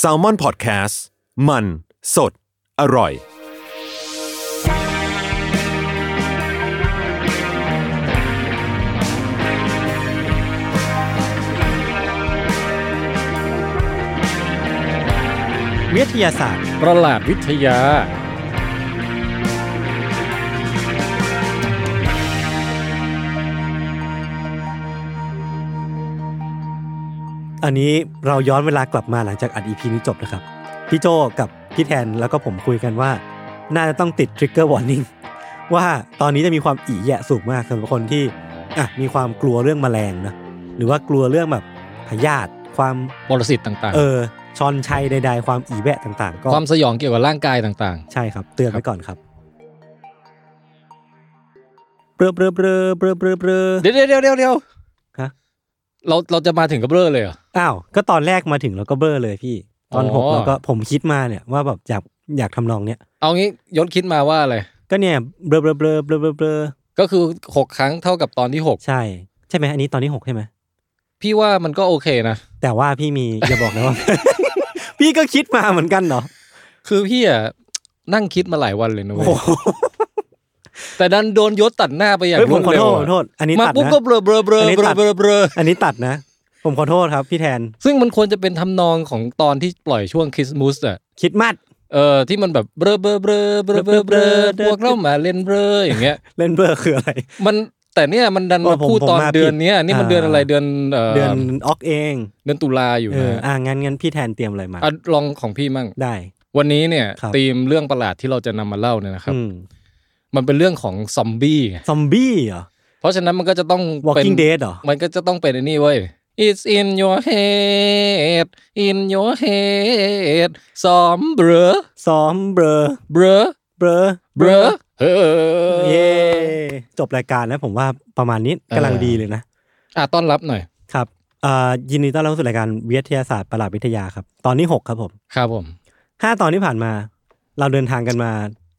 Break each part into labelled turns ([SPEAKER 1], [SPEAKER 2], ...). [SPEAKER 1] s a l ม o n PODCAST มันสดอร่อย
[SPEAKER 2] วิทยาศาสตร์
[SPEAKER 3] ประหลาดวิทยา
[SPEAKER 2] อันนี้เราย้อนเวลากลับมาหลังจากอัดอีพีนี้จบนะครับ พี่โจกับพี่แทนแล้วก็ผมคุยกันว่า น่าจะต้องติด Trigger Warning ว่าตอนนี้จะมีความอีแยะสูงมากสำหรับคนที่อ่ะมีความกลัวเรื่องแมลงนะหรือว่ากลัวเรื่องแบบพยาธิความ
[SPEAKER 3] ปรสิตต่าง
[SPEAKER 2] เออชอนชัยใดๆ ความอีแบะต่างๆ ก็
[SPEAKER 3] ๆ ความสยองเกี่ยวกับร่างกายต่าง
[SPEAKER 2] ใช่ครับ เตือนไว้
[SPEAKER 3] ครับ
[SPEAKER 2] ก่อนครับเบลอเบลอเบลอเบลอเบลอเบลอ
[SPEAKER 3] ๆ เดี๋ยวเดี๋ยวเดี๋ยวเดี๋ยว
[SPEAKER 2] ฮะ
[SPEAKER 3] เราเราจะมาถึงกับเบ้อเลยเหรอ
[SPEAKER 2] อ้าว ก็ตอนแรกมาถึงเราก็เบลอเลยพี่ ตอน
[SPEAKER 3] อ๋อ
[SPEAKER 2] หกเราก็ผมคิดมาเนี่ยว่าแบบอยากอยากทำนองเนี้ย
[SPEAKER 3] เอางี้ยศคิดมาว่าอะไร
[SPEAKER 2] ก็เนี่ยเบลอเบลอเบลอเบลอเบลอเบลอ
[SPEAKER 3] ก็คือหกครั้งเท่ากับตอนที่หก
[SPEAKER 2] ใช่ ใช่ไหมอันนี้ตอนที่หกใช่ไหม
[SPEAKER 3] พี่ว่ามันก็โอเคนะ
[SPEAKER 2] แต่ว่าพี่มี อย่าบอกนะว่า พี่ก็คิดมาเหมือนกันเหรอ
[SPEAKER 3] คือพี่อะนั่งคิดมาหลายวันเลยนะ
[SPEAKER 2] โอ้
[SPEAKER 3] เว้ย
[SPEAKER 2] โห
[SPEAKER 3] แต่ดันโดนยศตัดหน้าไปอย่าง
[SPEAKER 2] เฮ้ย
[SPEAKER 3] ร
[SPEAKER 2] ผ
[SPEAKER 3] ว
[SPEAKER 2] ม
[SPEAKER 3] ด
[SPEAKER 2] ขอ
[SPEAKER 3] เร็
[SPEAKER 2] โท
[SPEAKER 3] ว
[SPEAKER 2] ษผมข
[SPEAKER 3] อะ
[SPEAKER 2] อโทษ อันนี้
[SPEAKER 3] มา
[SPEAKER 2] ตัด
[SPEAKER 3] ปุ๊บ
[SPEAKER 2] นะ
[SPEAKER 3] ก็เบลอเบลอเบล
[SPEAKER 2] อันนี้
[SPEAKER 3] อเบล
[SPEAKER 2] ตั
[SPEAKER 3] อ
[SPEAKER 2] ด
[SPEAKER 3] เบลอเบลอ
[SPEAKER 2] อันนี้ตัดนะ ผมขอโทษครับ พี่แทน
[SPEAKER 3] ซึ่งมันควรจะเป็นทำนองของตอนที่ปล่อยช่วงคริสต์มาสอะ
[SPEAKER 2] คิดมัด
[SPEAKER 3] เออที่มันแบบเบลอเบลอเบลอเบลอเบลอเบลอพวกเรามาเล่นเบลออย่างเงี้ย
[SPEAKER 2] เล่นเบลอคืออะไร
[SPEAKER 3] มันแต่เนี่ยมันดัน
[SPEAKER 2] โอ้
[SPEAKER 3] มา
[SPEAKER 2] ผม
[SPEAKER 3] พูดตอน
[SPEAKER 2] ผมมา
[SPEAKER 3] เดือนเนี้ย
[SPEAKER 2] ผิด
[SPEAKER 3] นี่มัน
[SPEAKER 2] อ่า
[SPEAKER 3] เดือนอะไรเดือนเอ่อ
[SPEAKER 2] เดือนออกเอง
[SPEAKER 3] เดือนตุลาอยู่
[SPEAKER 2] เออ
[SPEAKER 3] นะ
[SPEAKER 2] อ่างั้นงั้นพี่แทนเตรียมอะไรมา
[SPEAKER 3] อ่ะลองของพี่มั่ง
[SPEAKER 2] ได้
[SPEAKER 3] วันนี้เนี่ย
[SPEAKER 2] ครับ
[SPEAKER 3] ธีมเรื่องประหลาดที่เราจะนำมาเล่าเนี่ยนะครับ
[SPEAKER 2] อืม
[SPEAKER 3] มันเป็นเรื่องของซอมบี้ไง
[SPEAKER 2] ซอมบี้เหรอ
[SPEAKER 3] เพราะฉะนั้นมันก็จะต้องเป็น
[SPEAKER 2] Walking Dead เหรอ
[SPEAKER 3] มันก็จะต้องเป็นไอันนี้เว้ย It's in your head in your head ซอมเบลอ
[SPEAKER 2] ซอมเบลอ
[SPEAKER 3] เบลอ
[SPEAKER 2] เบลอ
[SPEAKER 3] เบลอเฮ้อ
[SPEAKER 2] เย้จบรายการแล้วผมว่าประมาณนี้กำลัง
[SPEAKER 3] เออ
[SPEAKER 2] ดีเลยนะ
[SPEAKER 3] อ่ะต้อนรับหน่อย
[SPEAKER 2] ครับเอ่อยินดีต้อนรับสู่รายการวิทยาศาสตร์ประหลาดวิทยาครับ ตอนที่หกครับผม
[SPEAKER 3] ครับผม
[SPEAKER 2] ห้าตอนที่ผ่านมา เราเดินทางกันมา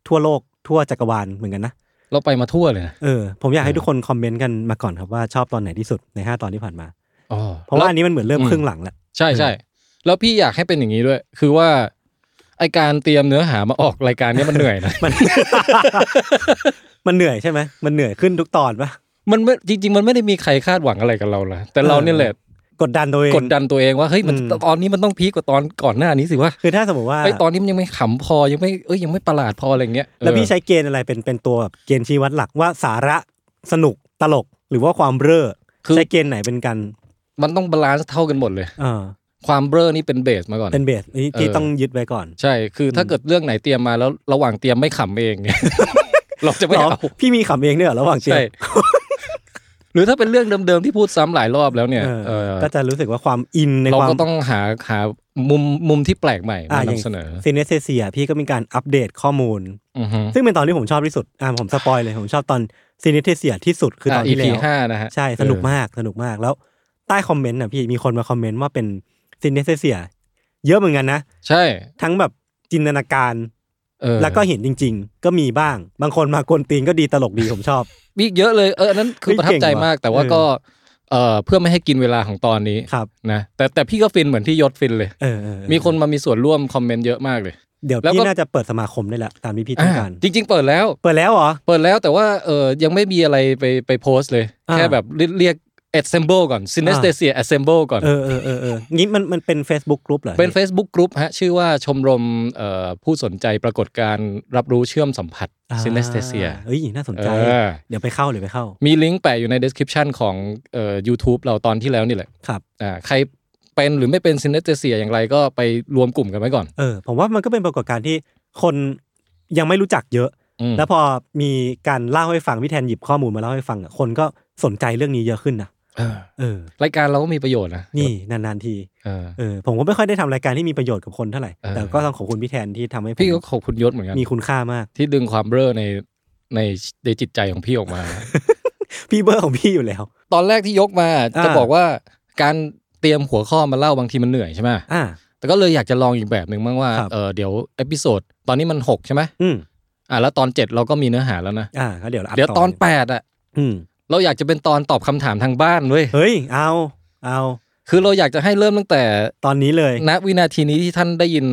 [SPEAKER 2] ทั่วโลกทั่วจักรวาลเหมือนกันนะ
[SPEAKER 3] เราไปมาทั่วเลยนะ
[SPEAKER 2] เออ ผมอยากให้ทุกคนคอมเมนต์กันมาก่อนครับว่าชอบตอนไหนที่สุดในห้าตอนที่ผ่านมา
[SPEAKER 3] อ๋อ
[SPEAKER 2] เพราะว่า
[SPEAKER 3] แล้
[SPEAKER 2] อันนี้มันเหมือนเริ่ม
[SPEAKER 3] อืม
[SPEAKER 2] ครึ่งหลังแล้ว
[SPEAKER 3] ใช่ใช่แล้วพี่อยากให้เป็นอย่างนี้ด้วย คือว่าไอการเตรียมเนื้อหามาออกรายการเนี้ยมันเหนื่อยนะ
[SPEAKER 2] มัน มันเหนื่อยใช่ไหม มันเหนื่อยขึ้นทุกตอนปะ
[SPEAKER 3] มันไม่จริง ๆ มันไม่ได้มีใครคาดหวังอะไรกับเราละแต่เราเนี่ยแหละ
[SPEAKER 2] กดดันตัวเอง
[SPEAKER 3] กดดันตัวเองว่าเฮ้ยมัน
[SPEAKER 2] อืม
[SPEAKER 3] ตอนนี้มันต้องพีกกว่าตอนก่อนหน้านี้สิว่า
[SPEAKER 2] คือถ้าสมมติว่า
[SPEAKER 3] ไอยตอนนี้มันยังไม่ขำพอยังไม่เอ้ยยังไม่ประหลาดพออะไรเงี้ย
[SPEAKER 2] แล้วพี่
[SPEAKER 3] เออ
[SPEAKER 2] ใช้เกณฑ์อะไรเป็นเป็นตัวแบบเกณฑ์ชี้วัดหลักว่าสาระสนุกตลกหรือว่าความเบ้อ
[SPEAKER 3] คือ
[SPEAKER 2] ใช้เกณฑ์ไหนเป็นกัน
[SPEAKER 3] มันต้องบาลานซ์เท่ากันหมดเลย
[SPEAKER 2] เออ
[SPEAKER 3] ความเบ้อนี่เป็นเบสมาก่อน
[SPEAKER 2] เป็นเบสที่ที่
[SPEAKER 3] เออ
[SPEAKER 2] ต้องยึดไว้ก่อน
[SPEAKER 3] ใช่ คือถ้าเกิดเรื่องไหนเตรียมมาแล้วระหว่างเตรียมไม่ขำเอง เนี่ย เราจะไม่
[SPEAKER 2] หร
[SPEAKER 3] เอา
[SPEAKER 2] อพี่มีขำเองเนี่ยเหรอระหว่างเชีย
[SPEAKER 3] ใช่
[SPEAKER 2] ร์
[SPEAKER 3] หรือถ้าเป็นเรื่องเดิมๆที่พูดซ้ำหลายรอบแล้วเนี่ยเออ
[SPEAKER 2] ก็จะรู้สึกว่าความอินใน
[SPEAKER 3] เรา
[SPEAKER 2] ความ
[SPEAKER 3] ก็ต้องหาหามุมมุมที่แปลกใหม่
[SPEAKER 2] อ่ะ
[SPEAKER 3] มา
[SPEAKER 2] อย่าง
[SPEAKER 3] นำเสนอ
[SPEAKER 2] ซีเนสเซียพี่ก็มีการอัปเดตข้อมูล
[SPEAKER 3] อือฮึ
[SPEAKER 2] ซึ่งเป็นตอนที่ผมชอบที่สุดอ่าผมสปอยเลยผมชอบตอนซีเนสเซียที่สุดคือตอนที่
[SPEAKER 3] ะ EP
[SPEAKER 2] แล้ว
[SPEAKER 3] ห้านะฮะ
[SPEAKER 2] ใช่สนุก
[SPEAKER 3] เออ
[SPEAKER 2] มากสนุกมากแล้วใต้คอมเมนต์น่ะพี่มีคนมาคอมเมนต์ว่าเป็นซีเนสเซียเยอะเหมือนกันนะ
[SPEAKER 3] ใช่
[SPEAKER 2] ทั้งแบบจินตนาการ
[SPEAKER 3] เออ
[SPEAKER 2] แล้วก็เห็นจริง ๆ ก็มีบ้าง บางคนมากวนตีนก็ดีตลกดี ผมชอบ
[SPEAKER 3] มีอีกเยอะเลยเอออันนั้นคือ
[SPEAKER 2] เฮ้ย
[SPEAKER 3] ประทับใจ
[SPEAKER 2] เก่งว่ะ
[SPEAKER 3] มาก แต่ว่า
[SPEAKER 2] เออ
[SPEAKER 3] ก็เออเพื่อไม่ให้กินเวลาของตอนนี้
[SPEAKER 2] ครับ
[SPEAKER 3] นะแต่แต่พี่ก็ฟินเหมือนที่ยศฟินเลย
[SPEAKER 2] เออเออเออ
[SPEAKER 3] มีคนมามีส่วนร่วมคอมเมนต์เยอะมากเลย
[SPEAKER 2] เดี๋ยว
[SPEAKER 3] แล้วก็
[SPEAKER 2] พี่น่าจะเปิดสมาคมได้ละตามที่พี่ต้องการ
[SPEAKER 3] อ่ะจริง ๆ เปิดแล้ว
[SPEAKER 2] เปิดแล้วเหรอ
[SPEAKER 3] เปิดแล้วแต่ว่าเออยังไม่มีอะไรไปไปโพสต์เลย
[SPEAKER 2] อ่า
[SPEAKER 3] แค่แบบเรียก assemble ก่อน synesthesia assemble ก่อน
[SPEAKER 2] เออเออเออเอองี้มันมันเป็น Facebook กลุ่มเหรอ
[SPEAKER 3] เป็น Facebook กลุ่มฮะ ชื่อว่าชมรมเอ่อผู้สนใจปรากฏการณ์รับรู้เชื่อมสัมผัส
[SPEAKER 2] อ่า
[SPEAKER 3] synesthesia
[SPEAKER 2] เอ้ย น่าสน
[SPEAKER 3] เอ
[SPEAKER 2] ใจ
[SPEAKER 3] อ
[SPEAKER 2] เดี๋ยวไปเข้าเดี๋ยวไปเข้า
[SPEAKER 3] มีลิงก์แปะอยู่ใน description ของเอ่อ YouTube เราตอนที่แล้วนี่แหละ
[SPEAKER 2] ครับ
[SPEAKER 3] อ่าใครเป็นหรือไม่เป็น synesthesia อย่างไรก็ไปรวมกลุ่มกันไว้ก่อน
[SPEAKER 2] เออ ผมว่ามันก็เป็นปรากฏการณ์ที่คนยังไม่รู้จักเยอะ
[SPEAKER 3] อืม
[SPEAKER 2] แล้วพอมีการเล่าให้ฟังพี่แทนหยิบข้อมูลมาเล่าให้ฟังอะคนก็สนใจเรื่องนี้เยอะขึ้นนะ
[SPEAKER 3] เออ
[SPEAKER 2] เออ
[SPEAKER 3] รายการเราก็มีประโยชน์นะ
[SPEAKER 2] นี่นานๆที
[SPEAKER 3] เออ
[SPEAKER 2] เออ ผมก็ไม่ค่อยได้ทำรายการที่มีประโยชน์กับคนเท่าไหร่
[SPEAKER 3] เออ
[SPEAKER 2] แต่ก็ต้องขอบคุณพี่แทนที่ทำให้ผม
[SPEAKER 3] พี่ก็ขอบคุณยศเหมือนกัน
[SPEAKER 2] มีคุณค่ามาก
[SPEAKER 3] ที่ดึงความเบ้อในในในจิตใจของพี่ออก มา
[SPEAKER 2] พี่เบอร์ของพี่อยู่แล้ว
[SPEAKER 3] ตอนแรกที่ยกมา
[SPEAKER 2] อ่า
[SPEAKER 3] จะบอกว่าการเตรียมหัวข้อมาเล่าบางทีมันเหนื่อยใช่ไหม
[SPEAKER 2] อ่า
[SPEAKER 3] แต่ก็เลยอยากจะลองอีกแบบหนึ่งบ้างว่า
[SPEAKER 2] ครับ
[SPEAKER 3] เออเดี๋ยวเอพิโซดตอนนี้มัน 6 ใช่ไหม
[SPEAKER 2] อืม
[SPEAKER 3] อ่ะแล้วตอน 7 เราก็มีเนื้อหาแล้วนะ
[SPEAKER 2] อ่าก็เดี๋ยวรา
[SPEAKER 3] เดี๋ยวตอน
[SPEAKER 2] ไป
[SPEAKER 3] 8 อ่ะ
[SPEAKER 2] อืม
[SPEAKER 3] เราอยากจะเป็นตอนตอบคำถามทางบ้านเว้ย
[SPEAKER 2] เฮ้ย เอา เอา
[SPEAKER 3] คือเราอยากจะให้เริ่มตั้งแต่
[SPEAKER 2] ตอนนี้เลย
[SPEAKER 3] ณวินาทีนี้ที่ท่านได้ยิน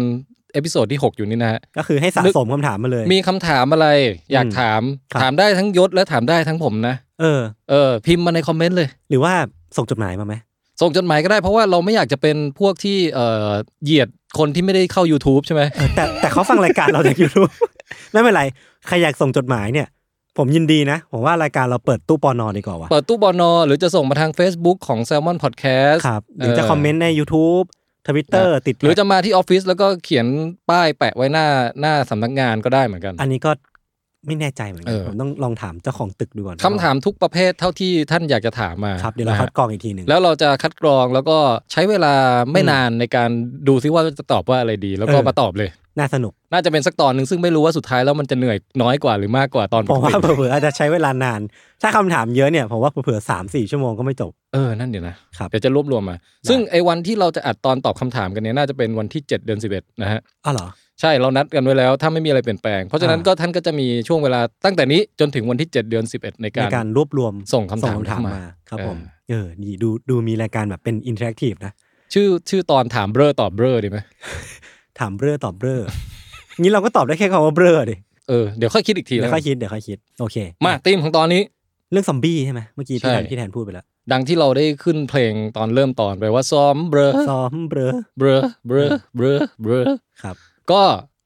[SPEAKER 3] เอพิโซดที่ 6 อยู่นี่นะฮะ
[SPEAKER 2] ก็คือให้สะสมคำถามมาเลย
[SPEAKER 3] มีคำถามอะไรอยากถาม
[SPEAKER 2] ครับ
[SPEAKER 3] ถามได้ทั้งยศและถามได้ทั้งผมนะ
[SPEAKER 2] เออ
[SPEAKER 3] เออ พิมพ์มาในคอมเมนต์เลย
[SPEAKER 2] หรือว่าส่งจดหมายมาไหม
[SPEAKER 3] ส่งจดหมายก็ได้เพราะว่าเราไม่อยากจะเป็นพวกที่เอ่อเหยียดคนที่ไม่ได้เข้า YouTube ใช่ไหม
[SPEAKER 2] เออแต่แต่เขาฟังรายการเราจากยูทูบ ไม่เป็นไร ใครอยากส่งจดหมายเนี่ย ผมยินดีนะ ผมว่ารายการเราเปิดตู้ปอนอดีกว่าวะ
[SPEAKER 3] เปิดตู้บอนอหรือจะส่งมาทาง Facebook ของ Salmon Podcast
[SPEAKER 2] ครับหรือจะคอมเมนต์ใน YouTube ทวิตเตอร์ติด
[SPEAKER 3] หรือจะมาที่ออฟฟิศแล้วก็เขียนป้ายแปะไว้หน้าหน้าสำนักงานก็ได้เหมือนกัน
[SPEAKER 2] อันนี้ก็ไม่แน่ใจเหมือนกั
[SPEAKER 3] เอน อ
[SPEAKER 2] ผมต้องลองถามเจ้าของตึกดูก่อน
[SPEAKER 3] คำถามทุกประเภทเท่าที่ท่านอยากจะถามมา
[SPEAKER 2] ครับเดี๋ยวเรา
[SPEAKER 3] นะ
[SPEAKER 2] คั
[SPEAKER 3] ฮะ
[SPEAKER 2] ดกรองอีกทีหนึ่ง
[SPEAKER 3] แล้วเราจะคัดกรองแล้วก็ใช้เวลาไม่
[SPEAKER 2] อืม
[SPEAKER 3] นานในการดูซิว่าจะตอบว่าอะไรดี แล้วก็
[SPEAKER 2] เออ
[SPEAKER 3] มาตอบเลย
[SPEAKER 2] น่าสนุก
[SPEAKER 3] น่าจะเป็นสักตอนหนึ่งซึ่งไม่รู้ว่าสุดท้ายแล้วมันจะเหนื่อยน้อยกว่าหรือมากกว่าตอนป
[SPEAKER 2] ผ
[SPEAKER 3] ก
[SPEAKER 2] มว่า
[SPEAKER 3] ติ
[SPEAKER 2] เผื่อๆอาจจะใช้เวลานาน ถ้าคำถามเยอะเนี่ยผมว่าเผื่อๆสามสี่ชั่วโมงก็ไม่จบ
[SPEAKER 3] เออนั่นเดี๋ยวนะครับ เดี๋ยวจะรวบรวมมา ซึ่งไอ้วันที่เราจะอัดตอนตอบคำถามกันเนี่ยน่าจะเป็นวันที่ 7 เดือน11นะฮะ
[SPEAKER 2] อ๋อเหรอ
[SPEAKER 3] ใช่เรานัดกันไว้แล้วถ้าไม่มีอะไรเปลี่ยนแปลง เพราะฉะนั้น
[SPEAKER 2] อ่า
[SPEAKER 3] ก็ท่านก็จะมีช่วงเวลาตั้งแต่นี้จนถึงวันที่ 7 เดือน 11 ใน
[SPEAKER 2] ใน
[SPEAKER 3] การ
[SPEAKER 2] การรวบรวม
[SPEAKER 3] ส่งคำถามเข้ามา
[SPEAKER 2] มาครับ
[SPEAKER 3] เออ
[SPEAKER 2] ผมเออดีดูดูมีรายการแบบเป็นอินเทอร์แอคทีฟนะ
[SPEAKER 3] ชื่อชื่อตอนถามเบลอตอบเบลอดีไหม
[SPEAKER 2] ถามเบ้อตอบเบ้อ งี้เราก็ตอบได้แค่คำว่าเบ้อดิ
[SPEAKER 3] เออเดี๋ยวค่อยคิดอีกที
[SPEAKER 2] เดี๋
[SPEAKER 3] แล้
[SPEAKER 2] ยว
[SPEAKER 3] ว
[SPEAKER 2] ค่อยคิดเดี๋ยวค่อยคิดโอเค
[SPEAKER 3] มาธีมของตอนนี้
[SPEAKER 2] เรื่องซอมบี้ใช่ไหมเมื่อกี้พี่
[SPEAKER 3] ใช่
[SPEAKER 2] แทนพี่แทนพูดไปแล้ว
[SPEAKER 3] ดังที่เราได้ขึ้นเพลงตอนเริ่มตอนไปว่าซ้อมเบลอ
[SPEAKER 2] ซอมเบ้อ
[SPEAKER 3] เบลอเบลอเบลอเบลอ
[SPEAKER 2] ครับ
[SPEAKER 3] ก็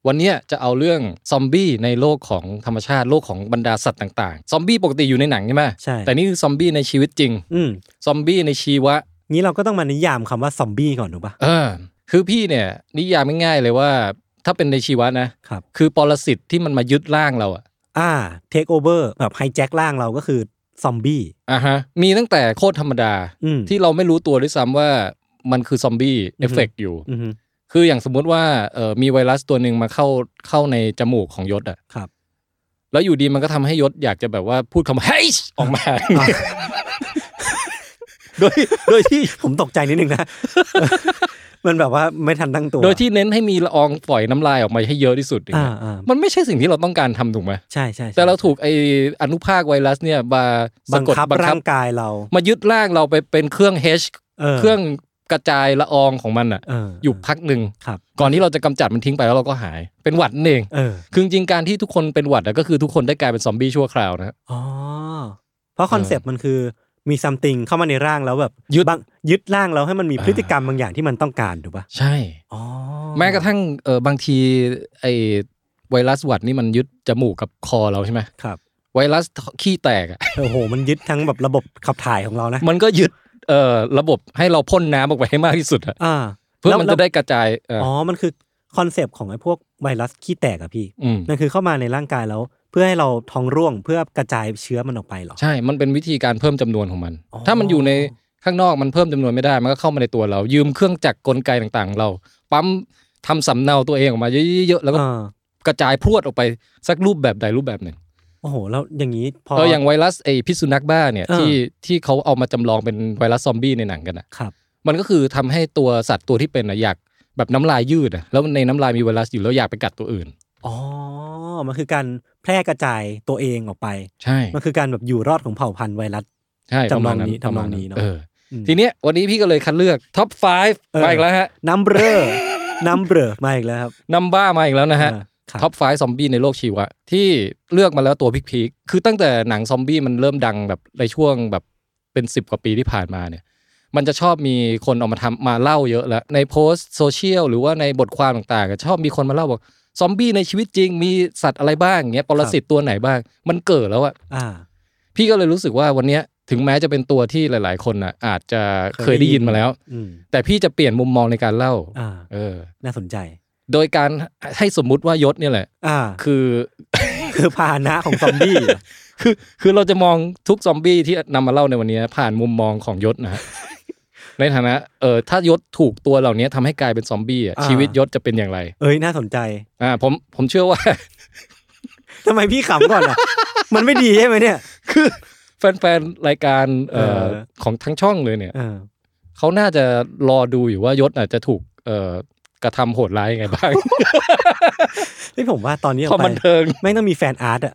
[SPEAKER 3] วันเนี้ยจะเอาเรื่องซอมบี้ในโลกของธรรมชาติโลกของบรรดาสัตว์ต่างๆซอมบี้ปกติอยู่ในหนังใช่ไหม
[SPEAKER 2] ใช่
[SPEAKER 3] แต่นี่คือซอมบี้ในชีวิตจริง
[SPEAKER 2] อืม
[SPEAKER 3] ซอมบี้ในชีวะ
[SPEAKER 2] งี้เราก็ต้องมานิยามคำว่าซอมบี้ก่อนถูกปะ
[SPEAKER 3] เออคือพี่เนี่ยนิยามง่ายๆเลยว่า ถ้าเป็นในชีวะนะครับ คือปรสิตที่มันมายึดร่างเราอะ
[SPEAKER 2] อ่าเทคโอเวอร์แบบไฮแจ็คล่างเราก็คือซอมบี้
[SPEAKER 3] อ่ะฮะมีตั้งแต่โคตรธรรมดา
[SPEAKER 2] อืม
[SPEAKER 3] ที่เราไม่รู้ตัวด้วยซ้ำว่ามันคือซอมบี้
[SPEAKER 2] อื
[SPEAKER 3] เอ
[SPEAKER 2] อ
[SPEAKER 3] ฟ
[SPEAKER 2] ฮึ
[SPEAKER 3] เฟกอยู่
[SPEAKER 2] อือฮึ
[SPEAKER 3] คืออย่างสมมุติว่าเออมีไวรัสตัวหนึ่งมาเข้าเข้าในจมูกของยศอะ
[SPEAKER 2] ครับ
[SPEAKER 3] แล้วอยู่ดีมันก็ทำให้ยศอยากจะแบบว่าพูดคำว่าเฮ้ยออกมา
[SPEAKER 2] โดยโดยที่ผมตกใจนิดนึงนะ มันแบบว่าไม่ทันตั้งตัว
[SPEAKER 3] โดยที่เน้นให้มีละอองฝอยน้ำลายออกมาให้เยอะที่สุดอย่าง
[SPEAKER 2] อ่า
[SPEAKER 3] เงี้ย
[SPEAKER 2] อ่า
[SPEAKER 3] มันไม่ใช่สิ่งที่เราต้องการทำถูกไหม
[SPEAKER 2] ใช่ใช่ใช่
[SPEAKER 3] แต่เราถูกไออนุภาคไวรัสเนี่ยมา
[SPEAKER 2] บั
[SPEAKER 3] สะ
[SPEAKER 2] ง
[SPEAKER 3] กด
[SPEAKER 2] คับ
[SPEAKER 3] บังคั
[SPEAKER 2] ร่า
[SPEAKER 3] บ
[SPEAKER 2] งกายเรา
[SPEAKER 3] มายึดร่างเราไปเป็นเครื่อง H เครื่องกระจายละอองของมันอ่ะ
[SPEAKER 2] เออ
[SPEAKER 3] อยู่พักหนึ่ง
[SPEAKER 2] ครับ
[SPEAKER 3] ก่อนที่เราจะกำจัดมันทิ้งไปแล้วเราก็หาย เป็นหวัดนั่นเอง
[SPEAKER 2] เออ
[SPEAKER 3] คือจริงๆการที่ทุกคนเป็นหวัดอะก็คือทุกคนได้กลายเป็นซอมบี้ชั่วคราวนะ
[SPEAKER 2] อ๋อ เพราะคอนเซปต์มันคือมีซัมติงเข้ามาในร่างแล้วแบบ
[SPEAKER 3] ยึด
[SPEAKER 2] บังยึดร่างแล้วให้มันมีพฤติกรรมบางอย่างที่มันต้องการถูกปะ
[SPEAKER 3] ใช่
[SPEAKER 2] อ๋อ
[SPEAKER 3] แม้กระทั่งเออบางทีไอไวรัสหวัดนี่มันยึดจมูกกับคอเราใช่ไหม
[SPEAKER 2] ครับ
[SPEAKER 3] ไวรัสขี้แตกอะ
[SPEAKER 2] โอ้โห มันยึดทั้งแบบระบบขับถ่ายของเรานะ
[SPEAKER 3] มันก็ยึดเอ่อระบบให้เราพ่นน้ำออกไปให้มากที่สุดอะ
[SPEAKER 2] อ่า
[SPEAKER 3] เพื่อ
[SPEAKER 2] แล้ว
[SPEAKER 3] มันจะได้กระจายเออ
[SPEAKER 2] อ๋อ มันคือคอนเซปต์ของไอ้พวกไวรัสขี้แตกอะพี่
[SPEAKER 3] อืม
[SPEAKER 2] มันคือเข้ามาในร่างกายแล้ว เพื่อให้เราท้องร่วงเพื่อกระจายเชื้อมันออกไปเหรอ
[SPEAKER 3] ใช่ มันเป็นวิธีการเพิ่มจำนวนของมัน
[SPEAKER 2] อ๋อ
[SPEAKER 3] ถ้ามันอยู่ใน ข้างนอกมันเพิ่มจำนวนไม่ได้มันก็เข้ามาในตัวเรา ยืมเครื่องจักรกลไกต่างๆ เรา ปั๊มทำสำเนาตัวเองออกมาเยอะๆแล้วก็
[SPEAKER 2] อ่าก
[SPEAKER 3] ระจายพรวดออกไปสักรูปแบบใดรูปแบบหนึ่ง
[SPEAKER 2] โอ้โห แล้วอย่างนี้พอ
[SPEAKER 3] เอออย่างไวรัสไอพิษสุนัขบ้าเนี่ย
[SPEAKER 2] เออ
[SPEAKER 3] ที่ที่เขาเอามาจำลองเป็นไวรัสซอมบี้ในหนังกันอ่ะ
[SPEAKER 2] ครับ
[SPEAKER 3] มันก็คือทำให้ตัวสัตว์ตัวที่เป็นอ่ะอยากแบบน้ำลายยืดอ่ะแล้วในน้ำลายมีไวรัสอยู่แล้วอยากไปกัดตัวอื่น
[SPEAKER 2] อ๋อ มันคือการแพร่กระจายตัวเองออกไป
[SPEAKER 3] ใช่
[SPEAKER 2] มันคือการแบบอยู่รอดของเผ่าพันธุ์ไวรัส
[SPEAKER 3] ใช่
[SPEAKER 2] จำลอง
[SPEAKER 3] ประมาณ
[SPEAKER 2] นี้
[SPEAKER 3] ประมณ
[SPEAKER 2] จำลองนี้เนอะ
[SPEAKER 3] เอออ
[SPEAKER 2] ม
[SPEAKER 3] ทีเนี้ยวันนี้พี่ก็เลยคัดเลือกท็อป
[SPEAKER 2] เออ
[SPEAKER 3] 5มาอีกแล้วฮะ
[SPEAKER 2] นัมเบอ ร์นัมเบอร์มาอีกแล้วครับ
[SPEAKER 3] นัมบ้ามาอีกแล้วนะฮะ
[SPEAKER 2] อ่าครับ
[SPEAKER 3] ท็อป5ซอมบี้ในโลกชีวะ ที่เลือกมาแล้วตัวพีคๆคือตั้งแต่หนังซอมบี้มันเริ่มดังแบบในช่วงแบบเป็น 10 กว่าปีที่ผ่านมาเนี่ย มันจะชอบมีคนเออกมาทำมาเล่าเยอะแล้ว ในโพสต์โซเชียลหรือว่าในบทความต่างๆอะชอบมีคนมาเล่าบอกซอมบี้ในชีวิตจริง มีสัตว์อะไรบ้างอย่างเงี้ยปรสิตตัวไหนบ้าง มันเกิดแล้วอะ
[SPEAKER 2] อ่า
[SPEAKER 3] พี่ก็เลยรู้สึกว่าวันเนี้ยถึงแม้จะเป็นตัวที่หลาย ๆ คนน่ะอาจจะเค
[SPEAKER 2] เค
[SPEAKER 3] ย
[SPEAKER 2] ยได้
[SPEAKER 3] ได้
[SPEAKER 2] ยิ
[SPEAKER 3] ยิน
[SPEAKER 2] น
[SPEAKER 3] มาแล้ว
[SPEAKER 2] อืม
[SPEAKER 3] แต่พี่จะเปลี่ยนมุมมองในการเล่า
[SPEAKER 2] อ่า
[SPEAKER 3] เออ
[SPEAKER 2] น่าสนใจ
[SPEAKER 3] โดยการให้สมมุติว่ายศเนี่ยแหละ
[SPEAKER 2] อ่า
[SPEAKER 3] คือ
[SPEAKER 2] คือพาหนะของซอมบี้
[SPEAKER 3] คือคือเราจะมองทุกซอมบี้ที่นำมาเล่าในวันนี้ผ่านมุมมองของยศ นะฮะ ในฐานะเออถ้ายศถูกตัวเหล่านี้ทำให้กลายเป็นซอมบี้อะ
[SPEAKER 2] อ่า
[SPEAKER 3] ชีวิตยศจะเป็นอย่างไร
[SPEAKER 2] เอ้ยน่าสนใจ
[SPEAKER 3] อ่าผมผมเชื่อว่า
[SPEAKER 2] ทำไมพี่ขำก่อนอ่ะ มันไม่ดีใช่ไหมเนี่ย
[SPEAKER 3] คือแฟนๆรายการเอ่อ
[SPEAKER 2] เออ
[SPEAKER 3] ของทั้งช่องเลยเนี่ย
[SPEAKER 2] เออ
[SPEAKER 3] เขาน่าจะรอดูอยู่ว่ายศอาจจะถูกเอ่อ กระทำโหดร้ายยังไงบ้าง
[SPEAKER 2] ที่ผมว่าตอนนี้อ
[SPEAKER 3] ค
[SPEAKER 2] อ
[SPEAKER 3] วาก ม
[SPEAKER 2] ไป
[SPEAKER 3] บันเทิง
[SPEAKER 2] ไม่งต้องมีแฟนอาร์ตอะ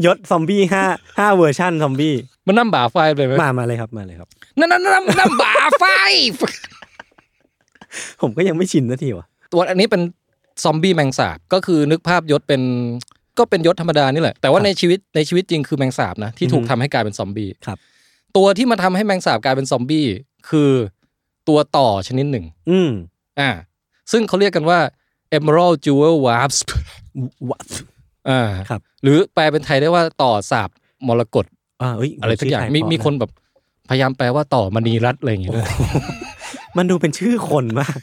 [SPEAKER 2] ยศซอมบี้ห้าห้าเวอร์ชันซอมบี้
[SPEAKER 3] มันน้ำบ่าไฟเลยไหม
[SPEAKER 2] มามาเลยครับมาเลยครับ
[SPEAKER 3] นั่นนั่นนั่นน้ำบ่าไฟ
[SPEAKER 2] ผมก็ยังไม่ชินนาทีวะ
[SPEAKER 3] ตัวอันนี้เป็นซอมบี้แมงสาบก็คือนึกภาพยศเป็นก็เป็นยศธรรมดานี่แหละแต่ว่าในชีวิตในชีวิตจริงคือแมงสาบนะที่ถูกทำให้กลายเป็นซอมบี้
[SPEAKER 2] ครับ
[SPEAKER 3] ตัวที่มาทำให้แมงสาบกลายเป็นซอมบี้คือตัวต่อชนิดหนึ่ง
[SPEAKER 2] อืม
[SPEAKER 3] อ่าซึ่งเขาเรียกกันว่า emerald jewel wasp
[SPEAKER 2] วะ
[SPEAKER 3] อ่า
[SPEAKER 2] ครับ
[SPEAKER 3] หรือแปลเป็นไทยได้ว่าต่อสาบมรกต
[SPEAKER 2] อ่าเอ้ย
[SPEAKER 3] อะไรสักอย่างมี
[SPEAKER 2] ชื่ไท
[SPEAKER 3] มีคน
[SPEAKER 2] เพระะ
[SPEAKER 3] แบบพยายามแปลว่าต่อมณีรัตน์อะไรอย่างเงี้ย
[SPEAKER 2] มันดูเป็นชื่อคนมาก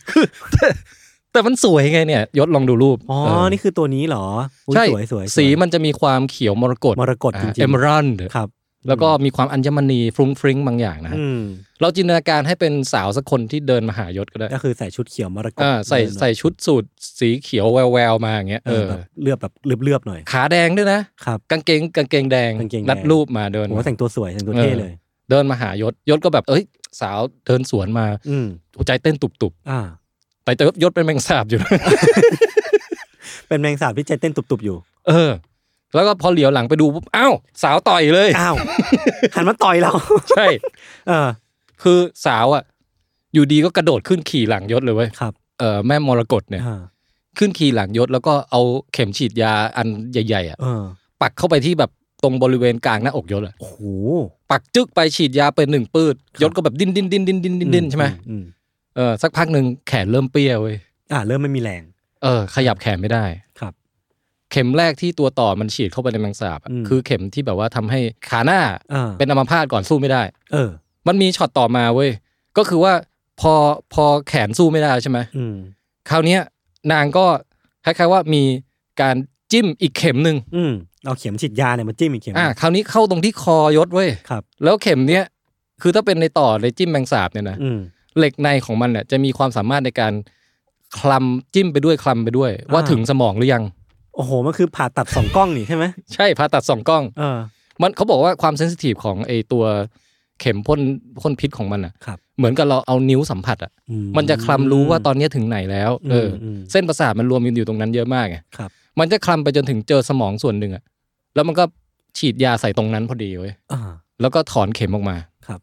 [SPEAKER 3] แต่มันสวยไงเนี่ยยศลองดูรูป
[SPEAKER 2] อ๋อ
[SPEAKER 3] เ
[SPEAKER 2] นี่คือตัวนี้เหรออุ๊ย
[SPEAKER 3] ใช่
[SPEAKER 2] สวยสวยวย
[SPEAKER 3] สีมันจะมีความเขียวมรกต
[SPEAKER 2] มรกตจริง
[SPEAKER 3] เอมรัน
[SPEAKER 2] ๆครับ
[SPEAKER 3] แล้วก็มีความอัญมณีฟรุ้งฟริ้งบางอย่างนะ
[SPEAKER 2] อืม
[SPEAKER 3] เราจินตนาการให้เป็นสาวสักคนที่เดินมาหายศก็ได้
[SPEAKER 2] ก็คือใส่ชุดเขียวมรกต
[SPEAKER 3] อ่าใส่
[SPEAKER 2] เดินหน่อย
[SPEAKER 3] ใส่ชุดสูทสีเขียวแววๆมาอย่างเงี้ย
[SPEAKER 2] เอ
[SPEAKER 3] เอ
[SPEAKER 2] อ
[SPEAKER 3] อ
[SPEAKER 2] แบบเลือบแบบเลือบๆหน่อย
[SPEAKER 3] ขาแดงด้วยนะ
[SPEAKER 2] ครับ
[SPEAKER 3] กางเกงกางเกงแดง
[SPEAKER 2] กางเกงแดง
[SPEAKER 3] รัดรูปมาเดิน
[SPEAKER 2] โอ้แต่งตัวสวยแต่งตัวเท่
[SPEAKER 3] เออ
[SPEAKER 2] เลย
[SPEAKER 3] เดินมาหายศยศก็แบบเอ้ย สาวเดินสวนมา
[SPEAKER 2] อืม
[SPEAKER 3] หัวใจเต้นตุบ
[SPEAKER 2] อ่า
[SPEAKER 3] ๆแต่แต่ยศเป็นแมงสาบอยู่
[SPEAKER 2] เป็นแมงสาบที่ใจเต้นตุบๆ อยู่
[SPEAKER 3] เออ แล้วก็พอเหลียวหลังไปดูปุ๊บอ้าวสาวต่อยเลย
[SPEAKER 2] อ้าว หันมาต่อยเรา
[SPEAKER 3] ใช่
[SPEAKER 2] เออ
[SPEAKER 3] คือสาวอ่ะ อยู่ดีก็กระโดดขึ้นขี่หลังยศเลยเว้ย
[SPEAKER 2] ครับ
[SPEAKER 3] เออแม่มรกตเนี่ย
[SPEAKER 2] อ่า
[SPEAKER 3] ขึ้นขี่หลังยศแล้วก็เอาเข็มฉีดยาอันใหญ่ๆอ่ะ
[SPEAKER 2] เออ
[SPEAKER 3] ปักเข้าไปที่แบบตรงบริเวณกลางหน้าอกยศอ่ะ
[SPEAKER 2] โอ้โห
[SPEAKER 3] ปักจึกไปฉีดยาไปหนึ่งปืดยศก็แบบดิ้นดิ้นดิ้นดิ้นดิ้นดิ้นดิ้นใช่ไหม
[SPEAKER 2] อือื
[SPEAKER 3] เออสักพักหนึ่งแขนเริ่มเปรี้ยวเว้ย
[SPEAKER 2] อ่า เริ่มไม่มีแรง
[SPEAKER 3] เออขยับแขนไม่ได้
[SPEAKER 2] ครับ
[SPEAKER 3] เข็มแรกที่ตัวต่อมันฉีดเข้าไปในแมงสาบอะ
[SPEAKER 2] อืม
[SPEAKER 3] คือเข็มที่แบบว่าทำให้ขาหน้า
[SPEAKER 2] อ่า
[SPEAKER 3] เป็นอัมพาตก่อนสู้ไม่ได้
[SPEAKER 2] เออ
[SPEAKER 3] มันมีช็อตต่อมาเว้ยก็คือว่าพอพอแขนสู้ไม่ได้ใช่ไหม
[SPEAKER 2] อืม
[SPEAKER 3] คราวเนี้ยนางก็คล้ายๆว่ามีการจิ้มอีกเข็มหนึ่ง
[SPEAKER 2] อืมเอาเข็มฉีดยาเนี่ยมาจิ้มอีกเข็ม
[SPEAKER 3] อ่าคราวนี้เข้าตรงที่คอยศเว้ย
[SPEAKER 2] ครับ
[SPEAKER 3] แล้วเข็มเนี้ยคือถ้าเป็นในต่อในจิ้มแมงสาบเนี่ยนะ
[SPEAKER 2] อืม
[SPEAKER 3] เหล็กในของมันเนี่ยจะมีความสามารถในการคลำจิ้มไปด้วยคลำไปด้วย ว่า
[SPEAKER 2] อ่า
[SPEAKER 3] ถึงสมองหรือยัง
[SPEAKER 2] โอ้โห มันคือผ่าตัดสองกล้องนี่ใช่ไหม
[SPEAKER 3] ใช่ผ่าตัดสองกล้อง
[SPEAKER 2] เออ
[SPEAKER 3] มันเขาบอกว่าความเซนซิทีฟของไอตัวเข็มพ่นพ่นพิษของมันอ่ะ
[SPEAKER 2] ครับ
[SPEAKER 3] เหมือนกับเราเอานิ้วสัมผัสอ่ะ
[SPEAKER 2] อื
[SPEAKER 3] มันจะคลำรู้ว่าตอนเนี้ยถึงไหนแล้วเอออ
[SPEAKER 2] ม
[SPEAKER 3] เส้นประสาทมันรวมกันอยู่ตรงนั้นเยอะมากไง
[SPEAKER 2] ครับ
[SPEAKER 3] มันจะคลำไปจนถึงเจอสมองส่วนหนึ่งอ่ะแล้วมันก็ฉีดยาใส่ตรงนั้นพอดีเว้ย
[SPEAKER 2] อ่า
[SPEAKER 3] แล้วก็ถอนเข็มออกมา
[SPEAKER 2] ครับ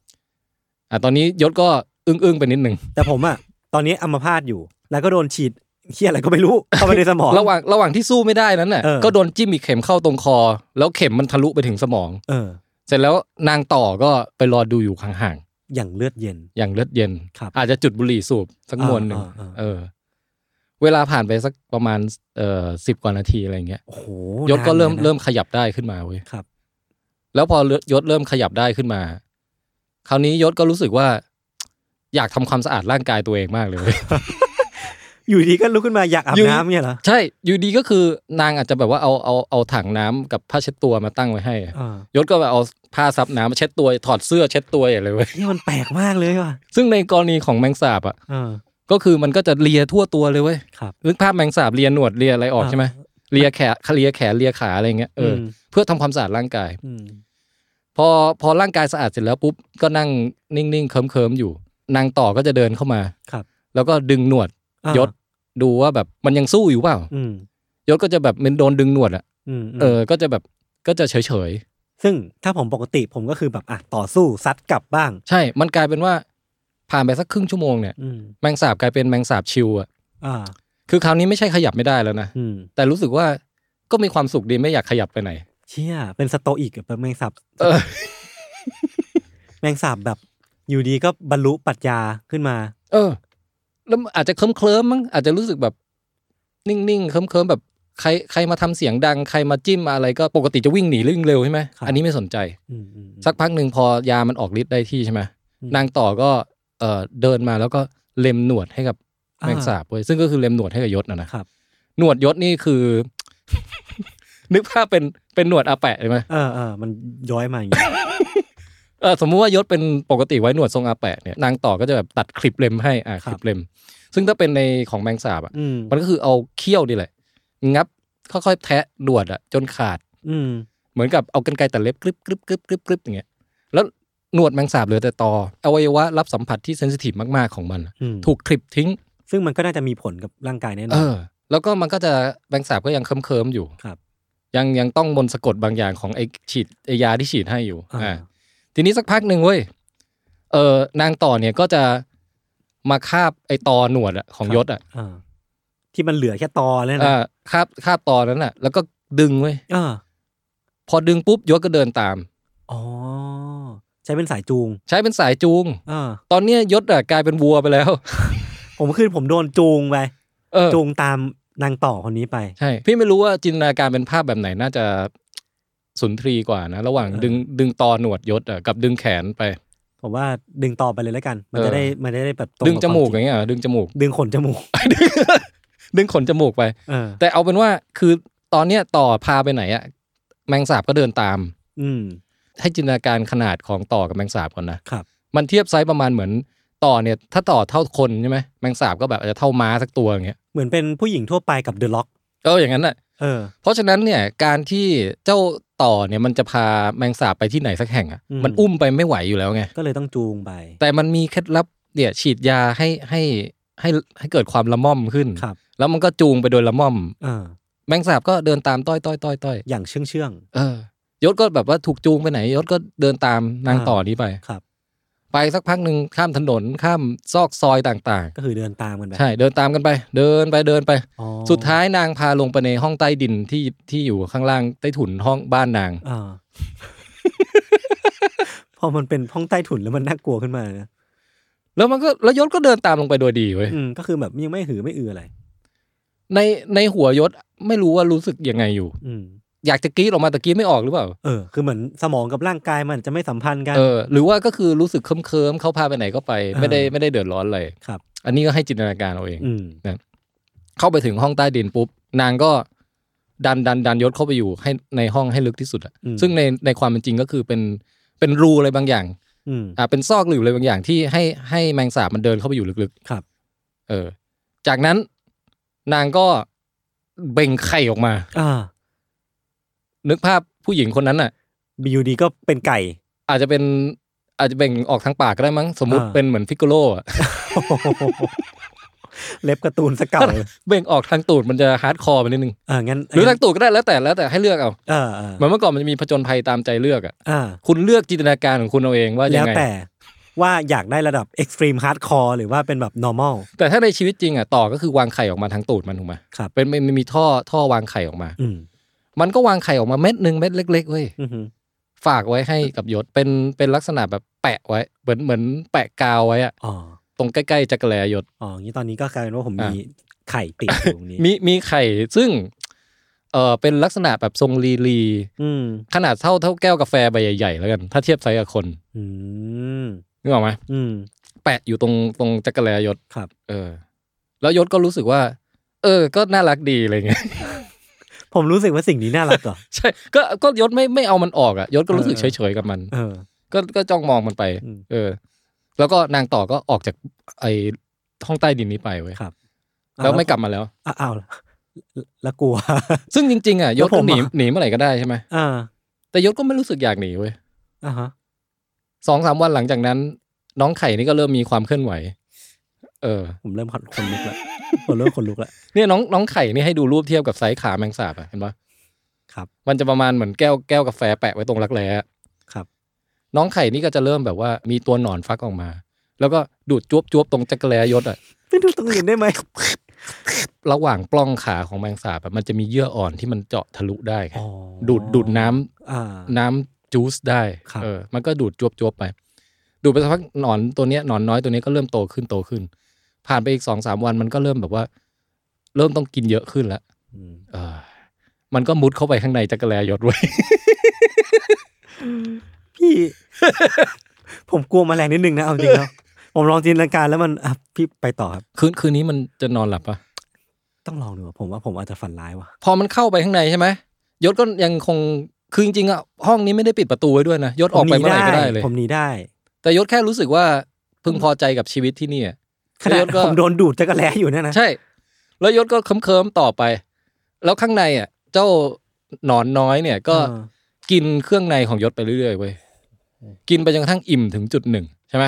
[SPEAKER 3] อ่ะตอนนี้ยศก็อึ้งอึ้งๆไปนิดหนึ่ง
[SPEAKER 2] แต่ผมอ่ะ ตอนนี้อัมพาตอยู่ แล้วก็โดนฉีดเคียอะไรก็ไม่ รู้ เข้าไปในสมอง
[SPEAKER 3] ระหว่างระหว่างที่สู้ไม่ได้นั้นน่ะ
[SPEAKER 2] เออ
[SPEAKER 3] ก็โดนจิ้มอีกเข็มเข้าตรงคอ แล้วเข็มมันทะลุไปถึงสมอง
[SPEAKER 2] เออ
[SPEAKER 3] เสร็จแล้วนางต่อก็ไปรอดูอยู่ห่าง
[SPEAKER 2] อย่างเลือดเย็น
[SPEAKER 3] ๆ อย่างเลือดเย็น
[SPEAKER 2] ครับ
[SPEAKER 3] อาจจะจุดบุหรี่สูบสักมวนหนึ่ง
[SPEAKER 2] อ่าอ่าอ่า
[SPEAKER 3] เออ เวลาผ่านไปสักประมาณเอ่อสิบกว่านาทีอะไรเงี้ย
[SPEAKER 2] โอ้โห
[SPEAKER 3] ยศก็เริ่ม
[SPEAKER 2] นานหอนน
[SPEAKER 3] เริ่มขยับได้ขึ้นมาเว้ย
[SPEAKER 2] ครับ
[SPEAKER 3] แล้วพอยศเริ่มขยับได้ขึ้นมา คราวนี้ยศก็รู้สึกว่า อยากทำความสะอาดร่างกายตัวเองมากเลยเว้ย
[SPEAKER 2] อยู่ดีก็ลุกขึ้นมาอยากอาบ
[SPEAKER 3] อยู่
[SPEAKER 2] น้ำเนี่ยเหรอ
[SPEAKER 3] ใช่ อยู่ดีก็คือนางอาจจะแบบว่าเอาเอาเอาถังน้ำกับผ้าเช็ดตัวมาตั้งไว้ให้อะ
[SPEAKER 2] เออย
[SPEAKER 3] ศก็แบบเอาผ้าซับน้ำมาเช็ดตัวถอดเสื้อเช็ดตัวอย่างเลยเว้ย
[SPEAKER 2] นี่มันแปลกมากเลยว่ะ
[SPEAKER 3] ซึ่งในกรณีของแมงสาบอ่ะ
[SPEAKER 2] เออ
[SPEAKER 3] ก็คือมันก็จะเลียทั่วตัวเลยเว้ย
[SPEAKER 2] ครับ
[SPEAKER 3] นึกภาพแมงสาบเลียหนวดเลียอะไรออก
[SPEAKER 2] อ่า
[SPEAKER 3] ใช่ไหมเลียแขนเลียแขนเลียขาอะไรอย่างเงี้ยเอออ
[SPEAKER 2] ม
[SPEAKER 3] เพื่อทำความสะอาดร่างกาย
[SPEAKER 2] อืม
[SPEAKER 3] พอพอร่างกายสะอาดเสร็จแล้วปุ๊บก็นั่งนิ่งๆเคิมๆอยู่ นางต่อก็จะเดินเข้ามา
[SPEAKER 2] ครับ
[SPEAKER 3] แล้วก็ดึงหนวด
[SPEAKER 2] อ่าย
[SPEAKER 3] ศดูว่าแบบมันยังสู้อยู่เปล่า
[SPEAKER 2] อืม
[SPEAKER 3] ยศก็จะแบบเหมันโดนดึงหนวดอ่ะ
[SPEAKER 2] อืมม
[SPEAKER 3] เออ ก็จะแบบ ก็จะเฉยเฉย
[SPEAKER 2] ซึ่งถ้าผมปกติผมก็คือแบบอ่ะต่อสู้ซัดกลับบ้าง
[SPEAKER 3] ๆ ใช่ มันกลายเป็นว่า ผ่านไปสักครึ่งชั่วโมงเนี่ย
[SPEAKER 2] อืม
[SPEAKER 3] แมงสาบกลายเป็นแมงสาบชิวอะ
[SPEAKER 2] อ่า
[SPEAKER 3] คือคราวนี้ไม่ใช่ขยับไม่ได้แล้วนะ
[SPEAKER 2] อืม
[SPEAKER 3] แต่รู้สึกว่า ก็มีความสุขดีไม่อยากขยับไปไหน
[SPEAKER 2] เชี่ย เป็นสโตอีกอะเป็นแมงสาบ
[SPEAKER 3] เออ
[SPEAKER 2] แมงสาบแบบ อยู่ดีก็บรรลุปรัชญาขึ้นมา
[SPEAKER 3] เออ แล้วอาจจะเคลิ้มเคลิ้มๆมั้ง อาจจะรู้สึกแบบ นิ่งๆ เคลิ้มเคลิ้มๆแบบ ใคร ใครมาทำเสียงดัง ใครมาจิ้มมาอะไรก็ ปกติจะวิ่งหนีวิ่งเร็วใช่ไหม
[SPEAKER 2] ครับ
[SPEAKER 3] อันนี้ไม่สนใจ
[SPEAKER 2] อืมอืมอืม
[SPEAKER 3] สักพักหนึ่งพอยามันออกฤทธิ์ได้ที่ใช่ไหม
[SPEAKER 2] อืม
[SPEAKER 3] นางต่อก็เออเดินมาแล้วก็เล็มหนวดให้กับ
[SPEAKER 2] อ่า
[SPEAKER 3] แมงสาบเว้ยซึ่งก็คือเล็มหนวดให้กับยศนะนะครับ หนวดยศนี่คือ นึกภาพเป็นเป็นหนวดอาแปะใช่ไหม
[SPEAKER 2] เออเออมันย้อยมาอย่างนี้
[SPEAKER 3] เออสมมุติว่ายศเป็นปกติไว้หนวดทรงอาแปะเนี่ยนางต่อก็จะแบบตัดคลิปเล็มให้อ่า
[SPEAKER 2] ค
[SPEAKER 3] ครับ ลิปเล็ม ซึ่งถ้าเป็นในของแมงสาบอ่ะ
[SPEAKER 2] อืม
[SPEAKER 3] มันก็คือเอาเขี้ยวนี่แหละ งับค่อยๆแทะหนวดอ่ะจนขาด
[SPEAKER 2] อืม
[SPEAKER 3] เหมือนกับเอากันไกรตัดเล็บกรึบกรึบกรึบกรึบกรึบอย่างเงี้ยแล้วหนวดแมงสาบเหลือแต่ตออวัยวะรับสัมผัสที่เซนซิทีฟมากๆของมันอะ
[SPEAKER 2] อืม
[SPEAKER 3] ถูกคลิปทิ้ง
[SPEAKER 2] ซึ่งมันก็น่าจะมีผลกับร่างกายแน่น
[SPEAKER 3] เอ
[SPEAKER 2] อน
[SPEAKER 3] อ แล้วก็มันก็จะแบงค์สาบก็ยังเคิมเคิมๆอยู่
[SPEAKER 2] ครับ
[SPEAKER 3] ยังยังต้องมนต์สะกดบางอย่างของไอฉีดไอยาที่ฉีดให้อยู่
[SPEAKER 2] อ่า
[SPEAKER 3] อ่าทีนี้สักพักหนึ่งเว้ยเออนางต่อเนี่ยก็จะมาคาบไอตอหนวดอะของยศอะ
[SPEAKER 2] เออที่มันเหลือแค่ตอเนี่ยนะ
[SPEAKER 3] อ่าคาบคาบตอนั้นอะแล้วก็ดึงเว้ย
[SPEAKER 2] เออ
[SPEAKER 3] พอดึงปุ๊บยศก็เดินตาม
[SPEAKER 2] อ๋อ ใช้เป็นสายจูง
[SPEAKER 3] ใช้เป็นสายจูง
[SPEAKER 2] เออ
[SPEAKER 3] ตอนเนี้ยยศอะกลายเป็นวัวไปแล้ว
[SPEAKER 2] ผมคือผมโดนจูงไป
[SPEAKER 3] เออ
[SPEAKER 2] จูงตามนางต่อคนนี้ไป
[SPEAKER 3] ใช่ พี่ไม่รู้ว่าจินตนาการเป็นภาพแบบไหนน่าจะสุนทรีกว่านะ ระหว่าง
[SPEAKER 2] เออ
[SPEAKER 3] ดึงดึงตอหนวดยศอะกับดึงแขนไป
[SPEAKER 2] ผมว่าดึงต่อไปเลยแล้วกัน มัน
[SPEAKER 3] เออ
[SPEAKER 2] จะได้มันจะได้แบบตรง
[SPEAKER 3] ดึงจมู
[SPEAKER 2] บ
[SPEAKER 3] กอ
[SPEAKER 2] ควา
[SPEAKER 3] ย่างเงี้ยเหรอดึงจมูก
[SPEAKER 2] จ ริงดึงขนจมูก
[SPEAKER 3] ดึงขนจมูกไป
[SPEAKER 2] เออ
[SPEAKER 3] แต่เอาเป็นว่าคือตอนเนี้ยต่อพาไปไหนอะแมงสาบก็เดินตาม
[SPEAKER 2] อืม
[SPEAKER 3] ให้จินตนาการขนาดของต่อกับแมงสาบก่อนนะครับ มันเทียบไซส์ประมาณเหมือนต่อเนี่ยถ้าต่อเท่าคนใช่ไหมแมงสาบก็แบบอาจจะเท่าม้าสักตัวอย่างเงี้ย
[SPEAKER 2] เหมือนเป็นผู้หญิงทั่วไปกับเดอะล็อก
[SPEAKER 3] ก็อย่างนั้นแหละ
[SPEAKER 2] เออ
[SPEAKER 3] เพราะฉะนั้นเนี่ยการที่เจ้าต่อเนี่ยมันจะพาแมงสาบไปที่ไหนสักแห่งอ่ะ
[SPEAKER 2] อืม
[SPEAKER 3] มันอุ้มไปไม่ไหวอยู่แล้วไง
[SPEAKER 2] ก็เลยต้องจูงไป
[SPEAKER 3] แต่มันมีเคล็ดลับเนี่ยฉีดยาให้ให้ให้ให้เกิดความละม่อมขึ้น
[SPEAKER 2] ครับ
[SPEAKER 3] แล้วมันก็จูงไปโดยละม่อม
[SPEAKER 2] เออ
[SPEAKER 3] แมงสาบก็เดินตามต้อยต้อยต้อยต้อย
[SPEAKER 2] อย่างเชื่องเชื่อง
[SPEAKER 3] เออยศก็แบบว่าถูกจูงไปไหนยศก็เดินตามนาง
[SPEAKER 2] อ่า
[SPEAKER 3] ต่อนี้ไป
[SPEAKER 2] ๆครับ
[SPEAKER 3] ไปสักพักหนึ่งข้ามถนนข้ามซอกซอยต่าง
[SPEAKER 2] ก็คือเดินตามกันไป
[SPEAKER 3] ๆ ใช่เดินตามกันไป เดินไปเดินไป
[SPEAKER 2] อ๋อ
[SPEAKER 3] สุดท้ายนางพาลงไปในห้องใต้ดินที่ที่อยู่ข้างล่างใต้ถุนห้องบ้านนาง
[SPEAKER 2] เอ อ พอมันเป็นห้องใต้ถุนแล้วมันน่ากลัวขึ้นมาเลยนะ
[SPEAKER 3] แล้วมันก็แล้วยศก็เดินตามลงไปโดยดีเว้ย
[SPEAKER 2] อืมก็คือแบบยังไม่หือไม่อืออะไร
[SPEAKER 3] ในในหัวยศไม่รู้ว่ารู้สึกยังไงอยู่
[SPEAKER 2] อืม
[SPEAKER 3] อยากจะกรี๊ดออกมาแต่กรี๊ดไม่ออกหรือเปล่า
[SPEAKER 2] เออ คือเหมือนสมองกับร่างกายมันจะไม่สัมพันธ์กัน
[SPEAKER 3] เออ หรือว่าก็คือรู้สึกเคิมเคิมๆเขาพาไปไหนก็ไป ไม่ได้
[SPEAKER 2] เออ
[SPEAKER 3] ไม่ได้เดือดร้อนเลย
[SPEAKER 2] ครับ
[SPEAKER 3] อันนี้ก็ให้จินตนาการเอาเอง
[SPEAKER 2] อืม
[SPEAKER 3] เข้าไปถึงห้องใต้ดินปุ๊บ นางก็ดันดันดันยศเข้าไปอยู่ให้ในห้องให้ลึกที่สุดอะ
[SPEAKER 2] อืม
[SPEAKER 3] ซึ่งในในความเป็นจริงก็คือเป็นเป็นรูอะไรบางอย่าง
[SPEAKER 2] อืม
[SPEAKER 3] อ่าเป็นซอกหรืออะไรบางอย่างที่ให้ให้แมงสาบมันเดินเข้าไปอยู่ลึกๆ
[SPEAKER 2] ครับ
[SPEAKER 3] เออ จากนั้นนางก็เบ่งไข่ออกมา
[SPEAKER 2] อ่า
[SPEAKER 3] นึกภาพผู้หญิงคนนั้นน่ะ
[SPEAKER 2] บียูดีก็เป็นไก่
[SPEAKER 3] อาจจะเป็นอาจจะเบ่งออกทางปากก็ได้มั้งสมมุติ
[SPEAKER 2] อ่า
[SPEAKER 3] เป็นเหมือนฟิกโกโลอะ
[SPEAKER 2] เล็บการ์ตูนสเก่าเลย
[SPEAKER 3] เบ่งออกทางตูดมันจะฮาร์ดคอร์ไปนิดนึง
[SPEAKER 2] เอองั้น
[SPEAKER 3] หรือทางตูดก็ได้แล้วแต่แล้วแต่ให้เลือกเอา
[SPEAKER 2] เออเออ
[SPEAKER 3] เหมือนเมื่อก่อนมันจะมีผจญภัยตามใจเลือกอ่ะ
[SPEAKER 2] อ่า
[SPEAKER 3] คุณเลือกจินตนาการของคุณเอาเองว่ายั
[SPEAKER 2] แล้ว
[SPEAKER 3] งไง
[SPEAKER 2] แต่ว่าอยากได้ระดับ extreme hardcore หรือว่าเป็นแบบ normal
[SPEAKER 3] แต่ถ้าในชีวิตจริงอ่ะต่อก็คือวางไข่ออกมาทางตูดมันถูกไหม
[SPEAKER 2] ครับ
[SPEAKER 3] เป็นมันมันมีท่อท่อวางไข่ออกมา
[SPEAKER 2] อืม
[SPEAKER 3] มันก็วางไข่ออกมาเม็ดหนึ่งเม็ดเล็กๆเว้ย
[SPEAKER 2] อือหือ
[SPEAKER 3] ฝากไว้ให้กับยศเป็นเป็นลักษณะแบบแปะไว้เหมือนเหมือนแปะกาวไว้อะ
[SPEAKER 2] อ๋อ
[SPEAKER 3] ตรงใกล้ๆจักรแลยศ
[SPEAKER 2] อ๋องี้ตอนนี้ก็กลายเป็นว่าผม
[SPEAKER 3] อ่ะ
[SPEAKER 2] มีไข่ติดอยู่ตรงนี้
[SPEAKER 3] มีมีไข่ซึ่งเออเป็นลักษณะแบบทรงลีลี
[SPEAKER 2] อืม
[SPEAKER 3] ขนาดเท่าเท่าแก้วกาแฟใบใหญ่ๆแล้วกัน ถ้าเทียบไซส์กับคน
[SPEAKER 2] อืม
[SPEAKER 3] นึกออกไหม
[SPEAKER 2] อืม
[SPEAKER 3] แปะอยู่ตรงตรงจักรแลยศ
[SPEAKER 2] ครับ
[SPEAKER 3] เออ แล้วยศก็รู้สึกว่า เออ ก็น่ารักดีอะไรเงี้ย
[SPEAKER 2] ผมรู้สึกว่าสิ่งนี้น่ารักเหรอ
[SPEAKER 3] ใช่ก็ก็ยศไม่ไม่เอามันออกอ่ะยศก็รู้สึก
[SPEAKER 2] เอ
[SPEAKER 3] เฉ
[SPEAKER 2] อ
[SPEAKER 3] ยๆกับมัน
[SPEAKER 2] เออ
[SPEAKER 3] ก็ก็จ้องมองมันไป
[SPEAKER 2] อืม
[SPEAKER 3] เออ แล้วก็นางต่อก็ออกจากไอ้ห้องใต้ดินนี้ไปเว้ย
[SPEAKER 2] ครับ
[SPEAKER 3] แล้วไม่กลับมาแล้ว
[SPEAKER 2] อ้าวอ้าวแล้วกลัว
[SPEAKER 3] ซึ่งจริง ๆอ่ะย
[SPEAKER 2] แล้
[SPEAKER 3] ศ
[SPEAKER 2] วผ
[SPEAKER 3] ก็
[SPEAKER 2] ม
[SPEAKER 3] หนี
[SPEAKER 2] อ่ะ
[SPEAKER 3] หนีเมื่อไหร่ก็ได้ใช่ไหม
[SPEAKER 2] อ่า
[SPEAKER 3] แต่ยศก็ไม่รู้สึกอยากหนีเว้ย
[SPEAKER 2] อ่าฮะ
[SPEAKER 3] สองสามวันหลังจากนั้น น้องไข่นี่ก็เริ่มมีความเคลื่อนไหว เออ
[SPEAKER 2] ผมเริ่มขนขนลุกละผมเริ่มขนลุกละ
[SPEAKER 3] เนี่ยน้องน้องไข่นี่ให้ดูรูปเทียบกับไซส์ขาแมงสาบอ่ะเห็นปะ
[SPEAKER 2] ครับ
[SPEAKER 3] มันจะประมาณเหมือนแก้วแก้วกาแฟแปะไว้ตรงรักแร้อะ
[SPEAKER 2] ครับ
[SPEAKER 3] น้องไข่นี่ก็จะเริ่มแบบว่ามีตัวหนอนฟักออกมา แล้วก็ดูดจวบจวบๆตรงจักรแลยศอ่ะ
[SPEAKER 2] ไม่ดูตรงอื่นได้ไหม
[SPEAKER 3] ระหว่างปล้องขาของแมงสาบอะมันจะมีเยื่ออ่อนที่มันเจาะทะลุได้
[SPEAKER 2] อ๋อ
[SPEAKER 3] ดูดดูดน้ำ
[SPEAKER 2] อ่า
[SPEAKER 3] น้ำจูสได้
[SPEAKER 2] ครับ
[SPEAKER 3] เออมันก็ดูดจวบจวบๆไป ดูดไปสักพักหนอนตัวเนี้ยหนอนน้อยตัวเนี้ยก็เริ่มโตขึ้นโตขึ้น ผ่านไปอีกสองสามวันมันก็เริ่มแบบว่า เริ่มต้องกินเยอะขึ้นแล้ว
[SPEAKER 2] อืม
[SPEAKER 3] เออ มันก็มุดเข้าไปข้างในจักรแลยศไว้ย
[SPEAKER 2] พี่ ผมกลัวแมลงนิดนึงนะเอาจริงแล้ว ผมลองจินตนาการแล้วมันอ่ะพี่ไปต่อครับ
[SPEAKER 3] คืนคืนนี้มันจะนอนหลับปะ
[SPEAKER 2] ต้องลองดูอะผมว่าผมอาจจะฝันร้ายว่ะ
[SPEAKER 3] พอมันเข้าไปข้างในใช่ไหมยศก็ยังคงคือจริงๆอ่ะห้องนี้ไม่ได้ปิดประตูไว้ด้วยนะยศออกไปเมื่อไหร่ก็ได้เลย
[SPEAKER 2] ผมหนีได้
[SPEAKER 3] แต่ยศแค่รู้สึกว่าพึงพอใจกับชีวิตที่นี่อะ
[SPEAKER 2] ขนา
[SPEAKER 3] แล้
[SPEAKER 2] ด
[SPEAKER 3] วก็
[SPEAKER 2] ผมโดนดูดจักรแล้อยู่เนี่ยนะ
[SPEAKER 3] ใช่ แล้วยศก็เคิมๆต่อไป แล้วข้างในอ่ะ เจ้าหนอนน้อยเนี่ยก็
[SPEAKER 2] เออ
[SPEAKER 3] กินเครื่องในของยศไปเรื่อยๆเว้ยกินไปจนกระทั่งอิ่มถึงจุดหนึ่งใช่ไหม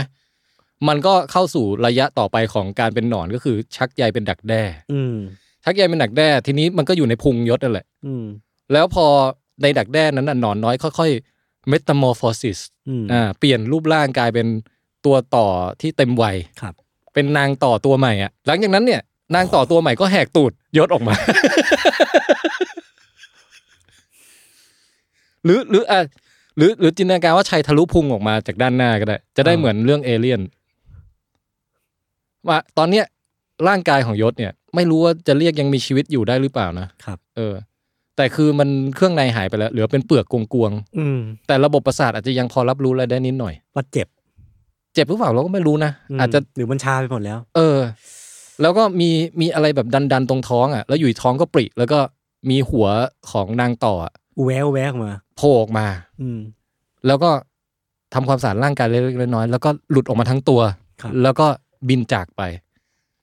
[SPEAKER 3] มันก็เข้าสู่ระยะต่อไปของการเป็นหนอนก็คือชักใยเป็นดักแด้
[SPEAKER 2] อืม
[SPEAKER 3] ชักใยเป็นดักแด้ ทีนี้มันก็อยู่ในพุงยศนั่นแหละ
[SPEAKER 2] อืม
[SPEAKER 3] แล้วพอในดักแด้นั้นน่ะหนอนน้อยค่อยๆ metamorphosis
[SPEAKER 2] อืม
[SPEAKER 3] อ่าเปลี่ยนรูปร่างกลายเป็นตัวต่อที่เต็มวัย
[SPEAKER 2] ครับ
[SPEAKER 3] เป็นนางต่อตัวใหม่อ่ะ หลังจากนั้นเนี่ย นางต่อตัวใหม่ก็แหกตูดยศออกมา หรือหรืออ่ะหรือหรือจินตนาการว่าชัยทะลุพุงออกมาจากด้านหน้าก็ได้ จะได้เหมือนเรื่องเอเลี่ยนว่าตอนเนี้ยร่างกายของยศเนี่ย ไม่รู้ว่าจะเรียกยังมีชีวิตอยู่ได้หรือเปล่านะครับ เออ แต่คือมันเครื่องในหายไปแล้วเหลือเป็นเปลือกกวงๆ
[SPEAKER 2] อืม
[SPEAKER 3] แต่ระบบประสาทอาจจะยังพอรับรู้อะไรได้นิดหน่อย
[SPEAKER 2] ว่าเจ็บ
[SPEAKER 3] เจ็บหรือเปล่าเราก็ไม่รู้นะ
[SPEAKER 2] ม
[SPEAKER 3] อาจจะ
[SPEAKER 2] หรือมันชาไปหมดแล้ว
[SPEAKER 3] เออ แล้วก็มีมีอะไรแบบดันๆตรงท้องอ่ะ แล้วอยู่ท้องก็ปริ แล้วก็มีหัวของนางต่ออะ
[SPEAKER 2] อูแววแววออกมา
[SPEAKER 3] โผล่ออกมา
[SPEAKER 2] อืม
[SPEAKER 3] แล้วก็ทำความสะอาดร่างกายเล็กๆน้อยๆแล้วก็หลุดออกมาทั้งตัว
[SPEAKER 2] ครับ
[SPEAKER 3] แล้วก็บินจากไป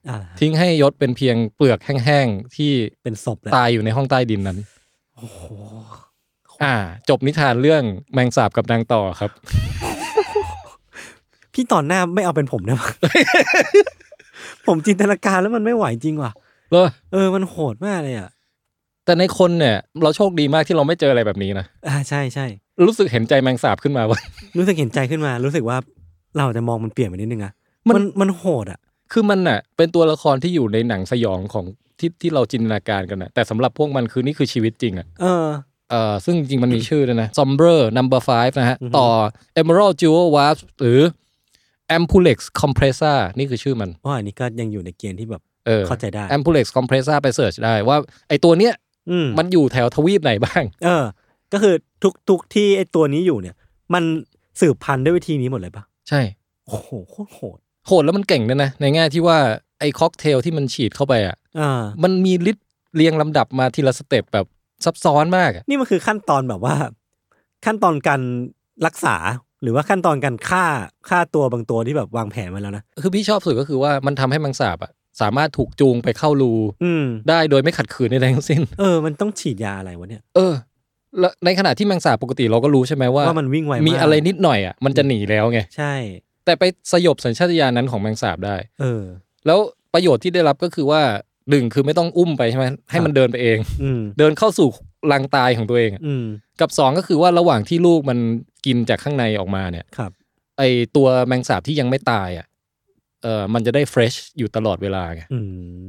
[SPEAKER 2] อ่า
[SPEAKER 3] ทิ้งให้ยศเป็นเพียงเปลือกแห้งๆที่
[SPEAKER 2] เป็นศพแล้ว
[SPEAKER 3] ตายอยู่ในห้องใต้ดินนั้น
[SPEAKER 2] โอ้โห
[SPEAKER 3] อ่า จบนิทานเรื่องแมงสาบกับนางต่อครับ
[SPEAKER 2] พี่ตอนหน้าไม่เอาเป็นผมได้ปะ ผมจินตนาการแล้วมันไม่ไหวจริงว่ะ เออ มันโหดมากเลยอ่ะ
[SPEAKER 3] แต่ในคนเนี่ย เราโชคดีมากที่เราไม่เจออะไรแบบนี้นะ
[SPEAKER 2] อ่าใช่ใช่
[SPEAKER 3] รู้สึกเห็นใจแมงสาบขึ้นมาว่า
[SPEAKER 2] รู้สึกเห็นใจขึ้นมา รู้สึกว่าเราอาจจะมองมันเปลี่ยนไปนิดนึงอะ
[SPEAKER 3] มัน
[SPEAKER 2] มันมันโหดอะ
[SPEAKER 3] คือมันน่ะ เป็นตัวละครที่อยู่ในหนังสยองของที่ที่เราจินตนาการกันน่ะ แต่สำหรับพวกมันคือนี่คือชีวิตจริงอ่ะ
[SPEAKER 2] เออ
[SPEAKER 3] เอ่อ ซึ่งจริงมันมีชื่อด้วยนะ Somber Number 5 นะฮะ
[SPEAKER 2] อือฮึ
[SPEAKER 3] ต่อ Emerald Jewel Wasp หรือ Ampulex Compressor นี่คือชื่อมัน
[SPEAKER 2] เพราะอันนี้ก็ยังอยู่ในเกณฑ์ที่แบบ
[SPEAKER 3] เออ
[SPEAKER 2] เข้าใจได้
[SPEAKER 3] Ampulex Compressor ไปเสิร์ชได้ว่า ไอตัวเนี้ย
[SPEAKER 2] อืม
[SPEAKER 3] มันอยู่แถวทวีปไหนบ้าง
[SPEAKER 2] เออ ก็คือทุกทุกที่ไอตัวนี้อยู่เนี่ย มันสืบพันธุ์ด้วยวิธีนี้หมดเลยปะ
[SPEAKER 3] ใช่
[SPEAKER 2] โอ้โหโคตรโหด
[SPEAKER 3] โหดแล้วมันเก่งด้วยนะ ในแง่ที่ว่าไอค็อกเทลที่มันฉีดเข้าไปอ่ะ
[SPEAKER 2] อ่า
[SPEAKER 3] มันมีฤทธิ์เรียงลำดับมาทีละสเต็ปแบบซับซ้อนมากอะ
[SPEAKER 2] นี่มันคือขั้นตอนแบบว่า ขั้นตอนการรักษา หรือว่าขั้นตอนการฆ่าฆ่าตัวบางตัวที่แบบวางแผนมาแล้วนะ
[SPEAKER 3] คือพี่ชอบสุดก็คือว่ามันทำให้แมังสาบอะสามารถถูกจูงไปเข้ารู
[SPEAKER 2] อืม
[SPEAKER 3] ได้โดยไม่ขัดขืนใดๆทั้งสิ้น
[SPEAKER 2] เออ มันต้องฉีดยาอะไรวะเนี่ย
[SPEAKER 3] เออ และในขณะที่แมังสาบปกติเราก็รู้ใช่ไหมว่า
[SPEAKER 2] ว่ามันวิ่งไวมาก
[SPEAKER 3] มีอะไรนิดหน่อยอะมันจะหนีแล้วไง
[SPEAKER 2] ใช่
[SPEAKER 3] แต่ไปสยบสัญชาตญาณนั้นของแมังสาบได้
[SPEAKER 2] เออ
[SPEAKER 3] แล้วประโยชน์ที่ได้รับก็คือว่าหนึ่งคือไม่ต้องอุ้มไปใช่ไหมให้มันเดินไปเอง
[SPEAKER 2] อืม
[SPEAKER 3] เดินเข้าสู่รังตายของตัวเองอะ
[SPEAKER 2] อืม
[SPEAKER 3] กับสองก็คือว่าระหว่างที่ลูกมันกินจากข้างในออกมาเนี่ย
[SPEAKER 2] ครับ
[SPEAKER 3] ไอตัวแมงสาบที่ยังไม่ตายอ่ะเออมันจะได้เฟรชอยู่ตลอดเวลาไง
[SPEAKER 2] อื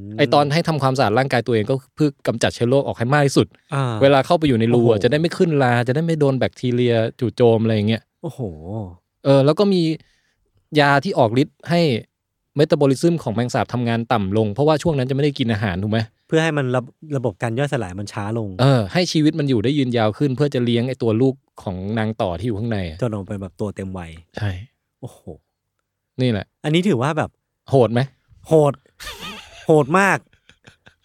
[SPEAKER 2] ม
[SPEAKER 3] ไอตอนให้ทำความสะอาดร่างกายตัวเองก็เพื่อกำจัดเชื้อโรคออกให้มากที่สุด
[SPEAKER 2] อ่
[SPEAKER 3] เวลาเข้าไปอยู่ในรู
[SPEAKER 2] โอ้
[SPEAKER 3] อะ
[SPEAKER 2] โห
[SPEAKER 3] จะได้ไม่ขึ้นลา จะได้ไม่โดนแบคทีเรียจู่โจมอะไรอย่างเงี้ย
[SPEAKER 2] โอ้โห
[SPEAKER 3] เออ แล้วก็มียาที่ออกฤทธิ์ให้เมตาบอลิซึมของแมงสาบทำงานต่ำลง เพราะว่าช่วงนั้นจะไม่ได้กินอาหารถูกไหม
[SPEAKER 2] เพื่อให้มันระบระบบการย่อยสลายมันช้าลง
[SPEAKER 3] เออ ให้ชีวิตมันอยู่ได้ยืนยาวขึ้น เพื่อจะเลี้ยงไอตัวลูกของนางต่อที่อยู่ข้างในอะ
[SPEAKER 2] จนออกไปแบบตัวเต็มวัย
[SPEAKER 3] ใช่
[SPEAKER 2] โอ้โห
[SPEAKER 3] นี่แหละ
[SPEAKER 2] อันนี้ถือว่าแบบ
[SPEAKER 3] โหดไหม
[SPEAKER 2] โหด โหดมาก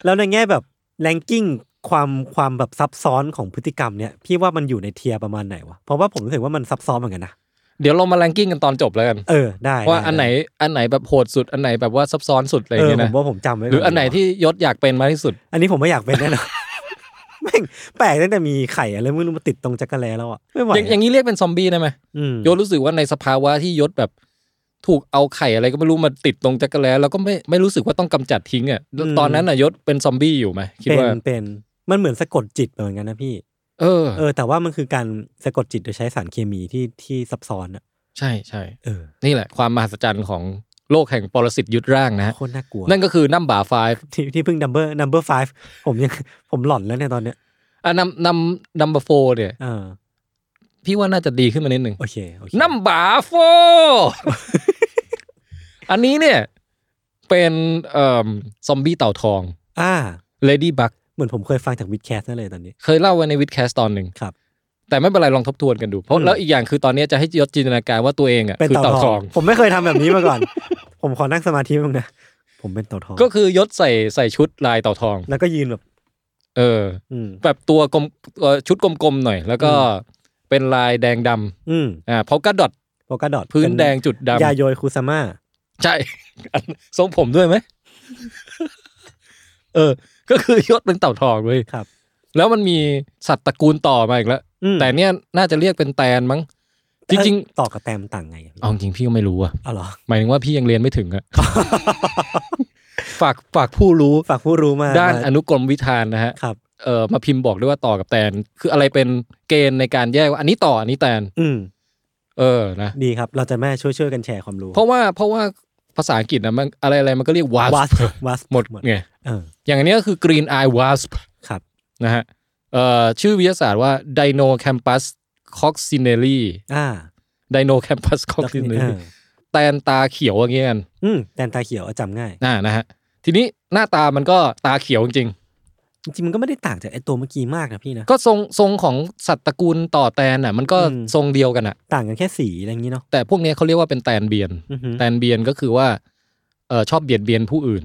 [SPEAKER 2] แล้วในแง่แบบแรงกิ้งความความแบบซับซ้อนของพฤติกรรมเนี่ย พี่ว่ามันอยู่ในเทียร์ประมาณไหนวะ เพราะว่าผมรู้สึกว่ามันซับซ้อนเหมือนกันนะ
[SPEAKER 3] เดี๋ยวเรามาแรงกิ้งกันตอนจบแล้วกัน
[SPEAKER 2] เออ ได้
[SPEAKER 3] ว่า
[SPEAKER 2] ด้
[SPEAKER 3] อันไหนอันไหนแบบโหดสุดอันไหนแบบว่าซับซ้อนสุดอะไรอ
[SPEAKER 2] เอย่างอ
[SPEAKER 3] เงี้ย
[SPEAKER 2] ผ
[SPEAKER 3] นะ
[SPEAKER 2] มว่าผมจำไว้ก่
[SPEAKER 3] หรืออันไหน
[SPEAKER 2] ดีกว่า
[SPEAKER 3] ที่ยศอยากเป็นมากที่สุด
[SPEAKER 2] อันนี้ผมไม่อยากเป็นแน่น อน แม่งแปลกตั้งแต่มีไข่อะไรไม่รู้มาติดตรงจักรแลแล้วอ่ะไม่ไหว
[SPEAKER 3] อย่างอย่างนี้เรียกเป็นซอมบี้ได้ไหม
[SPEAKER 2] อืม
[SPEAKER 3] ยศรู้สึกว่าในสภาวะที่ยศแบบ ถูกเอาไข่อะไรก็ไม่รู้มาติดตรงจักรแล้แล้วก็ไม่ไม่รู้สึกว่าต้องกำจัดทิ้งอ่ะแล้วตอนนั้นน่ะยศเป็นซอมบี้อยู่ไหมคิด
[SPEAKER 2] เป็น
[SPEAKER 3] ว่า
[SPEAKER 2] เป็นมันเหมือนสะกดจิตเหมือนกันนะพี่
[SPEAKER 3] เออ
[SPEAKER 2] เออแต่ว่ามันคือการสะกดจิตโดยใช้สารเคมีที่ที่ซับซ้อนอะ
[SPEAKER 3] ใช่ใช่
[SPEAKER 2] เออ
[SPEAKER 3] นี่แหละความมหัศจรรย์ของโลกแห่งปรสิตยึดร่างนะฮะ
[SPEAKER 2] โคตรน่ากลัว
[SPEAKER 3] นั่นก็คือนัมบาไฟ
[SPEAKER 2] ที่ที่เพิ่ง number number five ผมยัง ผมหลอนแล้วเนี่ยตอนเนี้ย
[SPEAKER 3] อ่ะนัมนัมนัมบาโฟเนี่ย
[SPEAKER 2] เออ
[SPEAKER 3] พี่ว่าน่าจะดีขึ้นมานิดหนึ่ง
[SPEAKER 2] โอเคโอเค
[SPEAKER 3] นัมบาโฟ อันนี้เนี่ย เป็นเอ่อซอมบี้เต่าทอง
[SPEAKER 2] อ่า
[SPEAKER 3] เลดี้บัก
[SPEAKER 2] เหมือนผมเคยฟังจากวิดแคสนั่นเลยตอนนี้
[SPEAKER 3] เคยเล่าไว้ในวิดแคสตอนหนึ่ง
[SPEAKER 2] ครับ
[SPEAKER 3] แต่ไม่เป็นไรลองทบทวนกันดู เพ
[SPEAKER 2] อื
[SPEAKER 3] ราะ
[SPEAKER 2] ม
[SPEAKER 3] แล้วอีกอย่างคือตอนนี้จะให้ยศจินตนาการว่าตัวเองอ่ะ
[SPEAKER 2] เป็น
[SPEAKER 3] คือ
[SPEAKER 2] เต่า
[SPEAKER 3] เต่า
[SPEAKER 2] ท
[SPEAKER 3] ท
[SPEAKER 2] อ
[SPEAKER 3] อง ง
[SPEAKER 2] ผมไม่เคยทำแบบนี้มาก่อน ผมขอนั่งสมาธิบ้างนะ ผมเป็นเต่าทอง
[SPEAKER 3] ก็คือยศใส่ใส่ชุดลายเต่าทอง
[SPEAKER 2] แล้วก็ยืนแบบ
[SPEAKER 3] เออ
[SPEAKER 2] อืม
[SPEAKER 3] แบบตัวกลมเอ่อชุดกลมๆหน่อย แล้วก็
[SPEAKER 2] อื
[SPEAKER 3] เป็นลายแดงดำ
[SPEAKER 2] อืม
[SPEAKER 3] อ่าเพราะกระดอด
[SPEAKER 2] โปกาดอท
[SPEAKER 3] พื้นแดงจุดดำ
[SPEAKER 2] ยาโยยคุซาม่า
[SPEAKER 3] ใช่ ทรงผมด้วยไหม เออ ก็คือยศเป็นเต่าทองเว้ย
[SPEAKER 2] ครับ
[SPEAKER 3] แล้วมันมีสัตว์ตระกูลต่อมาอีกแล้ว
[SPEAKER 2] อืม
[SPEAKER 3] แต่เนี้ยน่าจะเรียกเป็นแตนมั้ง จริง
[SPEAKER 2] เอ้ยต่อกับแต้มต่างไงอะพี่
[SPEAKER 3] เอาจริงพี่ก็ไม่รู้อะ
[SPEAKER 2] เอาเหรอ
[SPEAKER 3] หมายถึงว่าพี่ยังเรียนไม่ถึงอะ ฝากฝากผู้รู้
[SPEAKER 2] ฝากผู้รู้มา
[SPEAKER 3] ด้าน
[SPEAKER 2] ม
[SPEAKER 3] อนุกรมวิธานนะฮะ
[SPEAKER 2] ครับ
[SPEAKER 3] เออมาพิมพ์บอกด้วยว่าต่อกับแตน คืออะไรเป็นเกณฑ์ในการแยกว่าอันนี้ต่ออันนี้แตน
[SPEAKER 2] อืม
[SPEAKER 3] เออนะ
[SPEAKER 2] ดีครับ เราจะแม่ช่วยช่วยๆกันแชร์ความรู้
[SPEAKER 3] เพราะว่าเพราะว่าภาษาอังกฤษนะมันอะไรอะไรมันก็เรียก wasp
[SPEAKER 2] วาสวัส
[SPEAKER 3] หมดไง
[SPEAKER 2] เออ
[SPEAKER 3] อย่างอันนี้ก็คือ green eye wasp
[SPEAKER 2] ครับ
[SPEAKER 3] นะฮะเอ่อชื่อวิทยาศาสตร์ว่า Dinocampus coccinelli
[SPEAKER 2] อ่า
[SPEAKER 3] Dinocampus
[SPEAKER 2] เอ
[SPEAKER 3] coccinelli
[SPEAKER 2] อ
[SPEAKER 3] แตนตาเขียวอย่างเงี้ยกัน
[SPEAKER 2] อืมแตนตาเขียวอะจำง่าย
[SPEAKER 3] น่านะฮะทีนี้หน้าตามันก็ตาเขียวจริง
[SPEAKER 2] จริงๆมันก็ไม่ได้ต่างจากไอตัวเมื่อกี้มากนะพี่นะ
[SPEAKER 3] ๆ ก็ทรงทรงของสัตว์ตระกูลต่อแตนน่ะมันก็
[SPEAKER 2] อืม
[SPEAKER 3] ทรงเดียวกันอ่ะ
[SPEAKER 2] ต่างกันแค่สีอะไรอย่างนี้เนาะ
[SPEAKER 3] แต่พวกเนี้ยเขาเรียกว่าเป็นแตนเบียน
[SPEAKER 2] อือหือ
[SPEAKER 3] แตนเบียนก็คือว่าเออชอบเบียดเบียนผู้อื่น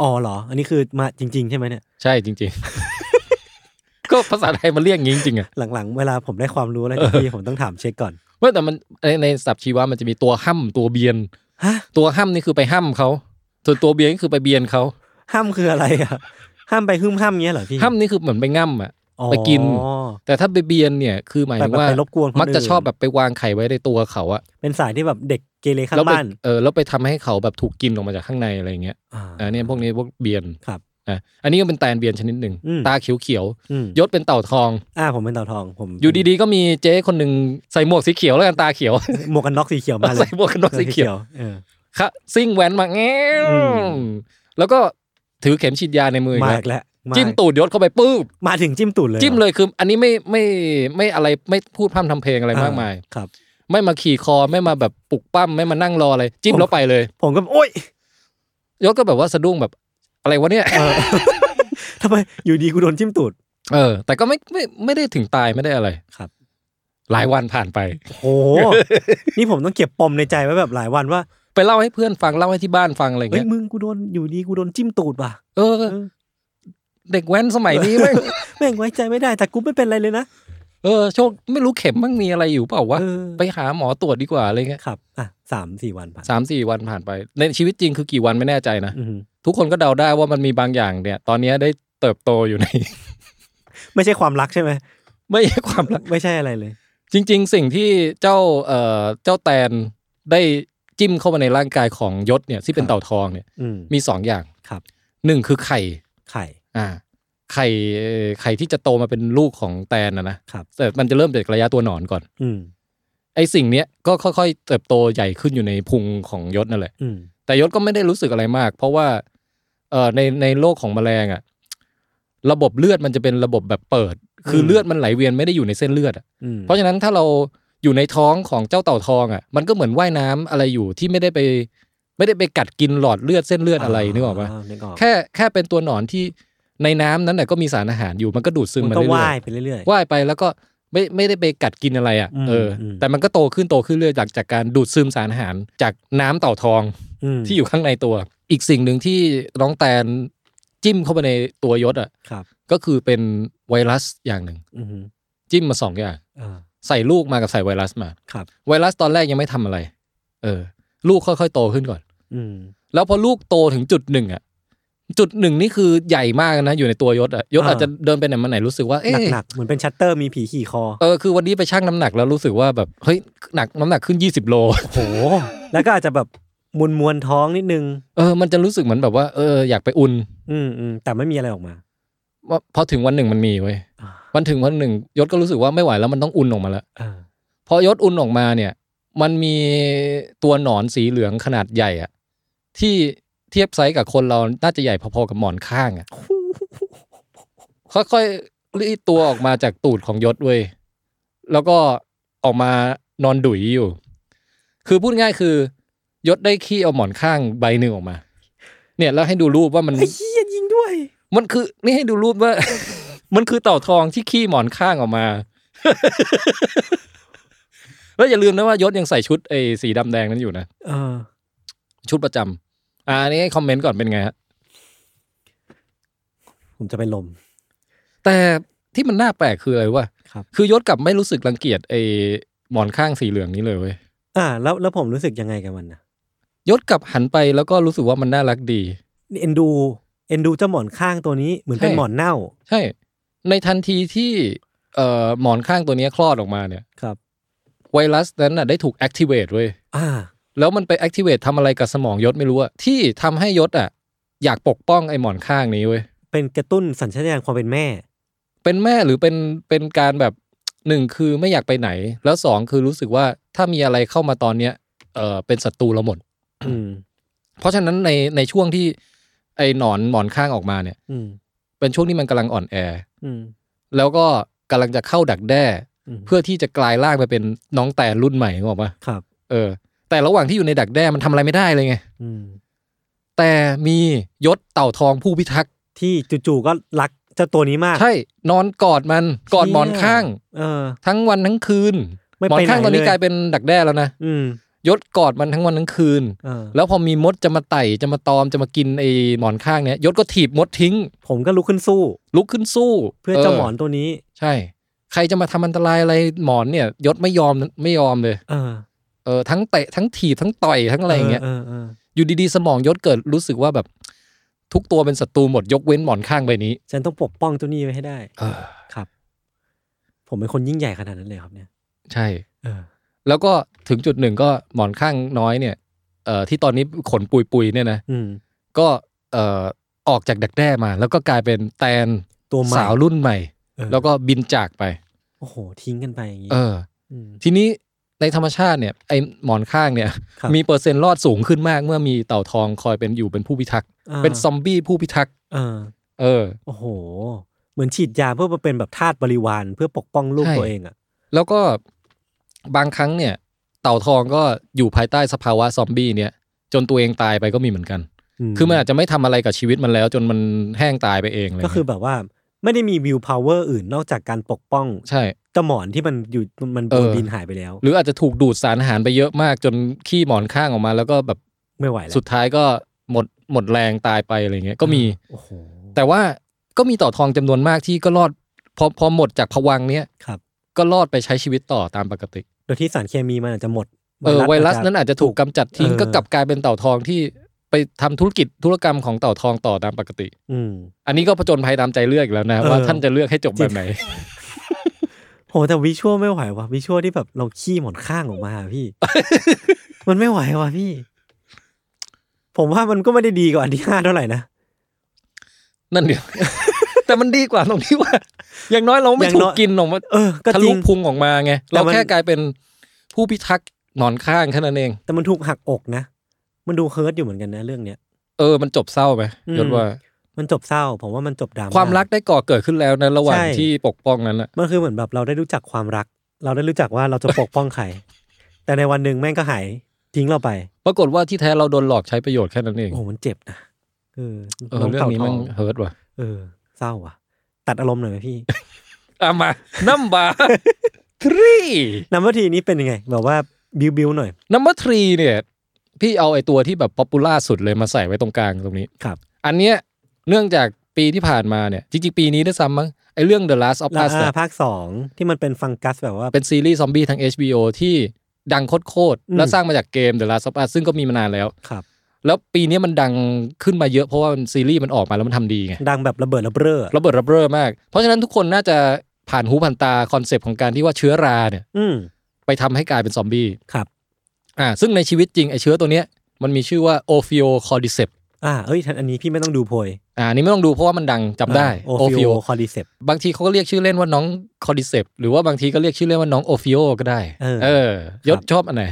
[SPEAKER 2] อ๋อเหรอ อันนี้คือมาจริง ๆ ใช่ไหมเนี่ย
[SPEAKER 3] ใช่จริง ๆ ก็ภาษาไทยมันเรียกอย่างงี้จริงๆอ่ะ
[SPEAKER 2] หลังๆ เวลาผมได้ความรู้อะไรจากพี่ผมต้องถามเช็คก่อน
[SPEAKER 3] เว้ยแต่มันในในศัพท์ชีวะมันจะมีตัวห้ำตัวเบียน
[SPEAKER 2] ฮะ
[SPEAKER 3] ตัวห้ำนี่คือไปห้ำเขาส่วนตัวเบียนก็คือไปเบียนเขา
[SPEAKER 2] ห้ามคืออะไรอ่ะ ห้ามไปหึ่มห้ามเงี้ยเหรอพี่
[SPEAKER 3] ห้ำนี่คือเหมือนไปง่ำอ่ะ
[SPEAKER 2] อ๋อ
[SPEAKER 3] ไปกิน แต่ถ้าไปเบียนเนี่ยคือหมาย
[SPEAKER 2] แบบ
[SPEAKER 3] ถึง
[SPEAKER 2] แบบ
[SPEAKER 3] ว่า
[SPEAKER 2] ไปรบกวนคน
[SPEAKER 3] มักจะชอบ
[SPEAKER 2] น
[SPEAKER 3] แบบไปวางไข่ไว้ในตัวเขาอะ
[SPEAKER 2] เป็นสายที่แบบเด็กเกเรข้า
[SPEAKER 3] แล้ว
[SPEAKER 2] ง
[SPEAKER 3] ไป
[SPEAKER 2] บ้าน
[SPEAKER 3] เออแล้วไปทำให้เขาแบบถูกกินออกมาจากข้างในอะไรอย่างเงี้ย
[SPEAKER 2] อ่า
[SPEAKER 3] อันนี้พวกนี้พวกเบียน
[SPEAKER 2] ครับ
[SPEAKER 3] อ่ะอันนี้ก็เป็นแตนเบียนชนิดหนึ่ง
[SPEAKER 2] อืม
[SPEAKER 3] ตาเขียว
[SPEAKER 2] อืม
[SPEAKER 3] ๆยศเป็นเต่าทอง
[SPEAKER 2] อ่าผมเป็นเต่าทองผม
[SPEAKER 3] อยู่ดีๆก็มีเจ๊คนหนึ่งใส่หมวกสีเขียวแล้วกันตาเขียว
[SPEAKER 2] หมวกกันน็อกสีเขียวมาเล
[SPEAKER 3] ใส่
[SPEAKER 2] ย
[SPEAKER 3] หมวกกันน็อกสีเขียว
[SPEAKER 2] เออ
[SPEAKER 3] ค่ะซิ่งแว้นมาแง่
[SPEAKER 2] อืม
[SPEAKER 3] แล้วก็ถือเข็มฉีดยาในมืออีก
[SPEAKER 2] มา
[SPEAKER 3] แล้ว
[SPEAKER 2] อีกแล้วา
[SPEAKER 3] จิ้มตูดยศเข้าไปปื้บ
[SPEAKER 2] มาถึงจิ้มตูดเลย
[SPEAKER 3] จิ้มเลยคือ อันนี้ไม่ไม่ไม่อะไรไม่พูดพร่ำทำเพลงอะไรมากมาย
[SPEAKER 2] ครับ
[SPEAKER 3] ไม่มาขี่คอไม่มาแบบปลุกปั้มไม่มานั่งรออะไร จิ้ม
[SPEAKER 2] ผม
[SPEAKER 3] แล้วไปเลย
[SPEAKER 2] ผมก็โอ๊ย
[SPEAKER 3] ยศก็แบบว่าสะดุ้งแบบอะไรวะเนี่ย
[SPEAKER 2] เออ ทำไมอยู่ดีกูโดนจิ้มตูด
[SPEAKER 3] เออ แต่ก็ไม่ไม่ไม่ได้ถึงตายไม่ได้อะไร
[SPEAKER 2] ครับ
[SPEAKER 3] หลายวันผ่านไป
[SPEAKER 2] โอ้โห นี่ผมต้องเก็บปมในใจไว้แบบหลายวันว่า
[SPEAKER 3] ไปเล่าให้เพื่อนฟังเล่าให้ที่บ้านฟังอะไรอย่าง
[SPEAKER 2] เฮ้ย
[SPEAKER 3] เงี้ย
[SPEAKER 2] มึงกูโดนอยู่ดีกูโดนจิ้มตูดว่ะ
[SPEAKER 3] เออ
[SPEAKER 2] เออ
[SPEAKER 3] เด็กแว้นสมัยนี้แม่ง
[SPEAKER 2] แม่งไว้ใจไม่ได้แต่กูไม่เป็นไรเลยนะ
[SPEAKER 3] เออโชคไม่รู้เข็มมั่งมีอะไรอยู่เปล่าวะ
[SPEAKER 2] เออ
[SPEAKER 3] ไปหาหมอตรวจดีกว่าอะไรเงี้ย
[SPEAKER 2] ครับอ่ะสามสี่วันผ่าน
[SPEAKER 3] สามสี่วันผ่านไป ในชีวิตจริงคือกี่วันไม่แน่ใจนะ
[SPEAKER 2] อือหือ
[SPEAKER 3] ทุกคนก็เดาได้ว่ามันมีบางอย่างเนี่ย ตอนนี้ได้เติบโตอยู่ใน
[SPEAKER 2] ไม่ใช่ความรักใช่ไหม
[SPEAKER 3] ไม่ใช่ความรัก
[SPEAKER 2] ไม่ใช่อะไรเลย
[SPEAKER 3] จริง ๆ สิ่งที่เจ้าเอ่อเจ้าแตนได้จิ้มเข้ามาในร่างกายของยศเนี่ยที่เป็
[SPEAKER 2] ค
[SPEAKER 3] น
[SPEAKER 2] รับ
[SPEAKER 3] เต่าทองเนี่ย
[SPEAKER 2] อืม
[SPEAKER 3] มีสองอย่าง
[SPEAKER 2] ครับ
[SPEAKER 3] หนึ่งคือไข่
[SPEAKER 2] ไข่
[SPEAKER 3] อ่าไข่เอ่อไข่ที่จะโตมาเป็นลูกของแตนนะนะครับ แต่มันจะเริ่มจากระยะตัวหนอนก่อน
[SPEAKER 2] อืม
[SPEAKER 3] ไอ้สิ่งเนี้ยก็ค่อยๆ เติบโตใหญ่ขึ้นอยู่ในพุงของยศนั่นแหละ
[SPEAKER 2] อืม
[SPEAKER 3] แต่ยศก็ไม่ได้รู้สึกอะไรมาก เพราะว่าเอ่อในในโลกของแมลงอะระบบเลือดมันจะเป็นระบบแบบเปิด คืออ
[SPEAKER 2] ม
[SPEAKER 3] เลือดมันไหลเวียนไม่ได้อยู่ในเส้นเลือดอะ
[SPEAKER 2] อืม
[SPEAKER 3] เพราะฉะนั้นถ้าเราอยู่ในท้องของเจ้าเต่าทองอะมันก็เหมือนว่ายน้ำอะไรอยู่ที่ไม่ได้ไป ไม่ได้ไปกัดกินหลอดเลือดเส้นเลือดอะไรนึกออกปะ
[SPEAKER 2] นึกออก
[SPEAKER 3] แค่แค่เป็นตัวหนอนที่ในน้ำนั้นน่ะก็มีสารอาหารอยู่มันก็ดูดซึม
[SPEAKER 2] มั
[SPEAKER 3] มาน
[SPEAKER 2] ก็
[SPEAKER 3] เรื่
[SPEAKER 2] ว่าย
[SPEAKER 3] อย
[SPEAKER 2] ไปเรื่อย
[SPEAKER 3] ๆว่ายไปแล้วก็ไม่ไม่ได้ไปกัดกินอะไรอะ
[SPEAKER 2] อืม
[SPEAKER 3] เอออ
[SPEAKER 2] ม
[SPEAKER 3] แต่มันก็โตขึ้นโตขึ้นเรื่อยจากจากการดูดซึมสารอาหาร จากน้ำเต่าทอง
[SPEAKER 2] ๆอืม
[SPEAKER 3] ที่อยู่ข้างในตัว อีกสิ่งหนึ่งที่น้องแตนจิ้มเข้าไปในตัวยศอ่ะ
[SPEAKER 2] ครับ
[SPEAKER 3] ก็คือเป็นไวรัสอย่างหนึ่ง
[SPEAKER 2] อืม
[SPEAKER 3] จิ้มมาสองอย่าง
[SPEAKER 2] อ่า
[SPEAKER 3] ใส่ลูกมากับใส่ไวรัสมา
[SPEAKER 2] ครับ
[SPEAKER 3] ไวรัสตอนแรกยังไม่ทำอะไร เออ ลูกค่อยๆโตขึ้นก่อน
[SPEAKER 2] อืม
[SPEAKER 3] แล้วพอลูกโตถึงจุดหนึ่งอ่ะ จุดหนึ่งนี่คือใหญ่มากนะ อยู่ในตัวยศอ่ะยศอาจ
[SPEAKER 2] อ่า
[SPEAKER 3] จะเดินไปไหนมาไหนรู้สึกว่า เอ๊ะ
[SPEAKER 2] หนักๆเหมือนเป็นชัตเตอร์มีผีขี่คอ
[SPEAKER 3] เออคือวันนี้ไปชั่งน้ำหนักแล้วรู้สึกว่าแบบเฮ้ยหนักน้ำหนักขึ้น 20 โล
[SPEAKER 2] โห แล้วก็อาจจะแบบมวนมวนๆท้องนิดนึง
[SPEAKER 3] เออมันจะรู้สึกเหมือนแบบว่าเอออยากไปอุ่น
[SPEAKER 2] อืมอืมแต่ไม่มีอะไรออกมา
[SPEAKER 3] ว่าพอถึงวันหนึ่งมันมีเว้ย
[SPEAKER 2] อ่า
[SPEAKER 3] วันถึงวันหนึ่งยศก็รู้สึกว่าไม่ไหวแล้วมันต้องอุ่นออกมาแล้ว
[SPEAKER 2] อ่า
[SPEAKER 3] พอยศอุ่นออกมาเนี่ย มันมีตัวหนอนสีเหลืองขนาดใหญ่อะที่เทียบไซส์กับคนเราน่าจะใหญ่พอๆกับหมอนข้างอะค่อยๆรีดตัวออกมาจากตูดของยศเว้ยแล้วก็ออกมานอนดุ๋ยอยู่ คือพูดง่ายคือยศได้ขี้เอาหมอนข้างใบหนึ่งออกมา เนี่ยแล้วให้ดูรูปว่ามัน
[SPEAKER 2] ไอ้เหี้ยยิงด้วย
[SPEAKER 3] มันคือนี่ให้ดูรูปว่า มันคือเต่าทองที่ขี้หมอนข้างออกมา แล้วอย่าลืมนะว่ายศยังใส่ชุดไอ้สีดำแดงนั้นอยู่นะ
[SPEAKER 2] เออ
[SPEAKER 3] ชุดประจำอ่าอันนี้ให้คอมเมนต์ก่อนเป็นไงฮะ
[SPEAKER 2] ผมจะเป็นลม
[SPEAKER 3] แต่ที่มันน่าแปลกคืออะไรวะ
[SPEAKER 2] ครับ
[SPEAKER 3] คือยศกลับไม่รู้สึกรังเกียจไอ้หมอนข้างสีเหลืองนี้เลยเว้ย
[SPEAKER 2] อ่า แล้วแล้วผมรู้สึกยังไงกับมันนะ
[SPEAKER 3] ยศกลับหันไปแล้วก็รู้สึกว่ามันน่ารักดี
[SPEAKER 2] นี่เอ็นดูเอ็นดูเจ้าหมอนข้างตัวนี้เหมือนเป็น
[SPEAKER 3] ใช่
[SPEAKER 2] หมอนเน่า
[SPEAKER 3] ใช่ ในทันทีที่เอ่อหมอนข้างตัวเนี้ยคลอดออกมาเนี่ย
[SPEAKER 2] ครับ
[SPEAKER 3] ไว ไวรัสนั้นน่ะได้ถูกแอคทีเวตเว้ย
[SPEAKER 2] อ่า
[SPEAKER 3] แล้วมันไปแอคทีเวตทำอะไรกับสมองยศไม่รู้อะที่ทำให้ยศอะอยากปกป้องไอ้หมอนข้างนี้เว้ย
[SPEAKER 2] เป็นกระตุ้นสัญชาตญาณความเป็นแม่
[SPEAKER 3] เป็นแม่หรือเป็นเป็นการแบบหนึ่งคือไม่อยากไปไหน แล้วสองคือรู้สึกว่าถ้ามีอะไรเข้ามาตอนเนี้ยเออเป็นศัตรูเราหมด
[SPEAKER 2] อืม
[SPEAKER 3] เพราะฉะนั้นในในช่วงที่ไอ้หนอนหมอนข้างออกมาเนี่ย
[SPEAKER 2] อืม
[SPEAKER 3] เป็นช่วงที่มันกำลังอ่อนแอ
[SPEAKER 2] อืม
[SPEAKER 3] แล้วก็กำลังจะเข้าดักแด้
[SPEAKER 2] ม
[SPEAKER 3] เพื่อที่จะกลายร่างไปเป็นน้องแต่รุ่นใหม่บอกว่า
[SPEAKER 2] ครับ
[SPEAKER 3] เออ แต่ระหว่างที่อยู่ในดักแด้มันทำอะไรไม่ได้เลยไง
[SPEAKER 2] อืม
[SPEAKER 3] แต่มียศเต่าทองผู้พิทักษ์
[SPEAKER 2] ที่จู่ๆก็รักเจ้าตัวนี้มาก
[SPEAKER 3] ใช่นอนกอดมันกอดหมอนข้าง
[SPEAKER 2] เออ
[SPEAKER 3] ทั้งวันทั้งคืน
[SPEAKER 2] ไม่
[SPEAKER 3] หมอ
[SPEAKER 2] ไป
[SPEAKER 3] น
[SPEAKER 2] ไหน
[SPEAKER 3] ข้างตอนนี้
[SPEAKER 2] เลย
[SPEAKER 3] กลายเป็นดักแด้แล้วนะ
[SPEAKER 2] อืม
[SPEAKER 3] ยศกอดมันทั้งวันทั้งคืน
[SPEAKER 2] เออ
[SPEAKER 3] แล้วพอมีมดจะมาไต่จะมาตอมจะมากินไอ้หมอนข้างเนี้ยยศก็ถีบมดทิ้ง
[SPEAKER 2] ผมก็ลุกขึ้นสู้
[SPEAKER 3] ลุกขึ้นสู้
[SPEAKER 2] เพื่อเจ้าหมอนตัวนี้
[SPEAKER 3] ใช่ ใครจะมาทำอันตรายอะไรหมอนเนี่ย ยศไม่ยอมไม่ยอมเลย
[SPEAKER 2] เออ
[SPEAKER 3] เออทั้งเตะทั้งถีบทั้งต่อยทั้งอะไรอย่างเงี้ย
[SPEAKER 2] เออเออเออ
[SPEAKER 3] อยู่ดีๆสมองยศเกิดรู้สึกว่าแบบ ทุกตัวเป็นศัตรูหมดยกเว้นหมอนข้างใบนี้
[SPEAKER 2] ฉันต้องปกป้องตัวนี้ไว้ให้ได้
[SPEAKER 3] เออ
[SPEAKER 2] ครับ ผมเป็นคนยิ่งใหญ่ขนาดนั้นเลยครับเนี่ย
[SPEAKER 3] ใช่
[SPEAKER 2] เออ
[SPEAKER 3] แล้วก็ถึงจุดหนึ่งก็หมอนข้างน้อยเนี่ยเอ่อที่ตอนนี้ขนปุยปุยๆเนี่ยนะ
[SPEAKER 2] อืม
[SPEAKER 3] ก็เอ่อออกจากดักแด้มา แล้วก็กลายเป็นแตน
[SPEAKER 2] ตัวใหม่
[SPEAKER 3] สาวรุ่นใหม่
[SPEAKER 2] เออ
[SPEAKER 3] แล้วก็บินจากไป
[SPEAKER 2] โอ้โห ทิ้งกันไปอย่างนี้
[SPEAKER 3] เออ
[SPEAKER 2] ม
[SPEAKER 3] ทีนี้ในธรรมชาติเนี่ยไอหมอนข้างเนี่ย
[SPEAKER 2] ครับ
[SPEAKER 3] มีเปอร์เซ็นต์รอดสูงขึ้นมากเมื่อมีเต่าทองคอยเป็นอยู่เป็นผู้พิทักษ์
[SPEAKER 2] อ่า
[SPEAKER 3] เป็นซอมบี้ผู้พิทักษ์
[SPEAKER 2] เออ
[SPEAKER 3] เออ
[SPEAKER 2] โอ้โห เหมือนฉีดยาเพื่อมาเป็นแบบทาสบริวารเพื่อปกป้องลูก
[SPEAKER 3] ใช่
[SPEAKER 2] ตัวเองอ่ะ
[SPEAKER 3] แล้วก็บางครั้งเนี่ย เต่าทองก็อยู่ภายใต้สภาวะซอมบี้เนี่ย จนตัวเองตายไปก็มีเหมือนกัน คือมันอาจจะไม่ทำอะไรกับชีวิตมันแล้ว จนมันแห้งตายไปเองะไรเลย
[SPEAKER 2] ก็คือแบบว่าไม่ได้มีวิวพาวเวอร์อื่นนอกจากการปกป้อง
[SPEAKER 3] ใช่
[SPEAKER 2] เจ้าหมอนที่มันอยู่มันโด
[SPEAKER 3] เอน อ
[SPEAKER 2] บินหายไปแล้ว
[SPEAKER 3] หรืออาจจะถูกดูดสารอาหารไปเยอะมาก จนขี้หมอนข้างออกมา แล้วก็แบบ
[SPEAKER 2] ไม่ไหวแล้ว
[SPEAKER 3] สุดท้ายก็หมดหมดแรงตายไปอะไรเงี้ยก็มี
[SPEAKER 2] โอ้โห
[SPEAKER 3] แต่ว่าก็มีเต่าทองจำนวนมากที่ก็รอดพอพอหมดจากภวังค์เนี้ย
[SPEAKER 2] ครับ
[SPEAKER 3] ก็รอดไปใช้ชีวิตต่อตามปกติ
[SPEAKER 2] โดยที่สารเคมีมันอาจจะหมด
[SPEAKER 3] เออไวรัส
[SPEAKER 2] อาจจะ
[SPEAKER 3] นั้นอาจจะถูกกำจัดทิ้ง
[SPEAKER 2] เออ
[SPEAKER 3] ก็กลับกลายเป็นเต่าทองที่ไปทำธุรกิจธุรกรรมของเต่าทองต่อตามปกติ
[SPEAKER 2] อืม
[SPEAKER 3] อันนี้ก็ผจญภัยตามใจเลือกอีกแล้วนะ
[SPEAKER 2] เออ
[SPEAKER 3] ว่าท่านจะเลือกให้จบแบบไหน
[SPEAKER 2] โหแต่วิชวลไม่ไหวว่ะวิชวลที่แบบเราขี้หมอนข้างออกมาอะ พี่ มันไม่ไหวว่ะพี่ ผมว่ามันก็ไม่ได้ดีกว่าอันที่ห้าเท่าไหร่นะ
[SPEAKER 3] นั่นเดียว แต่มันดีกว่าตรงที่ว่า อย่างน้อยเราไม่ถูกกินออกมา
[SPEAKER 2] เออ ก็
[SPEAKER 3] ทะ
[SPEAKER 2] จ
[SPEAKER 3] ลุ
[SPEAKER 2] ริง
[SPEAKER 3] พุงออกมาไง
[SPEAKER 2] แต่
[SPEAKER 3] เรา
[SPEAKER 2] มัน
[SPEAKER 3] แค่กลายเป็นผู้พิทักษ์หนอนข้างแค่นั้นเอง
[SPEAKER 2] แต่มันถูกหักอกนะมันดูเฮิร์ตอยู่เหมือนกันนะเรื่องเนี้ย
[SPEAKER 3] เออมันจบเศร้าไหม
[SPEAKER 2] อืม
[SPEAKER 3] ยศว่า
[SPEAKER 2] มันจบเศร้า ผมว่ามันจบดราม่า
[SPEAKER 3] ความรักได้ก่อเกิดขึ้นแล้วนะระหว่าง
[SPEAKER 2] ใช่
[SPEAKER 3] ที่ปกป้องนั้นอะ
[SPEAKER 2] มันคือเหมือนแบบเราได้รู้จักความรัก เราได้รู้จักว่าเราจะปกป้อง ใคร แต่ในวันหนึ่งแม่งก็หายทิ้งเราไป
[SPEAKER 3] ปรากฏว่าที่แท้เราโดนหลอกใช้ประโยชน์แค่นั้นเอง
[SPEAKER 2] โอ้มันเจ็บนะเออ
[SPEAKER 3] เออเรื่องนี้มั
[SPEAKER 2] ต่าทอ
[SPEAKER 3] น
[SPEAKER 2] ง
[SPEAKER 3] เฮิร์ตว่ะ
[SPEAKER 2] เออ เศร้าว่ะ ตัดอารมณ์หน่อยไหมพี่
[SPEAKER 3] อ่ะมา นัมบาร์ทรี
[SPEAKER 2] นัมเบอร์ทีนี้เป็นยังไง แบบว่าบิวบิวหน่อย
[SPEAKER 3] นัมเบอร์ทรีเนี่ย พี่เอาไอ้ตัวที่แบบป๊อปปูล่าสุดเลยมาใส่ไว้ตรงกลางตรงนี้
[SPEAKER 2] ครับ
[SPEAKER 3] อันเนี้ยเนื่องจากปีที่ผ่านมาเนี่ย จริงๆ ปีนี้ด้วยซ้ำมั้งไอเรื่อง The Last of
[SPEAKER 2] แล้ว
[SPEAKER 3] Us อะ
[SPEAKER 2] อ่าภาคสองที่มันเป็นฟังกัสแบบว่า
[SPEAKER 3] เป็นซีรีส์ซอมบี้ทาง HBO ที่ดังโคตร
[SPEAKER 2] อืม
[SPEAKER 3] ๆแล้วสร้างมาจากเกม The Last of Us ซึ่งก็มีมานานแล้ว
[SPEAKER 2] ครับ
[SPEAKER 3] แล้วปีนี้มันดังขึ้นมาเยอะเพราะว่ามันซีรีส์มันออกมาแล้วมันทำดีไง
[SPEAKER 2] ดังแบบระเบิดระเบ้อ
[SPEAKER 3] ระเบิดระเบ้อมาก เพราะฉะนั้นทุกคนน่าจะผ่านหูผ่านตาคอนเซปต์ของการที่ว่าเชื้อราเนี่ย
[SPEAKER 2] อืม
[SPEAKER 3] ไปทำให้กลายเป็นซอมบี้
[SPEAKER 2] ครับ
[SPEAKER 3] อ่าซึ่งในชีวิตจริงไอเชื้อตัวเนี้ยมันมีชื่อว่าโอฟิโอคอร์ดิเซป
[SPEAKER 2] อ่าเอ้ยอันนี้พี่ไม่ต้องดูโพย
[SPEAKER 3] อ่าอันนี้ไม่ต้องดูเพราะว่ามันดังจำได้
[SPEAKER 2] โอ
[SPEAKER 3] โอ
[SPEAKER 2] ฟิ
[SPEAKER 3] ฟิ
[SPEAKER 2] โอ
[SPEAKER 3] โอ
[SPEAKER 2] คอริเซป
[SPEAKER 3] บางทีเขาก็เรียกชื่อเล่นว่าน้องคอดิเซปหรือว่าบางทีก็เรียกชื่อเล่นว่าน้องโอฟิโอก็ได้
[SPEAKER 2] เออ
[SPEAKER 3] ยศชอบอันไหน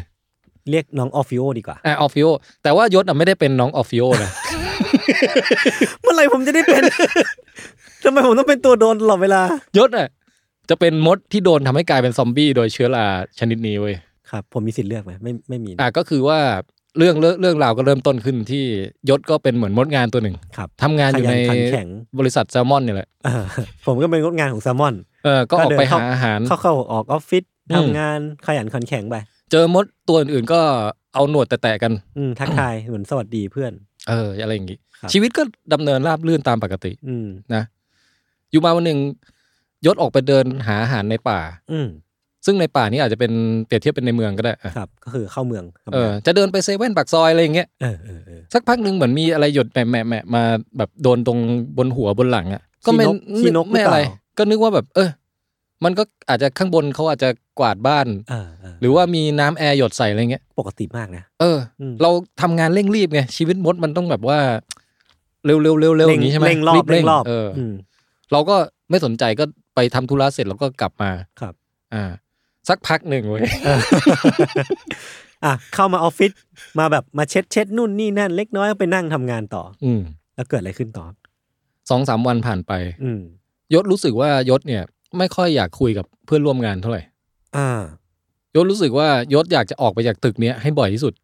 [SPEAKER 2] เรียกน้องออฟิโอดีกว่า
[SPEAKER 3] อ่ะโอฟิโอแต่ว่ายศอ่ะไม่ได้เป็นน้องโอฟิโอนะ
[SPEAKER 2] เมื่อไหร่ผมจะได้เป็น ทำไมผมต้องเป็นตัวโดนตลอดเวลา
[SPEAKER 3] ยศอ่ะจะเป็นมดที่โดนทำให้กลายเป็นซอมบี้โดยเชื้อราชนิดนี้เว้ย
[SPEAKER 2] ครับ ผมมีสิทธิ์เลือกไหมไม่ไม่มีนะ
[SPEAKER 3] อ่ะก็คือว่าเรื่องเรื่องเรื่องราวก็เริ่มต้นขึ้นที่ยศก็เป็นเหมือนมดงานตัวหนึ่ง
[SPEAKER 2] ครับ
[SPEAKER 3] ทำงานอยู่ใน
[SPEAKER 2] ขยันขันแข็ง
[SPEAKER 3] บริษัทแซลมอนเนี่ยแหละ
[SPEAKER 2] เออผมก็เป็นงดงานของแซลมอน
[SPEAKER 3] เออก็ออก
[SPEAKER 2] ก็
[SPEAKER 3] ไป
[SPEAKER 2] เดินเข้า
[SPEAKER 3] หาอาหาร
[SPEAKER 2] เข้าเข้าออกออฟฟิศ
[SPEAKER 3] อืม
[SPEAKER 2] ทำงานขยันขันแข็งไป
[SPEAKER 3] เจอมดตัวอื่นๆก็เอาหนวดแตะๆกัน
[SPEAKER 2] อืมทักทาย เหมือนสวัสดีเพื่อน
[SPEAKER 3] เอออะไรอย่างงี้
[SPEAKER 2] ครับ
[SPEAKER 3] ชีวิตก็ดำเนินราบรื่นตามปกติ
[SPEAKER 2] อืม
[SPEAKER 3] นะอยู่มาวันหนึ่งยศออกไปเดินหาอาหารในป่า
[SPEAKER 2] อืม
[SPEAKER 3] ซึ่งในป่านี้อาจจะเป็นเปรียบเทียบเป็นในเมืองก็ได้อะ
[SPEAKER 2] ครับ ก็คือเข้าเมืองทำงาน
[SPEAKER 3] เออจะเดินไปเซเว่นปากซอยอะไรอย่างเงี้ย
[SPEAKER 2] เออเออเออ
[SPEAKER 3] สักพักหนึ่งเหมือนมีอะไรหยดแหมะแหมะแหมะมาแบบโดนตรงบนหัวบนหลังอ่ะก็ไม่
[SPEAKER 2] ขี้นกขี้นกหรือ
[SPEAKER 3] ไม่อะไร
[SPEAKER 2] เปล่า
[SPEAKER 3] ก็นึกว่าแบบ เออ มันก็อาจจะข้างบนเขาอาจจะกวาดบ้าน
[SPEAKER 2] เออเห
[SPEAKER 3] รือว่ามีน้ำแอร์หยดใส่อะไรเงี้ย
[SPEAKER 2] ปกติมากนะ
[SPEAKER 3] เออ
[SPEAKER 2] อืม
[SPEAKER 3] เราทำงานเร่งรีบไงชีวิตมดมันต้องแบบว่า เร็วเร็วเร็วเร็วอย่างนี้ใช่ไหม
[SPEAKER 2] เร่งรอบเร่งรอบ
[SPEAKER 3] เอออ
[SPEAKER 2] ม
[SPEAKER 3] เราก็ไม่สนใจก็ไปทำธุระเสร็จแล้วก็กลับมา
[SPEAKER 2] ครับ
[SPEAKER 3] อ่า สักพักหนึ่งเว้ย
[SPEAKER 2] เอออ่ะเข้ามาออฟฟิศมาแบบมาเช็ดเช็ดนู่นนี่นั่นเล็กน้อยก็ไปนั่งทำงานต่อ
[SPEAKER 3] อืม
[SPEAKER 2] แล้วเกิดอะไรขึ้นต่อ
[SPEAKER 3] สองสามวันผ่านไป
[SPEAKER 2] อืม
[SPEAKER 3] ยศรู้สึกว่ายศเนี่ย ไม่ค่อยอยากคุยกับเพื่อนร่วมงานเท่าไหร่
[SPEAKER 2] อ่า
[SPEAKER 3] ยศรู้สึกว่ายศอยากจะออกไปจากตึกเนี้ยให้บ่อยที่สุด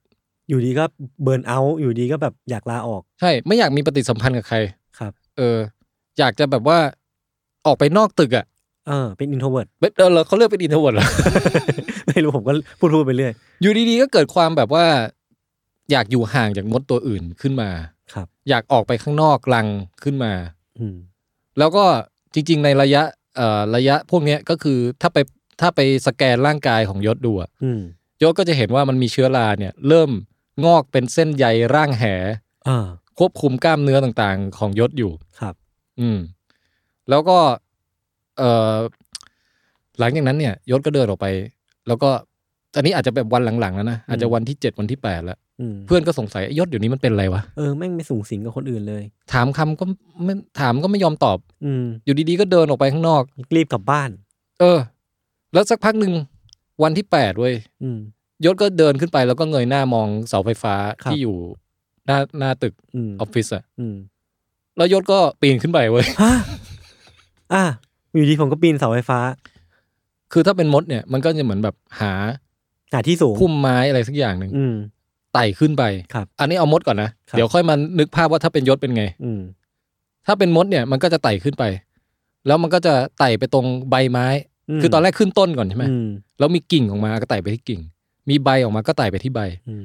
[SPEAKER 2] อยู่ดีก็เบิร์นเอาท์อยู่ดีก็แบบอยากลาออก
[SPEAKER 3] ใช่ ไม่อยากมีปฏิสัมพันธ์กับใคร
[SPEAKER 2] ครับ
[SPEAKER 3] เออ อยากจะแบบว่าออกไปนอกตึกอะ่ะ
[SPEAKER 2] เออ เป็นอินโทรเวิร์ด
[SPEAKER 3] เอ้ยเออเราเขาเลือกเป็นอินทวดเหรอ
[SPEAKER 2] ไม่รู้ผมก็พูดพูดไปเรื่อย
[SPEAKER 3] อยู่ดีๆก็เกิดความแบบว่า อยากอยู่ห่างจากมดตัวอื่นขึ้นมา
[SPEAKER 2] ครับ
[SPEAKER 3] อยากออกไปข้างนอกลังขึ้นมา
[SPEAKER 2] อืม
[SPEAKER 3] แล้วก็จริง ๆ ในระยะเอ่อระยะพวกเนี้ยก็คือถ้าไปถ้าไปสแกนร่างกายของยศดูอะ
[SPEAKER 2] อืม
[SPEAKER 3] ยศก็จะเห็นว่ามันมีเชื้อราเนี่ย เริ่มงอกเป็นเส้นใยร่างแห
[SPEAKER 2] อ่า
[SPEAKER 3] ควบคุมกล้ามเนื้อต่างๆ ของยศอยู่
[SPEAKER 2] ครับ
[SPEAKER 3] อืม แล้วก็เอ่อหลังจากนั้นเนี่ยยศก็เดินออกไป แล้วก็อันนี้อาจจะแบบวันหลังๆแล้วนะอาจจะวันที่เจ็ดวันที่แปดแล้ว
[SPEAKER 2] อืม
[SPEAKER 3] เพื่อนก็สงสัยไอ้ยศเดี๋ยวนี้มันเป็นอะไรวะ
[SPEAKER 2] เออแม่งไม่สูงสิงกับคนอื่นเลย
[SPEAKER 3] ถามคำก็ไม่ถามก็ไม่ยอมตอบ
[SPEAKER 2] อืม
[SPEAKER 3] อยู่ดีๆก็เดินออกไปข้างนอก
[SPEAKER 2] รีบกลับบ้าน
[SPEAKER 3] เออ แล้วสักพักหนึ่งวันที่แปดเว้ย
[SPEAKER 2] อืม
[SPEAKER 3] ยศก็เดินขึ้นไปแล้วก็เงยหน้ามองเสาไฟฟ้า
[SPEAKER 2] ครับ
[SPEAKER 3] ที่อยู่หน้าหน้าตึก
[SPEAKER 2] อืม
[SPEAKER 3] ออฟฟิศอะ
[SPEAKER 2] อืม
[SPEAKER 3] แล้วยศก็ปีนขึ้นไปเว้ย
[SPEAKER 2] ฮะอ่ะอยู่ดีผมก็ปีนเสาไฟฟ้า
[SPEAKER 3] คือถ้าเป็นมดเนี่ยมันก็จะเหมือนแบบหา
[SPEAKER 2] หาที่สูง
[SPEAKER 3] พุ่มไม้อะไรสักอย่างหนึ่ง
[SPEAKER 2] อืม
[SPEAKER 3] ไต่ขึ้นไป
[SPEAKER 2] ครับ
[SPEAKER 3] อันนี้เอามดก่อนนะ
[SPEAKER 2] ครับ
[SPEAKER 3] เดี๋ยวค่อยมานึกภาพว่าถ้าเป็นยศเป็นไง
[SPEAKER 2] อืม
[SPEAKER 3] ถ้าเป็นมดเนี่ยมันก็จะไต่ขึ้นไป แล้วมันก็จะไต่ไปตรงใบไม้ คือตอนแรกขึ้นต้นก่อนใช่ไหม
[SPEAKER 2] อืม
[SPEAKER 3] แล้วมีกิ่งออกมาก็ไต่ไปที่กิ่ง มีใบออกมาก็ไต่ไปที่ใบ
[SPEAKER 2] อืม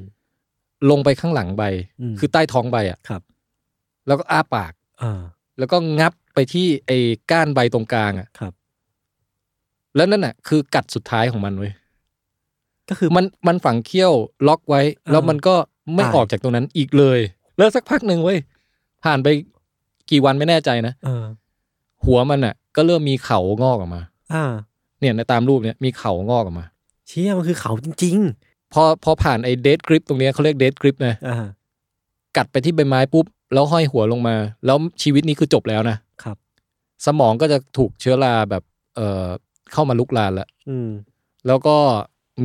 [SPEAKER 3] ลงไปข้างหลังใบ
[SPEAKER 2] อืม
[SPEAKER 3] คือใต้ท้องใบอ่ะ
[SPEAKER 2] ครับ
[SPEAKER 3] แล้วก็อ้าปาก
[SPEAKER 2] อ่า
[SPEAKER 3] แล้วก็งับไปที่ไอ้ก้านใบตรงกลางอ่ะ
[SPEAKER 2] ครับ
[SPEAKER 3] แล้วนั่นอ่ะ คือกัดสุดท้ายของมันเว้ย
[SPEAKER 2] ก็คือ
[SPEAKER 3] มันมันฝังเขี้ยวล็อกไว้
[SPEAKER 2] อ่า
[SPEAKER 3] แล้วมันก็ไม่
[SPEAKER 2] ตาย
[SPEAKER 3] ออกจากตรงนั้นอีกเลย แล้วสักพักหนึ่งเว้ยผ่านไปกี่วันไม่แน่ใจนะ
[SPEAKER 2] เออ
[SPEAKER 3] หัวมันอ่ะ ก็เริ่มมีเขางอกออกมา
[SPEAKER 2] อ่า
[SPEAKER 3] เนี่ยในตามรูปเนี่ยมีเขางอกออกมา
[SPEAKER 2] เชี่ยมันคือเขาจริง
[SPEAKER 3] พอพอผ่านไอ้เดทกริปตรงเนี้ยเขาเรียกเดทกริปนะ
[SPEAKER 2] ๆ อ่า
[SPEAKER 3] กัดไปที่ใบไม้ปุ๊บ แล้วห้อยหัวลงมา แล้วชีวิตนี้คือจบแล้วนะ
[SPEAKER 2] ครับ
[SPEAKER 3] สมองก็จะถูกเชื้อราแบบเอ่อเข้ามาลุกลานแล้ว
[SPEAKER 2] อืม
[SPEAKER 3] แล้วก็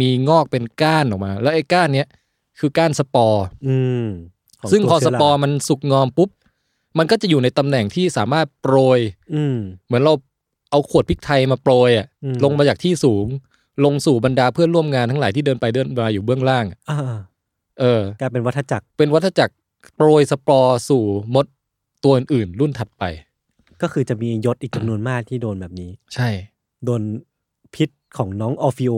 [SPEAKER 3] มีงอกเป็นก้านออกมา แล้วไอ้ก้านเนี้ยคือก้านสปอร์
[SPEAKER 2] อืมข
[SPEAKER 3] ซึ่ง
[SPEAKER 2] ตัว
[SPEAKER 3] พอส
[SPEAKER 2] เชื้รา
[SPEAKER 3] ปอร์มันสุกงอมปุ๊บ มันก็จะอยู่ในตำแหน่งที่สามารถโปรย
[SPEAKER 2] อืม
[SPEAKER 3] เหมือนเราเอาขวดพริกไทยมาโปรยอะ
[SPEAKER 2] อืม
[SPEAKER 3] ลงมาจากที่สูง ลงสู่บรรดาเพื่อนร่วมงานทั้งหลายที่เดินไปเดินมาอยู่เบื้องล่างอะ
[SPEAKER 2] อ่า
[SPEAKER 3] เออ
[SPEAKER 2] กลายเป็นวัฏจักร
[SPEAKER 3] เป็นวัฏจักรโปรยสปอร์สู่มดตัวอื่นๆรุ่นถัดไป
[SPEAKER 2] ก็คือจะมียศอีกจำนวนมากที่โดนแบบนี้
[SPEAKER 3] ใช่
[SPEAKER 2] โดนพิษของน้องออฟิโอ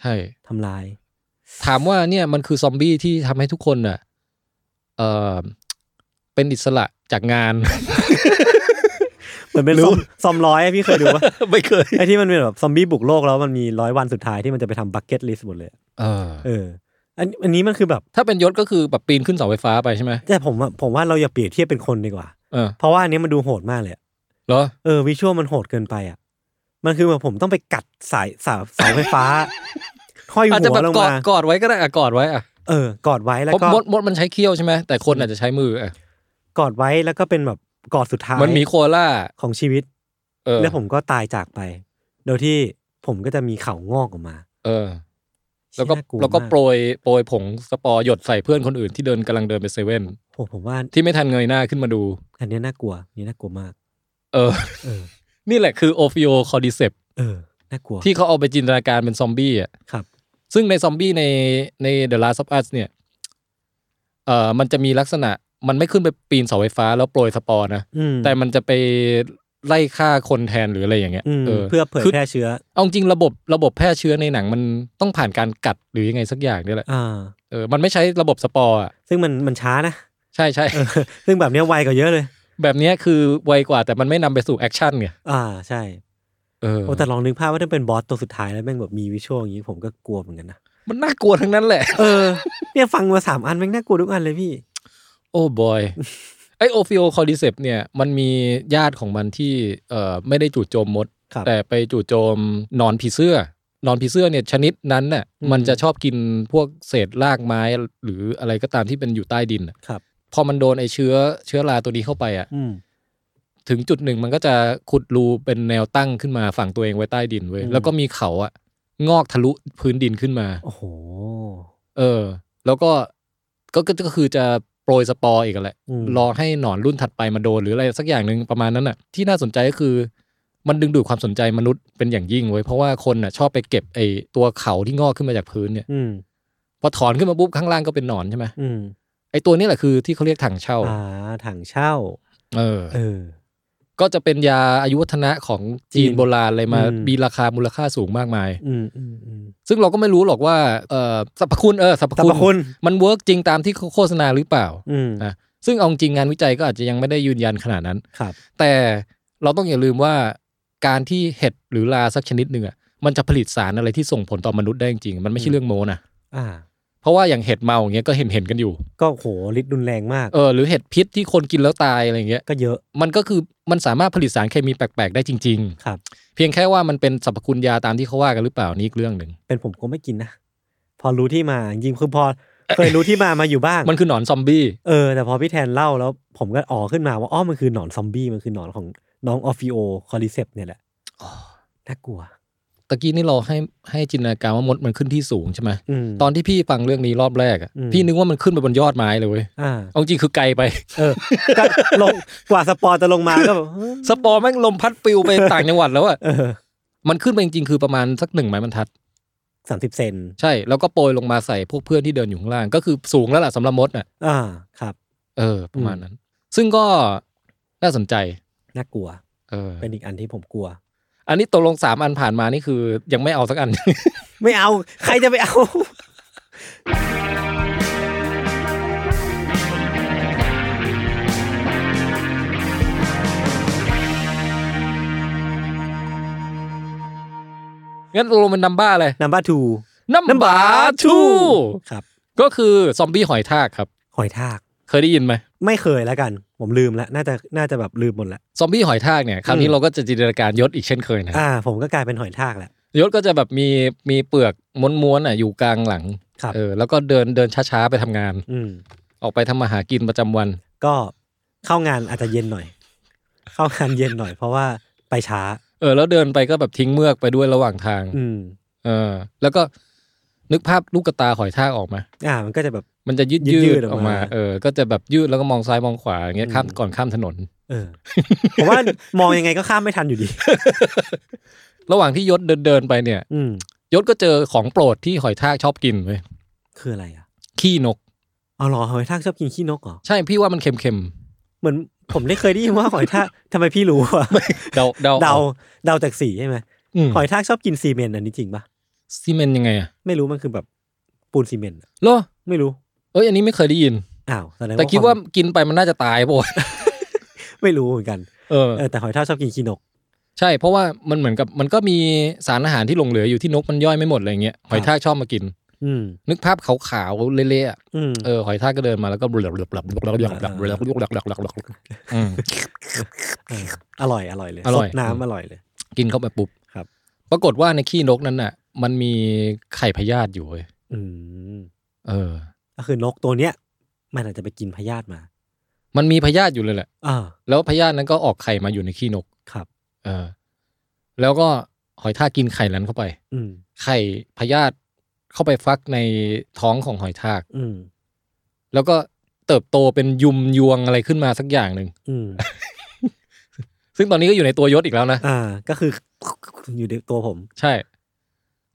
[SPEAKER 3] ใช่
[SPEAKER 2] ทำลาย
[SPEAKER 3] ถามว่าเนี่ยมันคือซอมบี้ที่ทำให้ทุกคนน่ะเออเป็นอิสระจากงาน
[SPEAKER 2] เหมือนเป็นซอมซอมร้อยอะพี่เคยดูปะ
[SPEAKER 3] ไม่เคย
[SPEAKER 2] ไอ้ที่มันเป็นแบบซอมบี้บุกโลกแล้วมันมีร้อยวันสุดท้ายที่มันจะไปทำบักเก็ตลิสต์หมดเลย
[SPEAKER 3] เออ
[SPEAKER 2] เออ อันอันนี้มันคือแบบ
[SPEAKER 3] ถ้าเป็นยศก็คือแบบปีนขึ้นเสาไฟฟ้าไปใช่ไหม
[SPEAKER 2] แต่ผมว่าผมว่าเราอย่าเปรียบเทียบเป็นคนดีกว่า
[SPEAKER 3] เออ
[SPEAKER 2] เพราะว่าอันนี้มันดูโหดมากเลยอะ
[SPEAKER 3] เหรอ
[SPEAKER 2] เออวิชวลมันโหดเกินไปอ่ะ มันคือแบบผมต้องไปกัดสายเสาเสาไฟฟ้า ห้อย
[SPEAKER 3] อาจจะ
[SPEAKER 2] หั
[SPEAKER 3] แบ
[SPEAKER 2] ว
[SPEAKER 3] บ
[SPEAKER 2] ลง
[SPEAKER 3] กอด
[SPEAKER 2] มาก
[SPEAKER 3] อดไว้ก็ได้อะกอดไว้อะ
[SPEAKER 2] เออ กอดไว้
[SPEAKER 3] เพ
[SPEAKER 2] แล้ว
[SPEAKER 3] ราะ
[SPEAKER 2] ก็
[SPEAKER 3] มดมดมันใช้เขี้ยวใช่ไหมแต่คนอาจจะใช้มืออะ
[SPEAKER 2] กอดไว้แล้วก็เป็นแบบกอดสุดท้าย
[SPEAKER 3] มันมีโคอาล่า
[SPEAKER 2] ของชีวิต
[SPEAKER 3] เออ
[SPEAKER 2] แล้วผมก็ตายจากไป โดยที่ผมก็จะมีเข่างอกออกมา
[SPEAKER 3] เออ แล้วก็
[SPEAKER 2] เชี่ยน่า
[SPEAKER 3] แล้วก็
[SPEAKER 2] มา
[SPEAKER 3] โปรยโปรยผงสปอร์หยดใส่เพื่อนคนอื่นที่เดินกำลังเดินไปเซเว่น
[SPEAKER 2] โหผมว่า
[SPEAKER 3] ที่ไม่ทันเงยหน้าขึ้นมาดู
[SPEAKER 2] อันเนี้ยน่ากลัวอันนี่น่ากลัวมาก
[SPEAKER 3] เอ อ
[SPEAKER 2] เออ
[SPEAKER 3] นี่แหละคือโอฟิโอคอดิเซป
[SPEAKER 2] เออ น่ากลัว
[SPEAKER 3] ที่เขาเอาไปจินตนาการเป็นซอมบี้อ่ะ
[SPEAKER 2] ครับ
[SPEAKER 3] ซึ่งในซอมบี้ในใน The Last of Us เนี่ยเอ่อมันจะมีลักษณะมันไม่ขึ้นไปปีนเสาไฟฟ้าแล้วโปรยสปอร์นะ
[SPEAKER 2] อืม
[SPEAKER 3] แต่มันจะไปไล่ฆ่าคนแทนหรืออะไรอย่างเงี้ย
[SPEAKER 2] อืม
[SPEAKER 3] เออ
[SPEAKER 2] เพื่อเผย
[SPEAKER 3] คือ
[SPEAKER 2] แพร่เชื้อ
[SPEAKER 3] เอาจริงระบบระบบแพร่เชื้อในหนังมันต้องผ่านการกัดหรือยังไงสักอย่างเนี่ยแหละ
[SPEAKER 2] อ่า
[SPEAKER 3] เออมันไม่ใช้ระบบสปอร์อะ
[SPEAKER 2] ซึ่งมันมันช้านะ
[SPEAKER 3] ใช่ใช่
[SPEAKER 2] เออ ซึ่งแบบเนี้ยไวกว่าเยอะเลย
[SPEAKER 3] แบบเนี้ยคือไวกว่าแต่มันไม่นำไปสู่แอคชั่นไง
[SPEAKER 2] อ่าใช่
[SPEAKER 3] เออ
[SPEAKER 2] โอ้แต่ลองนึกภาพว่าถ้าเป็นบอสตัวสุดท้ายแล้วแม่งแบบมีวิชวลอย่างนี้ผมก็กลัวเหมือนกันนะ
[SPEAKER 3] มันน่ากลัวทั้งนั้นแหละ
[SPEAKER 2] เออ เนี่ยฟังมาสามอันแม่งน่ากลัวทุกอันเลยพี่
[SPEAKER 3] โอ้บ อย ไอโอฟิโอคอร์ดิเซปเนี่ยมันมีญาติของมันที่เอ่อไม่ได้จู่โจมมด
[SPEAKER 2] ครับ
[SPEAKER 3] แต่ไปจู่โจมนอนผีเสื้อนอนผีเสื้อเนี่ยชนิดนั้นน่ะ
[SPEAKER 2] อืม
[SPEAKER 3] มันจะชอบกินพวกเศษรากไม้หรืออะไรก็ตามที่เป็นอยู่ใต้ดินน่ะ
[SPEAKER 2] ครับ
[SPEAKER 3] พอมันโดนไอเชื้อเชื้อราตัวนี้เข้าไปอ่ะ
[SPEAKER 2] อืม
[SPEAKER 3] ถึงจุดหนึ่งมันก็จะขุดรูเป็นแนวตั้งขึ้นมาฝังตัวเองไว้ใต้ดินเว้ย
[SPEAKER 2] อืม
[SPEAKER 3] แล้วก็มีเขาอ่ะงอกทะลุพื้นดินขึ้นมา
[SPEAKER 2] โอ้โห
[SPEAKER 3] เออ แล้วก็ก็ก็ก็คือจะโปรยสปอร์อีกแหละ
[SPEAKER 2] อืม
[SPEAKER 3] รอให้หนอนรุ่นถัดไปมาโดนหรืออะไรสักอย่างหนึ่งประมาณนั้นน่ะ ที่น่าสนใจก็คือ มันดึงดูดความสนใจมนุษย์เป็นอย่างยิ่งเว้ยเพราะว่าคนน่ะชอบไปเก็บไอ้ตัวเขาที่งอกขึ้นมาจากพื้นเนี่ย
[SPEAKER 2] อืม
[SPEAKER 3] พอถอนขึ้นมาปุ๊บข้างล่างก็เป็นหนอนใช่ไหม
[SPEAKER 2] อืม
[SPEAKER 3] ไอ้ตัวนี้แหละคือที่เขาเรียกถังเช่า
[SPEAKER 2] อ่าถังเช่า
[SPEAKER 3] เออ
[SPEAKER 2] เออ
[SPEAKER 3] ก็จะเป็นยาอายุวัฒนะของจี
[SPEAKER 2] จี
[SPEAKER 3] น
[SPEAKER 2] น
[SPEAKER 3] โบราณอะไรมา
[SPEAKER 2] อืม
[SPEAKER 3] มีราคามูลค่าสูงมากมาย
[SPEAKER 2] อืมอืมอืม
[SPEAKER 3] ซึ่งเราก็ไม่รู้หรอกว่าเออสรรพคุณเออสรรพ
[SPEAKER 2] สรร
[SPEAKER 3] คุ
[SPEAKER 2] พคุณ ณ
[SPEAKER 3] มันเวิร์กจริงตามที่เขาโฆษณาหรือเปล่า
[SPEAKER 2] อืม
[SPEAKER 3] นะซึ่งเอาจริงงานวิจัยก็อาจจะยังไม่ได้ยืนยันขนาดนั้น
[SPEAKER 2] ครับ
[SPEAKER 3] แต่เราต้องอย่าลืมว่าการที่เห็ดหรือลาสักชนิดหนึ่งอ่ะมันจะผลิตสารอะไรที่ส่งผลต่อมนุษย์ได้จริงๆมันไม่ใช่เรื่องโมนะ
[SPEAKER 2] อ่า
[SPEAKER 3] เพราะว่าอย่างเห็ดเมาอย่างเงี้ยก็เห็นเห็นๆกันอยู่
[SPEAKER 2] ก็โหฤทธิ์รุนแรงมาก
[SPEAKER 3] เออหรือเห็ดพิษที่คนกินแล้วตายอะไรอย่างเงี้ย
[SPEAKER 2] ก็เยอะ
[SPEAKER 3] มันก็คือมันสามารถผลิตสารเคมีแปลกๆได้จริง
[SPEAKER 2] ครับ
[SPEAKER 3] ๆ เพียงแค่ว่ามันเป็นสรรพคุณยาตามที่เขาว่ากันหรือเปล่านี่อีกเรื่องหนึ่ง
[SPEAKER 2] เป็นผมก็ไม่กินนะ พอรู้ที่มาจริงๆคือพอ เคยรู้ที่มามาอยู่บ้าง
[SPEAKER 3] มันคือหนอนซอมบี้
[SPEAKER 2] เออ แต่พอพี่แทนเล่าแล้ว ผมก็อ๋อขึ้นมาว่าอ้อมันคือหนอนซอมบี้ มันคือหนอนของน้องออฟิโอคอริเซปเนี่ยแหละ
[SPEAKER 3] อ๋อ
[SPEAKER 2] น่ากลัว
[SPEAKER 3] ตะกี้นี่เราให้ให้จินตนาการว่ามดมันขึ้นที่สูงใช่ไหม
[SPEAKER 2] อืม
[SPEAKER 3] ตอนที่พี่ฟังเรื่องนี้รอบแรกอะ
[SPEAKER 2] อืม
[SPEAKER 3] พี่นึกว่ามันขึ้นไปบนยอดไม้เลยเว้ย
[SPEAKER 2] อ่า
[SPEAKER 3] เอาจริงคือไกลไป
[SPEAKER 2] เออก็ลง กว่าสปอร์จะลงมาก็แบบเฮ้ย
[SPEAKER 3] สปอร์แม่งลมพัดปลิวไป ต่างจังหวัดแล้วอะ
[SPEAKER 2] เออ
[SPEAKER 3] มันขึ้นไปจริงๆคือประมาณสักหนึ่งไม้บรรทัด
[SPEAKER 2] สามสิบเซน
[SPEAKER 3] ใช่ แล้วก็โปรยลงมาใส่พวกเพื่อนที่เดินอยู่ข้างล่าง ก็คือสูงแล้วล่ะสำหรับมดน่ะ
[SPEAKER 2] อ่าครับ
[SPEAKER 3] เออประมาณนั้น ซึ่งก็น่าสนใจ
[SPEAKER 2] น่ากลัว
[SPEAKER 3] เออ
[SPEAKER 2] เป็นอีกอันที่ผมกลัว
[SPEAKER 3] อันนี้ตกลงสามอันผ่านมานี่คือ ยังไม่เอาสักอัน
[SPEAKER 2] ไม่เอา ใครจะไปเอา
[SPEAKER 3] งั้นลงเป็นนัมบ้าเลย
[SPEAKER 2] number two
[SPEAKER 3] นัมบ้า
[SPEAKER 2] number
[SPEAKER 3] ทู
[SPEAKER 2] ครับ
[SPEAKER 3] ก็คือซอมบี้หอยทากครับ
[SPEAKER 2] หอยทาก
[SPEAKER 3] เคยได้ยินไหม
[SPEAKER 2] ไม่เคยแล้วกัน ผมลืมแล้ว น่าจะ น่าจะแบบลืมหมดแล้ว
[SPEAKER 3] ซอมบี้หอยทากเนี่ยคราวนี้
[SPEAKER 2] อืม
[SPEAKER 3] เราก็จะจินตนาการยศอีกเช่นเคยนะ
[SPEAKER 2] อ่า ผมก็กลายเป็นหอยทากแหละ
[SPEAKER 3] ยศก็จะแบบมีมีเปลือกม้วนๆอ่ะอยู่กลางหลัง
[SPEAKER 2] ครับ
[SPEAKER 3] เออแล้วก็เดินเดินช้าๆ ไปทำงาน
[SPEAKER 2] อืม
[SPEAKER 3] ออกไปทำมาหากินประจำวัน
[SPEAKER 2] ก็เข้างานอาจจะเย็นหน่อย เข้างานเย็นหน่อย เพราะว่าไปช้า
[SPEAKER 3] เออ แล้วเดินไปก็แบบทิ้งเมือกไปด้วยระหว่างทาง
[SPEAKER 2] อืม
[SPEAKER 3] เออ แล้วก็นึกภาพลูกกระตาหอยทากออกมา
[SPEAKER 2] อ่า มันก็จะแบบ
[SPEAKER 3] มันจะยืด
[SPEAKER 2] ยื
[SPEAKER 3] ยื
[SPEAKER 2] ด
[SPEAKER 3] ด
[SPEAKER 2] ๆ
[SPEAKER 3] อ
[SPEAKER 2] อ
[SPEAKER 3] อ
[SPEAKER 2] อก
[SPEAKER 3] ก
[SPEAKER 2] มา
[SPEAKER 3] มา เออ ก็จะแบบยืดแล้วก็มองซ้ายมองขวาอย่างเงี้ยข้าม
[SPEAKER 2] อืม
[SPEAKER 3] ก่อนข้ามถนน
[SPEAKER 2] เออ ผมว่ามองยังไงก็ข้ามไม่ทันอยู่ดี
[SPEAKER 3] ระหว่างที่ยศเดินเดินๆไปเนี่ย
[SPEAKER 2] อืม
[SPEAKER 3] ยศก็เจอของโปรดที่หอยทากชอบกินเว้ย
[SPEAKER 2] คืออะไรอ่ะ
[SPEAKER 3] ขี้นก
[SPEAKER 2] เอาเหรอ หอยทากชอบกินขี้นกเหรอ
[SPEAKER 3] ใช่พี่ว่ามันเค็ม
[SPEAKER 2] เหมือนผมได้เคยได้ยินว่าห อยทากทำไมพี่รู้อ่ะ
[SPEAKER 3] ๆ เดาเดา
[SPEAKER 2] เดา
[SPEAKER 3] ออก
[SPEAKER 2] เดาจากสีใช่ไหม
[SPEAKER 3] อืม
[SPEAKER 2] หอยทากชอบกินซีเมนต์อันนี้จริงปะ
[SPEAKER 3] ซีเมนต์ยังไงอะ
[SPEAKER 2] ไม่รู้มันคือแบบปูนซีเมนต์อะ
[SPEAKER 3] เหรอ
[SPEAKER 2] ไม่รู้
[SPEAKER 3] เอ้ยอันนี้ไม่เคยได้ยิน
[SPEAKER 2] อ้าวสง
[SPEAKER 3] แต่คิดว่า
[SPEAKER 2] ค
[SPEAKER 3] กินไปมันน่าจะตาย ป่ะ
[SPEAKER 2] มไม่รู้เหมือนกัน
[SPEAKER 3] เออ
[SPEAKER 2] เออแต่หอยทากชอบกินขี้นก
[SPEAKER 3] ใช่เพราะว่ามันเหมือนกับมันก็มีสารอาหารที่หลงเหลืออยู่ที่นกมันย่อยไม่หมดอะไรเงี้ยหอยทากชอบมากิน
[SPEAKER 2] อืม
[SPEAKER 3] นึกภาพขาวๆเละๆอะ
[SPEAKER 2] อืม
[SPEAKER 3] เออหอยทากก็เดินมาแล้วก็บลับลับลับลับลับลับลับลับลับลับลับลับอืม
[SPEAKER 2] เอออร่อยอร่อยเลย
[SPEAKER 3] อร่อย
[SPEAKER 2] สด
[SPEAKER 3] อืม
[SPEAKER 2] น้ำอร่อยเลย
[SPEAKER 3] กินเข้าไปปุ๊บ
[SPEAKER 2] ครับ
[SPEAKER 3] ปรากฏว่าในขี้นกนั้นน่ะ มันมีไข่พยาธิอยู่เว้ย
[SPEAKER 2] อืม
[SPEAKER 3] เออ
[SPEAKER 2] ก็คือนกตัวเนี้ย มันอาจจะไปกินพยาธิมา
[SPEAKER 3] มันมีพยาธิอยู่เลยแหละ
[SPEAKER 2] อ่า
[SPEAKER 3] แล้วพยาธินั้นก็ออกไข่มาอยู่ในขี้นก
[SPEAKER 2] ครับ
[SPEAKER 3] เออ แล้วก็หอยทากกินไข่นั้นเข้าไป
[SPEAKER 2] อืม
[SPEAKER 3] ไข่พยาธิเข้าไปฟักในท้องของหอยทาก
[SPEAKER 2] อืม
[SPEAKER 3] แล้วก็เติบโตเป็นยุมยวงอะไรขึ้นมาสักอย่างหนึ่ง
[SPEAKER 2] อืม
[SPEAKER 3] ซึ่งตอนนี้ก็อยู่ในตัวยศอีกแล้วนะ
[SPEAKER 2] อ่า ก็คืออยู่ในตัวผม
[SPEAKER 3] ใช่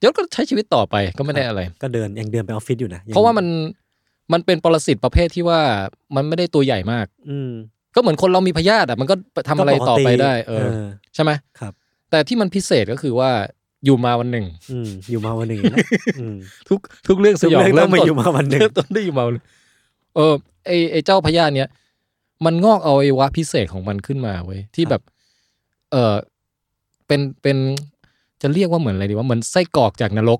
[SPEAKER 3] ยศก็ใช้ชีวิตต่อไปก็ไม่ได้อะไร
[SPEAKER 2] ก็เดินยังเดินไปออฟฟิศอยู่นะยัง
[SPEAKER 3] เพราะว่ามันมันเป็นปรสิตประเภทที่ว่ามันไม่ได้ตัวใหญ่มาก
[SPEAKER 2] อืม
[SPEAKER 3] ก็เหมือนคนเรามีพยาธิอ่ะมันก็ทำอะไร
[SPEAKER 2] ก็ก
[SPEAKER 3] ต่อไปได้ เออ ใช่ไหม
[SPEAKER 2] ครับ
[SPEAKER 3] แต่ที่มันพิเศษก็คือว่าอยู่มาวันหนึ่ง
[SPEAKER 2] อืม อยู่มาวันหนึ่งนะอืม
[SPEAKER 3] ทุกทุกเรื่อง สยอง
[SPEAKER 2] ทุกเรื่
[SPEAKER 3] เริ่
[SPEAKER 2] อง
[SPEAKER 3] ม
[SPEAKER 2] ต้องมา
[SPEAKER 3] ต้น
[SPEAKER 2] อยู่มาวันหนึ่ง
[SPEAKER 3] เริ่มต้นได้อยู่มาเลยเออไอไอเจ้าพยาธิเนี้ยมันงอกเอาไอวะพิเศษของมันขึ้นมาเว้ยที่แบบ เออเป็นเป็นจะเรียกว่าเหมือนอะไรดีว่าเหมือนไส้กรอกจากนรก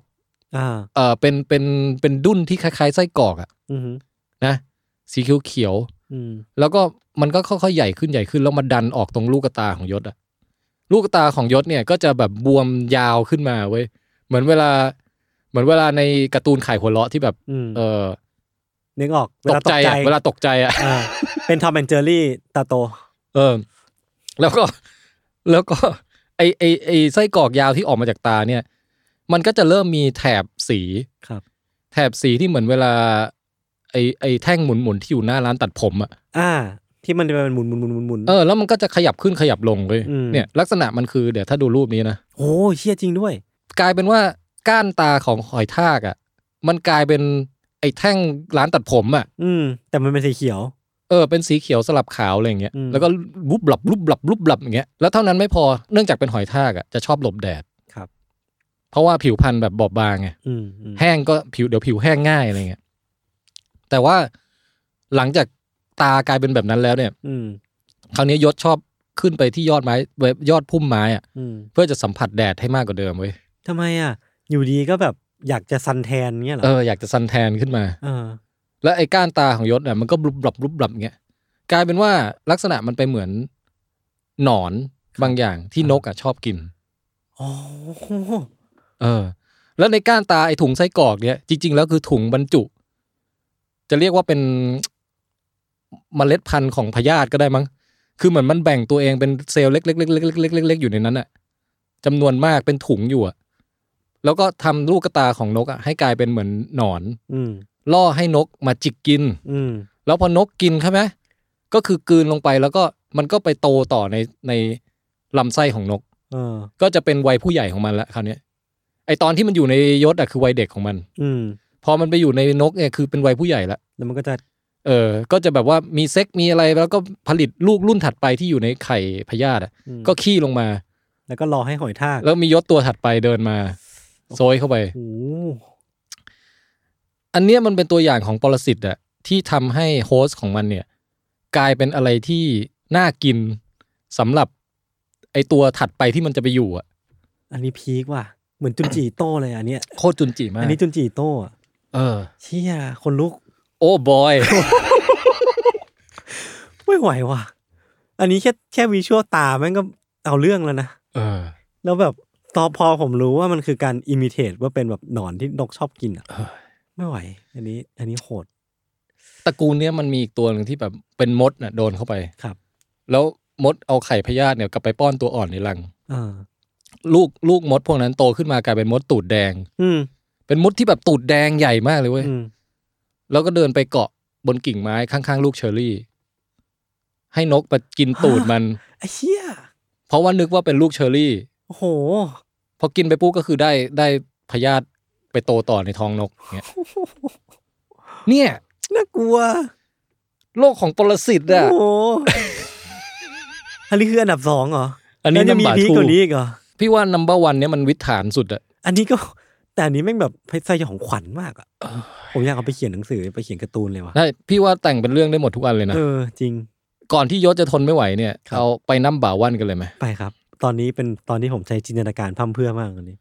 [SPEAKER 2] อ่า
[SPEAKER 3] เออเป็นเป็นเป็นดุ้นที่คล้ายๆไส้กรอกอะ
[SPEAKER 2] อืม
[SPEAKER 3] นะสีเขียว
[SPEAKER 2] อืม
[SPEAKER 3] ๆแล้วก็มันก็ค่อยๆใหญ่ขึ้นใหญ่ขึ้นแล้วมาดันออกตรงลูกตาของยศอะ ลูกตาของยศเนี่ยก็จะแบบบวมยาวขึ้นมาเว้ยเหมือนเวลา เหมือนเวลาในการ์ตูนไข่หัวเราะที่แบบ
[SPEAKER 2] อืม
[SPEAKER 3] เออ
[SPEAKER 2] นึกออกเว
[SPEAKER 3] ต
[SPEAKER 2] ลาก
[SPEAKER 3] ใจอะเวลาตกใจอะ
[SPEAKER 2] เออเป็นทอมแอนเจอรี่ตาโต
[SPEAKER 3] เออแล้วก็ แล้วก็ ไอไอไอไส้กรอกยาวที่ออกมาจากตาเนี่ย มันก็จะเริ่มมีแถบสี
[SPEAKER 2] ครับ
[SPEAKER 3] แถบสีที่เหมือนเวลา ไอไอแท่งหมุนหมุนๆที่อยู่หน้าร้านตัดผมอะ่ะ
[SPEAKER 2] อ่า ที่มันจะเป็นหมุนหมุนหมุนหมุนหมุน
[SPEAKER 3] เออแล้วมันก็จะขยับขึ้นขยับลงเลย
[SPEAKER 2] อืม
[SPEAKER 3] เนี่ย ลักษณะมันคือเดี๋ยวถ้าดูรูปนี้นะ
[SPEAKER 2] โอ้เชี่ยจริงด้วย
[SPEAKER 3] กลายเป็นว่าก้านตาของหอยทากอะ่ะ มันกลายเป็นไอแท่งร้านตัดผมอ่ะ
[SPEAKER 2] อืม แต่มันเป็นสีเขียว
[SPEAKER 3] เออเป็นสีเขียวสลับขาวอะไรอย่างเงี้ย
[SPEAKER 2] อืม
[SPEAKER 3] แล้วก็รูปหลับรูปหลับรูปหลับอย่างเงี้ยแล้วเท่านั้นไม่พอเนื่องจากเป็นหอยทากอ่ะจะชอบหลบแดด
[SPEAKER 2] ครับ
[SPEAKER 3] เพราะว่าผิวพรรณแบบบอบบางไง
[SPEAKER 2] อืมอืม
[SPEAKER 3] แห้งก็ผิวเดี๋ยวผิวแห้งง่ายอะไรเงี้ยแต่ว่าหลังจากตากลายเป็นแบบนั้นแล้วเนี่ย
[SPEAKER 2] อืม
[SPEAKER 3] คราวนี้ยศชอบขึ้นไปที่ยอดไม้เว้ยยอดพุ่มไม้อะ
[SPEAKER 2] อืม
[SPEAKER 3] เพื่อจะสัมผัสแดดให้มากกว่าเดิมเว้ย
[SPEAKER 2] ทำไมอ่ะ อยู่ดีก็แบบอยากจะซันแทนเงี้ยเหรอ
[SPEAKER 3] เอออยากจะซันแทนขึ้นมา
[SPEAKER 2] เออ
[SPEAKER 3] แล้วไอ้ก้านตาของยศเนี่ยมันก็บลุบหลับลุบหลับอย่างเงี้ยกลายเป็นว่าลักษณะมันไปเหมือนหนอนบางอย่างที่นกอ่ะชอบกิน
[SPEAKER 2] โอ้โห
[SPEAKER 3] เออ แล้วในก้านตาไอ้ถุงไส้กรอกเนี่ยจริง ๆ แล้วคือถุงบรรจุ จะเรียกว่าเป็น เมล็ดพันธุ์ของพยาธิก็ได้มั้งคือเหมือนมันแบ่งตัวเองเป็นเซลล์เล็กๆๆๆๆๆๆอยู่ในนั้นอะจำนวนมากเป็นถุงอยู่อะแล้วก็ทำลูกตาของนกอะให้กลายเป็นเหมือนหนอน
[SPEAKER 2] อืม
[SPEAKER 3] ล่อให้นกมาจิกกิน
[SPEAKER 2] อืม
[SPEAKER 3] แล้วพอนกกินใช่ไหมก็คือกลืนลงไปแล้วก็มันก็ไปโตต่อในในลำไส้ของนก
[SPEAKER 2] เออ
[SPEAKER 3] ก็จะเป็นวัยผู้ใหญ่ของมันละคราวเนี้ยไอตอนที่มันอยู่ในยศอะคือวัยเด็กของมัน
[SPEAKER 2] อืม
[SPEAKER 3] พอมันไปอยู่ในนกเนี่ยคือเป็นวัยผู้ใหญ่ละ
[SPEAKER 2] แล้วมันก็จะ
[SPEAKER 3] เออ ก็จะแบบว่ามีเซ็กมีอะไรแล้วก็ผลิตลูกรุ่นถัดไปที่อยู่ในไข่พยาธิอะ
[SPEAKER 2] อืม
[SPEAKER 3] ก็ขี้ลงมา
[SPEAKER 2] แล้วก็รอให้หอยทาก
[SPEAKER 3] แล้วมียศตัวถัดไปเดินมาโซยเข้าไป
[SPEAKER 2] โอ้โห
[SPEAKER 3] อันเนี้ยมันเป็นตัวอย่างของปรสิตอะที่ทำให้โฮสต์ของมันเนี่ย กลายเป็นอะไรที่น่ากินสำหรับไอตัวถัดไปที่มันจะไปอยู่อะ
[SPEAKER 2] อันนี้พีคว่ะ เหมือนจุนจีโต้เลยอันเนี้ย
[SPEAKER 3] โคตรจุนจิมาก
[SPEAKER 2] อันนี้จุนจีโต้อะ
[SPEAKER 3] เออ
[SPEAKER 2] เชี่ยคนลุก
[SPEAKER 3] โอ้บอย
[SPEAKER 2] ไม่ไหวว่ะ อันนี้แค่แค่วิชวลตาแม่งก็เอาเรื่องแล้วนะ
[SPEAKER 3] เออ
[SPEAKER 2] แล้วแบบตอนพอผมรู้ว่ามันคือการอิมิเทตว่าเป็นแบบหนอนที่นกชอบกินอ่ะ
[SPEAKER 3] เออ
[SPEAKER 2] ไม่ไหว อันนี้ อันนี้โหด
[SPEAKER 3] ตระกูลเนี้ยมันมีอีกตัวหนึ่งที่แบบเป็นมดน่ะโดนเข้าไป
[SPEAKER 2] ครับ
[SPEAKER 3] แล้วมดเอาไข่พยาธิเนี่ยกลับไปป้อนตัวอ่อนในรัง
[SPEAKER 2] เออ
[SPEAKER 3] ลูกลูกมดพวกนั้นโตขึ้นมากลายเป็นมดตูดแดง
[SPEAKER 2] อืม
[SPEAKER 3] เป็นมดที่แบบตูดแดงใหญ่มากเลยเว้ย
[SPEAKER 2] อืม
[SPEAKER 3] แล้วก็เดินไปเกาะบนกิ่งไม้ข้างๆ ลูกเชอรี่ ให้นกมากินตูดมัน
[SPEAKER 2] ไอ้เชี่ย
[SPEAKER 3] เพราะว่านึกว่าเป็นลูกเชอรี่
[SPEAKER 2] โอ้โห
[SPEAKER 3] พอกินไปปุ๊บก็คือได้ได้พยาธิไปโตต่อในท้องนกเงี้ย เนี่ย
[SPEAKER 2] น่ากลัว
[SPEAKER 3] โลกของปรสิตอะ
[SPEAKER 2] โอ้โห อันนี้คืออันดับสองเหรอ
[SPEAKER 3] อัน
[SPEAKER 2] แล้
[SPEAKER 3] นี้
[SPEAKER 2] วยั
[SPEAKER 3] นัม
[SPEAKER 2] มี
[SPEAKER 3] บา
[SPEAKER 2] พีค
[SPEAKER 3] ทู
[SPEAKER 2] กว่านี้อีกเหรอ
[SPEAKER 3] พี่ว่านัมเบอร์วันเนี่ยมันวิถฐานสุดอะ
[SPEAKER 2] อันนี้ก็ แต่อันนี้แม่งแบบสยองขวัญมากอ่ะ ผมอยากเอาไปเขียนหนังสือไปเขียนการ์ตูนเลยว่ะ
[SPEAKER 3] ใช่พี่ว่าแต่งเป็นเรื่องได้หมดทุกอันเลยนะ
[SPEAKER 2] เออ จริง
[SPEAKER 3] ก่อนที่ยศจะทนไม่ไหวเนี่ย
[SPEAKER 2] ครับ
[SPEAKER 3] เอาไปน้ำบ่าวันกันเลยไหม
[SPEAKER 2] ไปครับ ตอนนี้เป็นตอนที่ผมใช้จินตนาการพร่ำเพรื่อมากอันนี้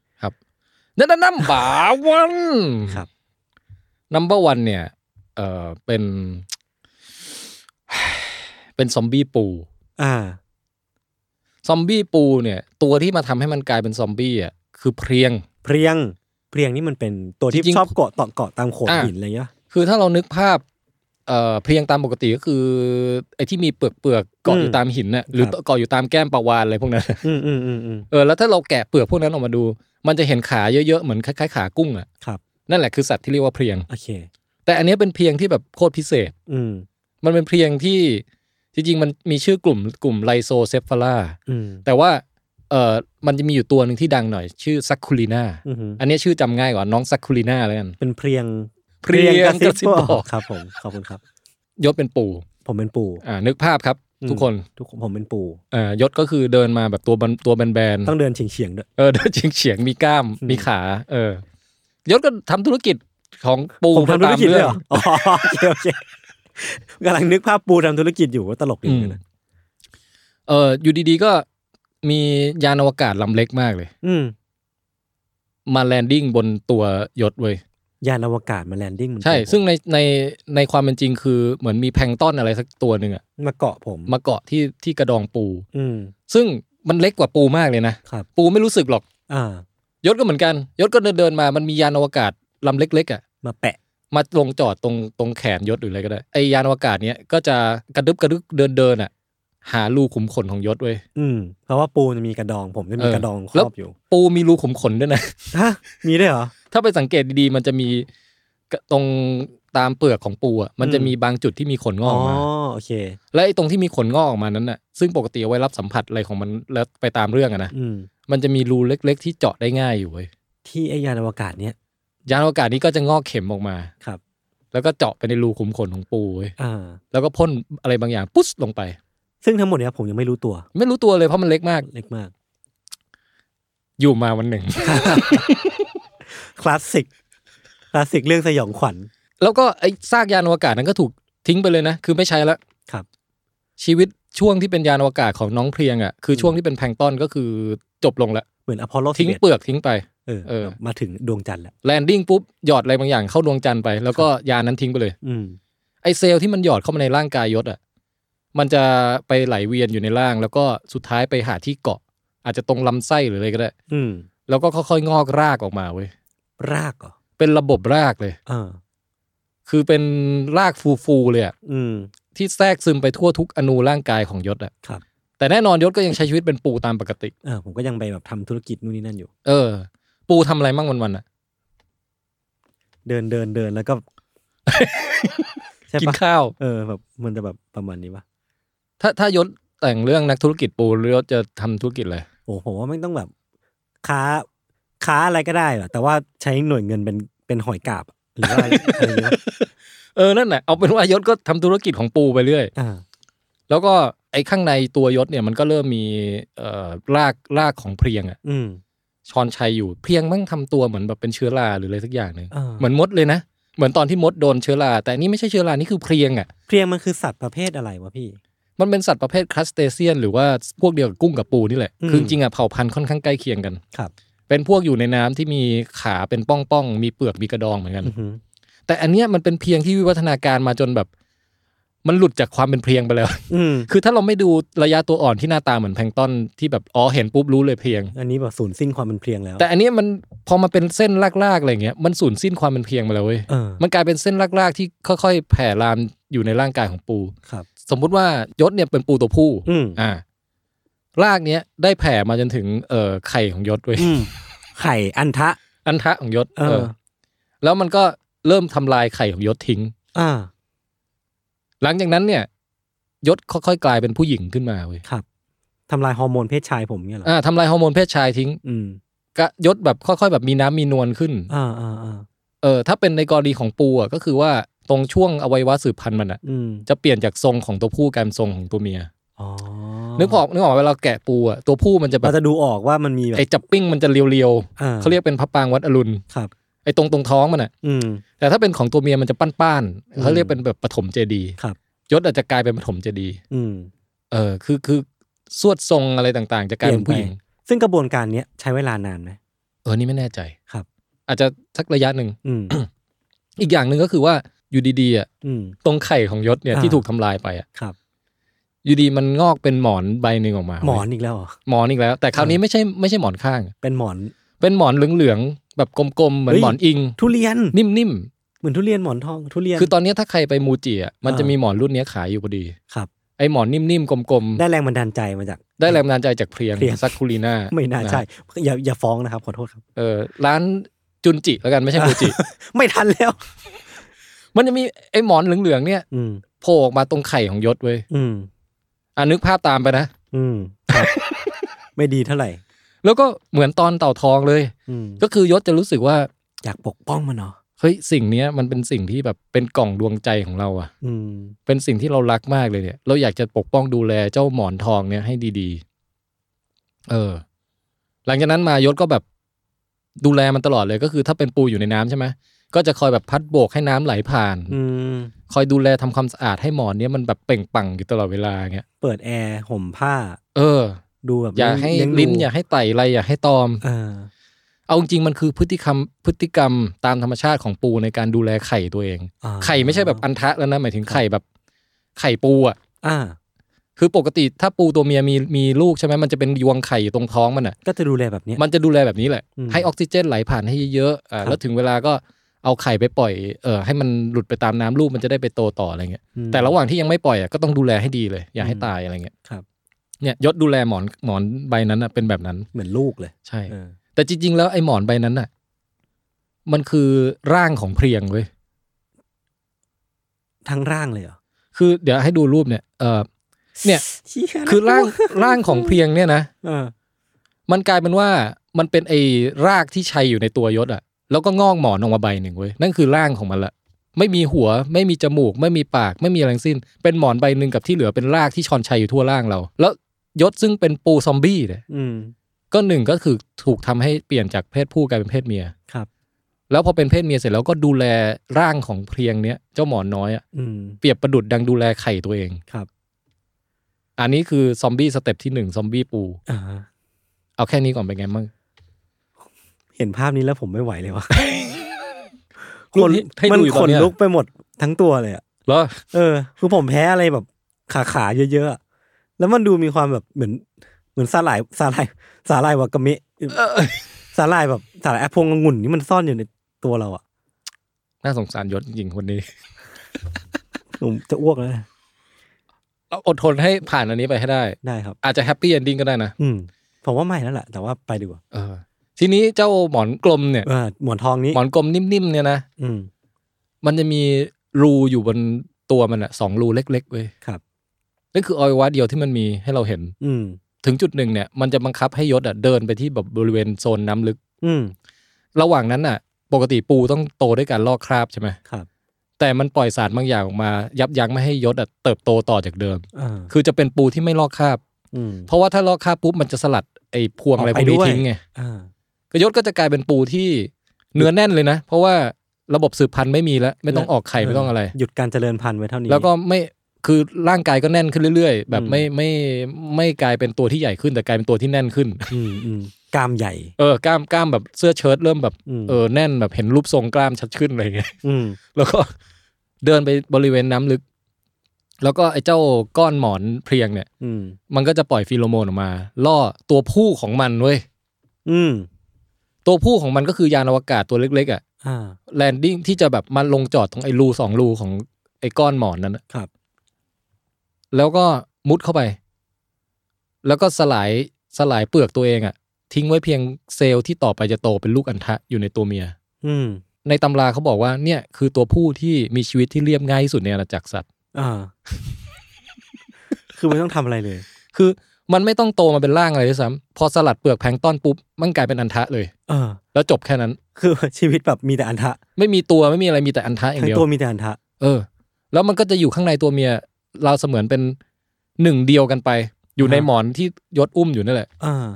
[SPEAKER 3] นั่นนะน้ำบ่าวัน
[SPEAKER 2] ครับ
[SPEAKER 3] น้ำบ่าวันเนี่ย เออเป็น เป็นซอมบี้ปู
[SPEAKER 2] อ่า
[SPEAKER 3] ซอมบี้ปูเนี่ย ตัวที่มาทำให้มันกลายเป็นซอมบี้อ่ะคือเพรียง
[SPEAKER 2] เพรียง เพรียงนี่มันเป็นตัวที่
[SPEAKER 3] จริงๆ
[SPEAKER 2] ชอบเกาะเต่อเกาะตามโขด
[SPEAKER 3] อ่า
[SPEAKER 2] หินอะไรเงี้ย
[SPEAKER 3] คือถ้าเรานึกภาพ เอ่อเพรียงตามปกติก็คือ ไอ้ที่มีเปลือกเปลือกๆเกาะอยู่
[SPEAKER 2] อืม
[SPEAKER 3] ตามหินน่ะหรือ
[SPEAKER 2] ครับ
[SPEAKER 3] เกาะอยู่ตามแก้มปลาวานอะไรพวกนั้น
[SPEAKER 2] อืมอืมอืมอืม
[SPEAKER 3] เออแล้วถ้าเราแกะเปลือกพวกนั้นออกมาดู มันจะเห็นขาเยอะๆเหมือนคล้ายๆขากุ้งอ่ะ
[SPEAKER 2] ครับ
[SPEAKER 3] นั่นแหละคือสัตว์ที่เรียกว่าเพรียง
[SPEAKER 2] โอเค
[SPEAKER 3] แต่อันเนี้ยเป็นเพลียงที่แบบโคตรพิเศษ
[SPEAKER 2] อืม
[SPEAKER 3] มันเป็นเพลียงที่จริงๆ มันมีชื่อกลุ่มกลุ่มไลโซเซฟฟาล่า
[SPEAKER 2] อืม
[SPEAKER 3] แต่ว่าเออมันจะมีอยู่ตัวหนึ่งที่ดังหน่อย ชื่อซักคูลีนา
[SPEAKER 2] อือหือ
[SPEAKER 3] อันเนี้ยชื่อจำง่ายกว่าน้องซักคูลีนาแล้วกัน
[SPEAKER 2] เป็นเพรียง
[SPEAKER 3] เพรียงกระซิบบอก
[SPEAKER 2] ครับผม ขอบคุณครับ
[SPEAKER 3] ยศเป็นปู่
[SPEAKER 2] ผมเป็นปู่
[SPEAKER 3] อ่านึกภาพครับ
[SPEAKER 2] อืม
[SPEAKER 3] ทุกคน
[SPEAKER 2] ทุกคนผมเป็นปู่
[SPEAKER 3] เอ่อยศก็คือเดินมาแบบตัวบันตัวแบน
[SPEAKER 2] ต้องเดินเฉียงเฉียงๆด้วย
[SPEAKER 3] ๆเออเดินเฉียง เฉียงๆมีกล้าม
[SPEAKER 2] อืม
[SPEAKER 3] มีขา เออยศก็ทำธุรกิจของปู่
[SPEAKER 2] ผมทำธุรกิจด้วยเหร
[SPEAKER 3] ตา
[SPEAKER 2] อ
[SPEAKER 3] ม
[SPEAKER 2] อ๋อโอเคโอเคกำลังนึกภาพปูทำธุรกิจอยู่ว่าตลกดี
[SPEAKER 3] อื
[SPEAKER 2] เหมือน
[SPEAKER 3] ม
[SPEAKER 2] กันนะ
[SPEAKER 3] เอออยู่ดีๆก็มียานอวกาศลำเล็กมากเลย
[SPEAKER 2] อืม
[SPEAKER 3] มาแลนดิ้งบนตัวยศเว้ย
[SPEAKER 2] ยานอวกาศมาแลนดิ้งมัน
[SPEAKER 3] ใช่ ซึ่งในในในความเป็นจริงคือเหมือนมีแพลงก์ต้อนอะไรสักตัวหนึ่งอะ
[SPEAKER 2] มาเกาะผม
[SPEAKER 3] มาเกาะที่ที่กระดองปู
[SPEAKER 2] อืม
[SPEAKER 3] ซึ่ง มันเล็กกว่าปูมากเลยนะครับ ปูไม่รู้สึกหรอก
[SPEAKER 2] อ่า
[SPEAKER 3] ยศก็เหมือนกันยศก็เดินเดินๆมามันมียานอวกาศลำเล็กๆอ่ะ
[SPEAKER 2] มาแปะ
[SPEAKER 3] มาลงจอดตรงตรงแขนยศหรืออะไรก็ได้ไอยานอวกาศเนี้ยก็จะกระดึบกระดึบเดินเดินอ่ะ หารูขุมขนของยศเว้ย
[SPEAKER 2] อืม เพราะว่าปูจะมีกระดอง ผมจะมี
[SPEAKER 3] เออก
[SPEAKER 2] ระดองคร
[SPEAKER 3] แล้
[SPEAKER 2] อ
[SPEAKER 3] ว
[SPEAKER 2] บอยู่
[SPEAKER 3] ปูมีรูขุมขนด้วยนะ
[SPEAKER 2] ฮะมีได้วยเหรอ
[SPEAKER 3] ถ้าไปสังเกตดีๆ มันจะมีกระตรงตามเปลือกของปูอ่ะมันจะมีบางจุดที่มีขนง
[SPEAKER 2] อ๋
[SPEAKER 3] อ
[SPEAKER 2] อก
[SPEAKER 3] มา
[SPEAKER 2] โอเค
[SPEAKER 3] และไอตรงที่มีขนงอกออกมานั้นน่ะซึ่งปกติเอาไว้รับสัมผัสอะไรของมันแล้วไปตามเรื่องอะนะ
[SPEAKER 2] อืม
[SPEAKER 3] มันจะมีรูเล็ก ๆ ที่เจาะได้ง่ายอยู่เว้ย
[SPEAKER 2] ที่ไอยานอวกาศเนี้ย
[SPEAKER 3] ยานอวกาศนี้ก็จะงอกเข็มออกมา
[SPEAKER 2] ครับ
[SPEAKER 3] แล้วก็เจาะไปในรูขุมขนของปูเว้ย
[SPEAKER 2] อ่า
[SPEAKER 3] แล้วก็พ่นอะไรบางอย่างปุ๊บลงไป
[SPEAKER 2] ซึ่งทั้งหมดเนี้ยผมยังไม่รู้ตัว
[SPEAKER 3] ไม่รู้ตัวเลยเพราะมันเล็กมาก
[SPEAKER 2] เล็ก มาก
[SPEAKER 3] อยู่มาวันหนึ่ง
[SPEAKER 2] คลาสสิก คลาสสิกเรื่องสยองขวัญ
[SPEAKER 3] แล้วก็ไอ้ซากยานอวกาศนั้นก็ถูกทิ้งไปเลยนะ คือไม่ใช้แล้ว
[SPEAKER 2] ครับ
[SPEAKER 3] ชีวิตช่วงที่เป็นยานอวกาศของน้องเพลียงอ่ะคือช่วงที่เป็นแพลงก์ตอนก็คือจบลงแล้ว
[SPEAKER 2] เหมือนอพอลโล
[SPEAKER 3] ทิ้ง
[SPEAKER 2] 11
[SPEAKER 3] เปลือกทิ้งไป
[SPEAKER 2] เออ
[SPEAKER 3] เออ
[SPEAKER 2] มาถึงดวงจันทร์แล้ว
[SPEAKER 3] แลนดิ้งปุ๊บ หยอดอะไรบางอย่างเข้าดวงจันทร์ไป แล้วก็ยานนั้นทิ้งไปเลย
[SPEAKER 2] อืม
[SPEAKER 3] ไอเซลล์ที่มันหยอดเข้ามาในร่างกายยศอ่ะมันจะไปไหลเวียนอยู่ในร่าง แล้วก็สุดท้ายไปหาที่เกาะ อาจจะตรงลำไส้หรืออะไรก็ได้
[SPEAKER 2] อืม
[SPEAKER 3] แล้วก็ค่อยๆงอกรากออกมาเว้ย
[SPEAKER 2] รากเหรอ
[SPEAKER 3] เป็นระบบรากเลย
[SPEAKER 2] เออ
[SPEAKER 3] คือเป็นรากฟูๆเลยอะ
[SPEAKER 2] อืม
[SPEAKER 3] ที่แทรกซึมไปทั่วทุกอนูร่างกายของยศอะ
[SPEAKER 2] ครับ
[SPEAKER 3] แต่แน่นอนยศก็ยังใช้ชีวิตเป็นปูตามปกติ
[SPEAKER 2] เออ ผมก็ยังไปแบบทำธุรกิจนู่นนี่นั่นอยู่
[SPEAKER 3] เออ ปูทำอะไรมั่งวันๆอะ
[SPEAKER 2] เดินเดินเดิน แล้วก็ ใช่
[SPEAKER 3] กิน
[SPEAKER 2] ปะ
[SPEAKER 3] ข้าว
[SPEAKER 2] เออแบบมันจะแบบประมาณนี้ปะ
[SPEAKER 3] ถ้าถ้ายศแต่งเรื่องนักธุรกิจปูยศจะทำธุรกิจอะไร
[SPEAKER 2] โอ้ผมว่าไม่ต้องแบบ ค้า ค้าอะไรก็ได้อะแต่ว่าใช้หน่วยเงินเป็นเป็นหอยกาบอะหรือว่า อะไรอะไรอย่างเงี้ย
[SPEAKER 3] เออนั่นแหละเอาเป็นว่ายศก็ทำธุรกิจของปูไปเรื่อย
[SPEAKER 2] อ่า
[SPEAKER 3] แล้วก็ไอ้ข้างในตัวยศเนี่ยมันก็เริ่มมีเอ่อรากรากของเพลียงอะ
[SPEAKER 2] อืม
[SPEAKER 3] ชอนชัยอยู่เพลียงมั่งทำตัวเหมือนแบบเป็นเชื้อราหรืออะไรสักอย่างหนึ่ง
[SPEAKER 2] อ่า
[SPEAKER 3] เหมือนมดเลยนะเหมือนตอนที่มดโดนเชื้อราแต่อันนี่ไม่ใช่เชื้อรานี่คือเพลียงอะ
[SPEAKER 2] เพลียงมันคือสัตว์ประเภทอะไรวะพี่
[SPEAKER 3] มันเป็นสัตว์ประเภทครัสเตเซียน หรือว่าพวกเดียวกับกุ้งกับปูนี่แหละ
[SPEAKER 2] อืม
[SPEAKER 3] คือจริงๆอ่ะเผ่าพันธุ์ค่อนข้างใกล้เคียงกัน
[SPEAKER 2] ครับ
[SPEAKER 3] เป็นพวกอยู่ในน้ำที่มีขาเป็นป้องๆ มีเปลือกมีกระดองเหมือนกัน
[SPEAKER 2] อือหือ
[SPEAKER 3] แต่อันเนี้ยมันเป็นเพลียงที่วิวัฒนาการมาจนแบบ มันหลุดจากความเป็นเพลียงไปแล้ว
[SPEAKER 2] อืม
[SPEAKER 3] คือถ้าเราไม่ดูระยะตัวอ่อนที่หน้าตาเหมือนแพลงก์ตอนที่แบบอ๋อเห็นปุ๊บรู้เลยเพลียง
[SPEAKER 2] อันนี้แบบสูญสิ้นความเป็นเพลียงแล้ว
[SPEAKER 3] แต่อันเนี้ยมันพอมาเป็นเส้นลากๆอะไรเงี้ยมันสูญสิ้นความเป็นเพลียงไปแล้วเว้ย
[SPEAKER 2] เออ
[SPEAKER 3] มันกลายเป็นเส้นลากๆที่ค่อยๆ แผ่ลามอยู่ในร่างกายของปู
[SPEAKER 2] ครับ
[SPEAKER 3] สมมุติว่ายศเนี่ยเป็นปูตัวผู้
[SPEAKER 2] อืม
[SPEAKER 3] อ่ารากเนี้ยได้แผ่มาจนถึงเอ่อไข่ของยศเว้ย
[SPEAKER 2] อืมไข่อันทะ
[SPEAKER 3] อันทะของยศ
[SPEAKER 2] เออ
[SPEAKER 3] แล้วมันก็เริ่มทำลายไข่ของยศทิ้ง
[SPEAKER 2] อ่า
[SPEAKER 3] หลังจากนั้นเนี่ย ยศค่อยๆกลายเป็นผู้หญิงขึ้นมาเว้ย
[SPEAKER 2] ครับทำลายฮอร์โมนเพศชายผมเนี่ยเหรอ
[SPEAKER 3] อ่าทำลายฮอร์โมนเพศชายทิ้ง
[SPEAKER 2] อืม
[SPEAKER 3] กะยศแบบค่อยๆ แบบมีน้ำมีนวลขึ้น
[SPEAKER 2] อ่าอ่าอ่า
[SPEAKER 3] เออถ้าเป็นในกรณีของปูอ่ะก็คือว่าตรงช่วงอวัยวะสืบพันธุ์มันอ่ะ
[SPEAKER 2] อืม
[SPEAKER 3] จะเปลี่ยนจากทรงของตัวผู้กลายเป็นทรงของตัวเมีย
[SPEAKER 2] อ๋อ
[SPEAKER 3] นึกออกนึกออกเวลาเราแกะปูอ่ะตัวผู้มันจะแบ
[SPEAKER 2] เรา
[SPEAKER 3] บ
[SPEAKER 2] จะดูออกว่ามันมีแบบ
[SPEAKER 3] ไอ้จับปิ้งมันจะเรียว
[SPEAKER 2] อ่
[SPEAKER 3] ๆเขาเรียกเป็นพระปรางวัดอรุณ
[SPEAKER 2] ครับ
[SPEAKER 3] ไอ้ตรงตรงท้องมันอ่ะ
[SPEAKER 2] อืม
[SPEAKER 3] แต่ถ้าเป็นของตัวเมียมันจะป้าน
[SPEAKER 2] อืม
[SPEAKER 3] ๆเขาเรียกเป็นแบบปฐมเจดีย์
[SPEAKER 2] ครับ
[SPEAKER 3] ยศอาจจะกลายเป็นปฐมเจดีย์
[SPEAKER 2] อืม
[SPEAKER 3] เออคือคือสวดทรงอะไรต่างๆ จะกลายเป็นผู้หญิง
[SPEAKER 2] ซึ่งกระบวนการเนี้ยใช้เวลานานไหม
[SPEAKER 3] เออนี่ไม่แน่ใจ
[SPEAKER 2] ครับ
[SPEAKER 3] อาจจะสักระยะหนึ่ง
[SPEAKER 2] อืม
[SPEAKER 3] อีกอย่างหนึ่งก็คือว่าอยู่ดีๆอ่ะ
[SPEAKER 2] อืม
[SPEAKER 3] ตรงไข่ของยศเนี่ย
[SPEAKER 2] อ่า
[SPEAKER 3] ที่ถูกทำลายไปอ่ะ
[SPEAKER 2] ครับ
[SPEAKER 3] อยู่ดีมันงอกเป็นหมอนใบหนึ่งออกมา
[SPEAKER 2] หมอนอีกแล้วเหรอ
[SPEAKER 3] หมอนอีกแล้ว แต่คราวนี้ไม่ใช่ไม่ใช่หมอนข้าง
[SPEAKER 2] เป็นหมอน
[SPEAKER 3] เป็นหมอนเหลืองๆแบบกลมๆเหมือน
[SPEAKER 2] เฮ้ย
[SPEAKER 3] หมอนอิง
[SPEAKER 2] ทุเรียน
[SPEAKER 3] นิ่ม
[SPEAKER 2] เหมือนทุเรียนหมอนทองทุเรียน
[SPEAKER 3] ๆคือตอนเนี้ยถ้าใครไปมูจิอ่ะมัน
[SPEAKER 2] อ่า
[SPEAKER 3] จะมีหมอนรุ่นเนี้ยขายอยู่พอดี
[SPEAKER 2] ครับ
[SPEAKER 3] ไอหมอนนิ่มๆกลมๆ
[SPEAKER 2] ได้แรงบันดาลใจมาจาก
[SPEAKER 3] ได้แรงบันดาลใจจากเพลียง
[SPEAKER 2] เพลียง
[SPEAKER 3] ซักคูลีน่า
[SPEAKER 2] ไม่น่าใช่
[SPEAKER 3] ะ
[SPEAKER 2] อย่าอย่าฟ้องนะครับขอโทษครับ
[SPEAKER 3] เออร้านจุนจิแล้วกันไม่ใช่
[SPEAKER 2] อ่ะ
[SPEAKER 3] โก จิ
[SPEAKER 2] ไม่ทันแล้ว
[SPEAKER 3] มันจะมีไอ้หมอนเหลืองๆเนี่ย
[SPEAKER 2] อืม
[SPEAKER 3] โผล่ออกมาตรงไข่ของยศเว้ย
[SPEAKER 2] อืม
[SPEAKER 3] อ่านึกภาพตามไปนะ
[SPEAKER 2] อืม ครับ ไม่ดีเท่าไหร่
[SPEAKER 3] แล้วก็เหมือนตอนเต่าทองเลย
[SPEAKER 2] อืม
[SPEAKER 3] ก็คือยศจะรู้สึกว่า
[SPEAKER 2] อยากปกป้องมันเนาะ
[SPEAKER 3] เฮ้ยสิ่งเนี้ยมันเป็นสิ่งที่แบบเป็นกล่องดวงใจของเราอะ
[SPEAKER 2] อืม
[SPEAKER 3] เป็นสิ่งที่เรารักมากเลยเนี่ย เราอยากจะปกป้องดูแลเจ้าหมอนทองเนี่ยให้ดีๆ เออ หลังจากนั้นมายศก็แบบดูแลมันตลอดเลยก็คือถ้าเป็นปูอยู่ในน้ำใช่ไหมก็จะคอยแบบพัดโบกให้น้ำไหลผ่าน
[SPEAKER 2] อืม
[SPEAKER 3] คอยดูแลทำความสะอาดให้หมอนเนี้ยมันแบบเปล่งปลั่งอยู่ตลอดเวลาเงี้ย
[SPEAKER 2] เปิดแอร์ห่มผ้า
[SPEAKER 3] เออ
[SPEAKER 2] ดูแบบ
[SPEAKER 3] อย่าให้
[SPEAKER 2] เงดู
[SPEAKER 3] ลิ้นอย่าให้ไตอะไรอย่าให้ตอม
[SPEAKER 2] เออ
[SPEAKER 3] เอาจริงๆมันคือพฤติกรรมพฤติกรรมตามธรรมชาติของปูในการดูแลไข่ตัวเอง
[SPEAKER 2] อ่า
[SPEAKER 3] ไข่ไม่ใช่แบบอันทะแล้วนะหมายถึงไข่แบบ ไข่ปูอ่ะ
[SPEAKER 2] อ่า
[SPEAKER 3] คือปกติถ้าปูตัวเมียมีมีลูกใช่ไหมมันจะเป็นยวงไข่อยู่ตรงท้องมันอ่ะ
[SPEAKER 2] ก็จะดูแลแบบเนี้ย
[SPEAKER 3] มันจะดูแลแบบนี้แหละ
[SPEAKER 2] อืม
[SPEAKER 3] ให้ออกซิเจนไหลผ่านให้เยอะๆ
[SPEAKER 2] ค
[SPEAKER 3] อ่า
[SPEAKER 2] รับ
[SPEAKER 3] แล้วถึงเวลาก็เอาไข่ไปปล่อยเออให้มันหลุดไปตามน้ำลูกมันจะได้ไปโตต่ออะไรเงี้ย
[SPEAKER 2] อืม
[SPEAKER 3] แต่ระหว่างที่ยังไม่ปล่อยอ่ะก็ต้องดูแลให้ดีเลย อย่าให้
[SPEAKER 2] อืม
[SPEAKER 3] ตายอะไรเงี้ย
[SPEAKER 2] ครับ
[SPEAKER 3] เนี่ยยศดูแลหมอนหมอนใบนั้นอ่ะเป็นแบบนั้น
[SPEAKER 2] เหมือนลูกเลย
[SPEAKER 3] ใช่
[SPEAKER 2] เออ
[SPEAKER 3] แต่จริง ๆ แล้วไอ้หมอนใบนั้นน่ะ มันคือร่างของเพรียงเว้ย
[SPEAKER 2] ทั้งร่างเลยเหรอ
[SPEAKER 3] คือเดี๋ยวให้ดูรูปเนี่ย เออเนี่ย
[SPEAKER 2] เชี่ยน่
[SPEAKER 3] คือร่าง
[SPEAKER 2] กลัว
[SPEAKER 3] ร่างของเพรียงเนี่ยนะ
[SPEAKER 2] เออ
[SPEAKER 3] มันกลายเป็นว่ามันเป็นไอ้รากที่ชัยอยู่ในตัวยศอะแล้วก็งอกหมอนออกมาใบหนึ่งเว้ยนั่นคือร่างของมันละไม่มีหัวไม่มีจมูก ไม่มีปาก ไม่มีอะไรทั้งสิ้น เป็นหมอนใบหนึ่งกับที่เหลือเป็นรากที่ชอนชัยอยู่ทั่วร่างเรา แล้วยศซึ่งเป็นปูซอมบี้เนี่ย
[SPEAKER 2] อืม
[SPEAKER 3] ก็หนึ่งก็คือถูกทำให้เปลี่ยนจากเพศผู้กลายเป็นเพศเมีย
[SPEAKER 2] ครับ
[SPEAKER 3] แล้วพอเป็นเพศเมียเสร็จแล้วก็ดูแลร่างของเพรียงเนี้ยเจ้าหมอนน้อยอะ
[SPEAKER 2] อืม
[SPEAKER 3] เปรียบประดุดดังดูแลไข่ตัวเอง
[SPEAKER 2] ครับ
[SPEAKER 3] อันนี้คือซอมบี้สเต็ปที่หนึ่งซอมบี้ปู
[SPEAKER 2] อ่า
[SPEAKER 3] เอาแค่นี้ก่อนเป็นไงบ้าง
[SPEAKER 2] เห็นภาพนี้แล้วผมไม่ไหวเลยวะ
[SPEAKER 3] รูปที่ให้ดู
[SPEAKER 2] มัน
[SPEAKER 3] อยู่
[SPEAKER 2] ข
[SPEAKER 3] ตอน
[SPEAKER 2] น
[SPEAKER 3] เนี้ย
[SPEAKER 2] ลุกไปหมดทั้งตัวเลยอะ
[SPEAKER 3] เหรอ
[SPEAKER 2] เออ คือผมแพ้อะไรแบบขาขาๆเยอะๆอะแล้วมันดูมีความแบบเหมือน เหมือนสาหร่ายสาหร่ายสาหร่ายวากาเมะสาหร่ายแบบสาหร่ายแอปพวงองุ่นนี่มันซ่อนอยู่ในตัวเราอะ
[SPEAKER 3] น่าสงสารยศจริงๆคนนี้
[SPEAKER 2] ผมจะอ้วกแล้วนะ
[SPEAKER 3] เราอดทนให้ผ่านอันนี้ไปให้ได้
[SPEAKER 2] ได้ครับ
[SPEAKER 3] อาจจะแฮปปี้เอนดิ้งก็ได้นะ
[SPEAKER 2] อืม ผมว่าไม่แล้วล่ะ แต่ว่าไปดีกว่า
[SPEAKER 3] เออทีนี้เจ้าหมอนกลมเนี่ย
[SPEAKER 2] เออหมอนทองนี้
[SPEAKER 3] หมอนกลมนิ่มๆเนี่ยนะ
[SPEAKER 2] อืม
[SPEAKER 3] มันจะมีรูอยู่บนตัวมันอะสองรูเล็กๆเว้ย
[SPEAKER 2] ครับ
[SPEAKER 3] นั่นคืออวัยวะเดียวที่มันมีให้เราเห็น
[SPEAKER 2] อืม
[SPEAKER 3] ถึงจุดหนึ่งเนี่ย มันจะบังคับให้ยศอะเดินไปที่แบบบริเวณโซนน้ำลึก
[SPEAKER 2] อืม
[SPEAKER 3] ระหว่างนั้นอะปกติปูต้องโตด้วยการลอกคราบใช่ไหม
[SPEAKER 2] ครับ
[SPEAKER 3] แต่มันปล่อยสารบางอย่างออกมา ยับยั้งไม่ให้ยศอะเติบโตต่อจากเดิม
[SPEAKER 2] อ่า
[SPEAKER 3] คือจะเป็นปูที่ไม่ลอกคราบ
[SPEAKER 2] อืม
[SPEAKER 3] เพราะว่าถ้าลอกคราบปุ๊บมันจะสลัดไอ้พวงอะไรพวกนี้
[SPEAKER 2] ออกไปด้วย
[SPEAKER 3] ทิ้งไง
[SPEAKER 2] อ่า
[SPEAKER 3] ก็ยศก็จะกลายเป็นปูที่เนื้อแน่นเลยนะ เพราะว่าระบบสืบพันธุ์ไม่มีแล้ว ไม่ต้องออกไข่ไม่ต้องอะไร
[SPEAKER 2] หยุดการเจริญพันธุ์ไว้เท่านี้
[SPEAKER 3] แล้วก็ไม่คือร่างกายก็แน่นขึ้นเรื่อย ๆ แบบ
[SPEAKER 2] อืม
[SPEAKER 3] ไม่ไม่ไม่กลายเป็นตัวที่ใหญ่ขึ้นแต่กลายเป็นตัวที่แน่นขึ้น
[SPEAKER 2] อืมอืมกล้ามใหญ่
[SPEAKER 3] เออกล้ามกล้ามแบบเสื้อเชิ้ตเริ่มแบบ
[SPEAKER 2] อืม
[SPEAKER 3] เออแน่นแบบเห็นรูปทรงกล้ามชัดขึ้นอะไรอย่างเงี้ย
[SPEAKER 2] อืม
[SPEAKER 3] แล้วก็ เดินไปบริเวณน้ำลึก แล้วก็ไอ้เจ้าก้อนหมอนเพลียงเนี่ย
[SPEAKER 2] อืม
[SPEAKER 3] มันก็จะปล่อยฟีโรโมนออกมา ล่อตัวผู้ของมันเว้ย
[SPEAKER 2] อืม
[SPEAKER 3] ตัวผู้ของมันก็คือยานอวกาศตัวเล็กๆอ่ะ
[SPEAKER 2] อ่า
[SPEAKER 3] แลนดิ้งที่จะแบบมาลงจอดตรงไอ้รูสองรูของไอ้ก้อนหมอนนั้นอะ
[SPEAKER 2] ครับ
[SPEAKER 3] แล้วก็มุดเข้าไป แล้วก็สลายสลายเปลือกตัวเองอ่ะ ทิ้งไว้เพียงเซลล์ที่ต่อไปจะโตเป็นลูกอัณฑะอยู่ในตัวเมีย
[SPEAKER 2] อืม
[SPEAKER 3] ในตำราเขาบอกว่าเนี่ยคือตัวผู้ที่มีชีวิตที่เรียบง่ายที่สุดในอาณาจักรสัตว์
[SPEAKER 2] อ่า คือไม่ต้องทำอะไรเลย
[SPEAKER 3] คือมันไม่ต้องโตมาเป็นร่างอะไรด้วยซ้ำพอสลัดเปลือกแพลงก์ต้อนปุ๊บมันกลายเป็นอันทะเลย
[SPEAKER 2] เออ
[SPEAKER 3] แล้วจบแค่นั้น
[SPEAKER 2] คือชีวิตแบบมีแต่อันทะ
[SPEAKER 3] ไม่มีตัวไม่มีอะไรมีแต่อันทะอย่าง
[SPEAKER 2] ทั้ง
[SPEAKER 3] เดียว
[SPEAKER 2] ตัวมีแต่อันทะ
[SPEAKER 3] เออ แล้วมันก็จะอยู่ข้างในตัวเมีย เราเสมือนเป็นหนึ่งเดียวกันไป อยู่ใน
[SPEAKER 2] อ่าฮะ
[SPEAKER 3] หมอนที่ยศอุ้มอยู่นั่นแหละ
[SPEAKER 2] อ่า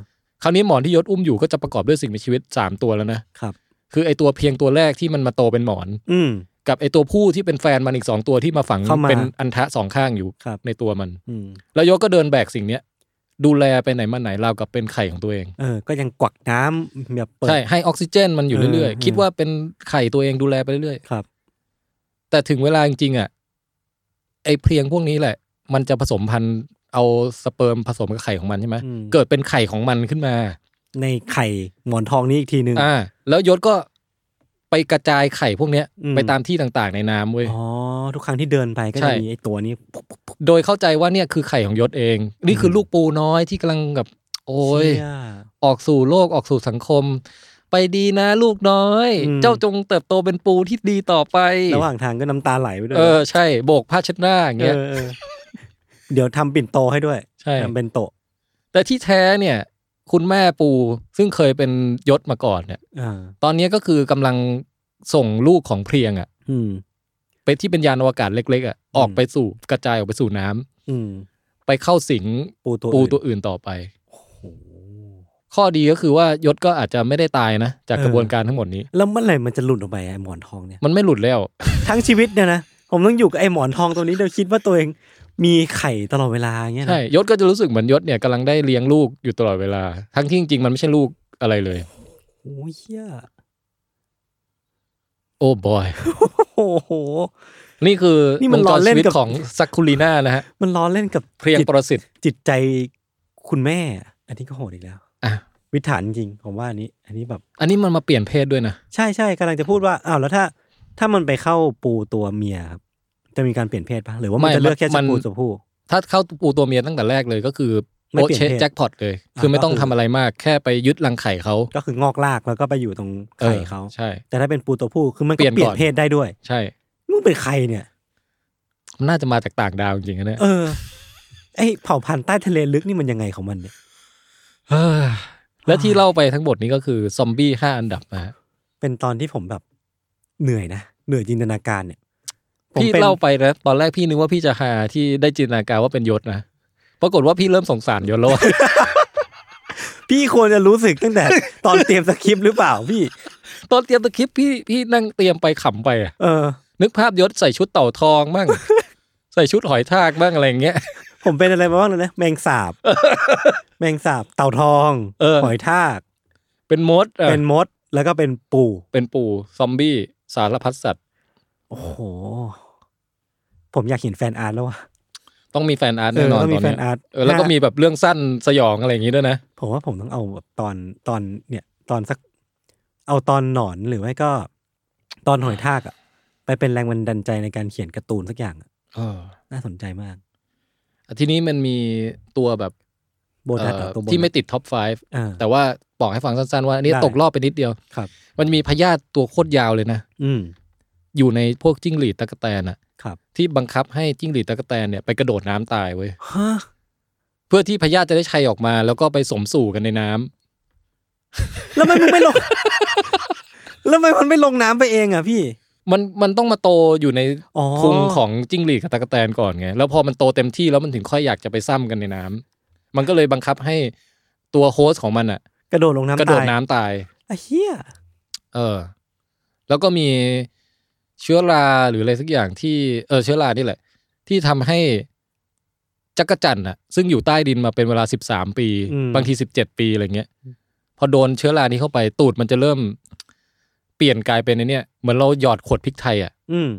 [SPEAKER 3] คราวนี้หมอนที่ยศอุ้มอยู่ก็จะประกอบด้วยสิ่งมีชีวิตสามตัวแล้วนะครับ คือไอตัวเพียงตัวแรกที่มันมาโตเป็นหมอน
[SPEAKER 2] อืม
[SPEAKER 3] กับไอตัวผู้ที่เป็นแฟนมันอีกสองตัวที่มาฝัง
[SPEAKER 2] เข้ามา
[SPEAKER 3] เป็นอันทะสองข้างอยู่
[SPEAKER 2] ครับ
[SPEAKER 3] ในตัวมัน
[SPEAKER 2] อืม
[SPEAKER 3] แล้วยศก็เดินแบกสิ่งเนี้ยดูแลไปไหนมาไหนราวกับเป็นไข่ของตัวเอง
[SPEAKER 2] เออ ก็ยังกวักน้ำแบบเปิด
[SPEAKER 3] ใช่ให้ออกซิเจนมันอยู่เรื่อย
[SPEAKER 2] เออ
[SPEAKER 3] ๆ คิดว่าเป็นไข่ตัวเองดูแลไปเรื่อย
[SPEAKER 2] ครับ
[SPEAKER 3] ๆ แต่ถึงเวลาจริงๆอ่ะไอเพลียงพวกนี้แหละ มันจะผสมพันธุ์เอาสเปิร์มผสมกับไข่ของมันใช่ไหม
[SPEAKER 2] อืม
[SPEAKER 3] เกิดเป็นไข่ของมันขึ้นมา
[SPEAKER 2] ในไข่หมอนทองนี้อีกทีนึง
[SPEAKER 3] อ่าแล้วยศก็ไปกระจายไข่พวกเนี้ย
[SPEAKER 2] อืม
[SPEAKER 3] ไปตามที่ต่างๆ ในน้ำเว้ย
[SPEAKER 2] อ๋อ ทุกครั้งที่เดินไปก็
[SPEAKER 3] ใช่
[SPEAKER 2] จะมีไอ้ตัวนี้ปุ๊บปุ๊บปุ๊บ
[SPEAKER 3] โดยเข้าใจว่าเนี่ยคือไข่ของยศเอง นี่คืออ
[SPEAKER 2] ม
[SPEAKER 3] ลูกปูน้อยที่กำลังแบบโอ้ย
[SPEAKER 2] เชี่
[SPEAKER 3] ออกสู่โลกออกสู่สังคม ไปดีนะลูกน้อย
[SPEAKER 2] อืม
[SPEAKER 3] เจ้าจงเติบโตเป็นปูที่ดีต่อไป
[SPEAKER 2] ระหว่างทางก็น้ำตาไหลไปด้วย
[SPEAKER 3] เออใช่ โบกผ้าเช็ดหน้าอย่าง
[SPEAKER 2] เอ
[SPEAKER 3] เงี้ย
[SPEAKER 2] อเออ เดี๋ยวทำปิ่นโตให้ด้วย
[SPEAKER 3] ใช่
[SPEAKER 2] ทำเป็นโตะ
[SPEAKER 3] แต่ที่แท้เนี่ย คุณแม่ปูซึ่งเคยเป็นยศมาก่อนเนี่ย
[SPEAKER 2] อ่า
[SPEAKER 3] ตอนนี้ก็คือกำลังส่งลูกของเพลียงอะ
[SPEAKER 2] อืม
[SPEAKER 3] ไปที่เป็นยานอวกาศเล็ก ๆอะออกไปสู่กระจายออกไปสู่น้ำ
[SPEAKER 2] อืม
[SPEAKER 3] ไปเข้าสิง
[SPEAKER 2] ปูตัว
[SPEAKER 3] ปู
[SPEAKER 2] อื่น
[SPEAKER 3] ตัวอื่นต่อไป
[SPEAKER 2] โอ้โห
[SPEAKER 3] ข้อดีก็คือว่ายศก็อาจจะไม่ได้ตายนะ จาก
[SPEAKER 2] เออ
[SPEAKER 3] กระบวนการทั้งหมดนี้
[SPEAKER 2] แล้วเมื่อไหร่มันจะหลุดออกไปไอ้หมอนทองเนี่ย
[SPEAKER 3] มันไม่หลุดแล้ว
[SPEAKER 2] ทั้งชีวิตเนี่ยนะ ผมต้องอยู่กับไอ้หมอนทองตัวนี้โดยคิดว่าตัวเองมีไข่ตลอดเวลาอย่างเงี้ยนะ
[SPEAKER 3] ใช่ยศก็จะรู้สึกเหมือนยศเนี่ยกำลังได้เลี้ยงลูกอยู่ตลอดเวลา ทั้งที่จริงๆมันไม่ใช่ลูกอะไรเลย
[SPEAKER 2] โอ้ยเหี้ย
[SPEAKER 3] โอ้บอย
[SPEAKER 2] โอ้โห
[SPEAKER 3] นี่คือ
[SPEAKER 2] นี่มัน
[SPEAKER 3] วง
[SPEAKER 2] ล้
[SPEAKER 3] จ
[SPEAKER 2] อ
[SPEAKER 3] ร
[SPEAKER 2] เล่
[SPEAKER 3] ชี
[SPEAKER 2] น
[SPEAKER 3] วิต
[SPEAKER 2] กับ
[SPEAKER 3] ของซักคูลีน่านะฮะ
[SPEAKER 2] มันล้อเล่นกับ
[SPEAKER 3] เพลียง
[SPEAKER 2] จิต
[SPEAKER 3] ปรสิต
[SPEAKER 2] จิตใจคุณแม่ อันนี้ก็โหดอีกแล้ว
[SPEAKER 3] อ่ะ
[SPEAKER 2] วิถฐานจริงผมว่าอันนี้ อันนี้แบบ
[SPEAKER 3] อันนี้มันมาเปลี่ยนเพศด้วยนะ
[SPEAKER 2] ใช่ใช่กำลังจะพูดว่าอ้าวแล้วถ้า ถ้ามันไปเข้าปูตัวเมียครับจะมีการเปลี่ยนเพศปะหรือว่ามันจะเลือกแค่จะปูตัวผู้
[SPEAKER 3] ถ้าเข้าปูตัวเมียตั้งแต่แรกเลยก็คือ
[SPEAKER 2] ไม่
[SPEAKER 3] โอ
[SPEAKER 2] เปลี่ยน
[SPEAKER 3] เช
[SPEAKER 2] เพศ
[SPEAKER 3] แจ็คพอตเลย
[SPEAKER 2] อ่ะ
[SPEAKER 3] คือไม่ต้อง
[SPEAKER 2] ก็คือ
[SPEAKER 3] ทำอะไรมากแค่ไปยึดรังไข่เขา
[SPEAKER 2] ก็คืองอกลากแล้วก็ไปอยู่ตรง
[SPEAKER 3] อ
[SPEAKER 2] ไข่
[SPEAKER 3] อ
[SPEAKER 2] เขา
[SPEAKER 3] ใช่
[SPEAKER 2] แต่ถ้าเป็นปูตัวผู้คือมันก็
[SPEAKER 3] เป
[SPEAKER 2] เป
[SPEAKER 3] ลี่
[SPEAKER 2] ลี่
[SPEAKER 3] ย
[SPEAKER 2] ยน
[SPEAKER 3] นก่อน
[SPEAKER 2] เพศได้ด้วย
[SPEAKER 3] ใช่
[SPEAKER 2] มึงเป็นใครเนี่ย
[SPEAKER 3] มันน่าจะมาจากต่างดาวจริงๆนะเนี่ย
[SPEAKER 2] เออไอเผ่าพันธุ์ใต้ทะเลลึกนี่มันยังไงของมันเนี่ย
[SPEAKER 3] เฮ้ยและที่เล่าไปทั้งหมดนี้ก็คือซอมบี้ห้าอันดับนะฮะ
[SPEAKER 2] เป็นตอนที่ผมแบบเหนื่อยนะเหนื่อยจินตนาการเนี่ยผม
[SPEAKER 3] พี่
[SPEAKER 2] ป็น
[SPEAKER 3] เล่าไปนะตอนแรกพี่นึกว่าพี่จะหาที่ได้จินตนาการว่าเป็นยศนะปรากฏว่าพี่เริ่มสงสารยศแล้วอะ
[SPEAKER 2] พี่ควรจะรู้สึกตั้งแต่ ตอนเตรียมสคริปต์หรือเปล่าพี่
[SPEAKER 3] ตอนเตรียมตะคริปต์พี่พี่นั่งเตรียมไปขำไปอะ
[SPEAKER 2] เออ
[SPEAKER 3] นึกภาพยศใส่ชุดเต่าทองบ้าง ใส่ชุดหอยทากบ้างอะไรอย่างเงี้ย
[SPEAKER 2] ผมเป็นอะไรมาบ้างเลยนะ แมงสา บ แมงสาบ เต่าทอง
[SPEAKER 3] เออ
[SPEAKER 2] หอยทาก
[SPEAKER 3] เป็นมดอ่ะ
[SPEAKER 2] เป็นมดแล้วก็เป็นปู
[SPEAKER 3] เป็นปู่ซอมบี้สารพัดสัตว์
[SPEAKER 2] โอ้โห ผมอยากเห็นแฟนอาร์ตแล้วว่ะ
[SPEAKER 3] ต้องมีแฟนอาร์ต
[SPEAKER 2] เอ
[SPEAKER 3] แน่
[SPEAKER 2] อน
[SPEAKER 3] อน
[SPEAKER 2] ต้อง
[SPEAKER 3] ต
[SPEAKER 2] มี
[SPEAKER 3] อน
[SPEAKER 2] แฟ
[SPEAKER 3] เนี้
[SPEAKER 2] น
[SPEAKER 3] ย
[SPEAKER 2] อาร์ต
[SPEAKER 3] เออแล้วก็
[SPEAKER 2] น่า
[SPEAKER 3] มีแบบเรื่องสั้นสยองอะไรอย่างงี้ด้วยนะ
[SPEAKER 2] ผมว่าผมต้องเอาแบบตอนตอนเนี่ย ตอนสัก เอาตอนหนอนหรือไม่ก็ ตอนหอยทากอะไปเป็นแรงบันดาลใจในการเขียนการ์ตูนสักอย่างอะ
[SPEAKER 3] เออ
[SPEAKER 2] น่าสนใจมาก
[SPEAKER 3] ทีนี้มันมีตัวแบบ
[SPEAKER 2] โบนัสเหรอ
[SPEAKER 3] เอ่อ
[SPEAKER 2] ตัวโบนัส
[SPEAKER 3] ที่ไม่ติดท็อป
[SPEAKER 2] อ่า
[SPEAKER 3] 5 แต่ว่าบอกให้ฟังสั้นๆว่าอันนี่
[SPEAKER 2] ได้
[SPEAKER 3] ตกรอบไปนิดเดียว
[SPEAKER 2] ครับ
[SPEAKER 3] มันมีพยาธิตัวโคตรยาวเลยนะ
[SPEAKER 2] อืม
[SPEAKER 3] อยู่ในพวกจิ้งหรีดตะกแตนอะ
[SPEAKER 2] ครับ
[SPEAKER 3] ที่บังคับให้จิ้งหรีดตะกแตนเนี่ยไปกระโดดน้ำตายเว้ย
[SPEAKER 2] ฮะ
[SPEAKER 3] เพื่อที่พยาธิจะได้ชัยออกมา แล้วก็ไปสมสู่กันในน้ำ
[SPEAKER 2] แล้วทำไมมึงไม่ลง แล้วทำไมมันไม่ลงน้ำไปเองอ่ะพี่
[SPEAKER 3] มันมันต้องมาโตอยู่ใน
[SPEAKER 2] อ๋อ
[SPEAKER 3] พุงของจิ้งหรีดกับตะกแตนก่อนไง แล้วพอมันโตเต็มที่แล้วมันถึงค่อยอยากจะไปซ้ำกันในน้ำมันก็เลยบังคับให้ตัวโฮสต์ของมันอ่ะ
[SPEAKER 2] กระโดดลงน้ำ
[SPEAKER 3] กระโดด
[SPEAKER 2] ตาย
[SPEAKER 3] น้ำตาย
[SPEAKER 2] ไอ้เหี้ย
[SPEAKER 3] เออ แล้วก็มีเชื้อราหรืออะไรสักอย่างที่เออเชื้อรานี่แหละ ที่ทำให้จักรจันทร์อ่ะ ซึ่งอยู่ใต้ดินมาเป็นเวลาสิบสามปี บางทีสิบเจ็ดปีอะไรเงี้ย พอโดนเชื้อรานี้เข้าไปตูดมันจะเริ่ม เปลี่ยนกลายเป็นไอ้เนี่ยเหมือนเราหยอดขวดพริกไทยอ่ะ
[SPEAKER 2] อืม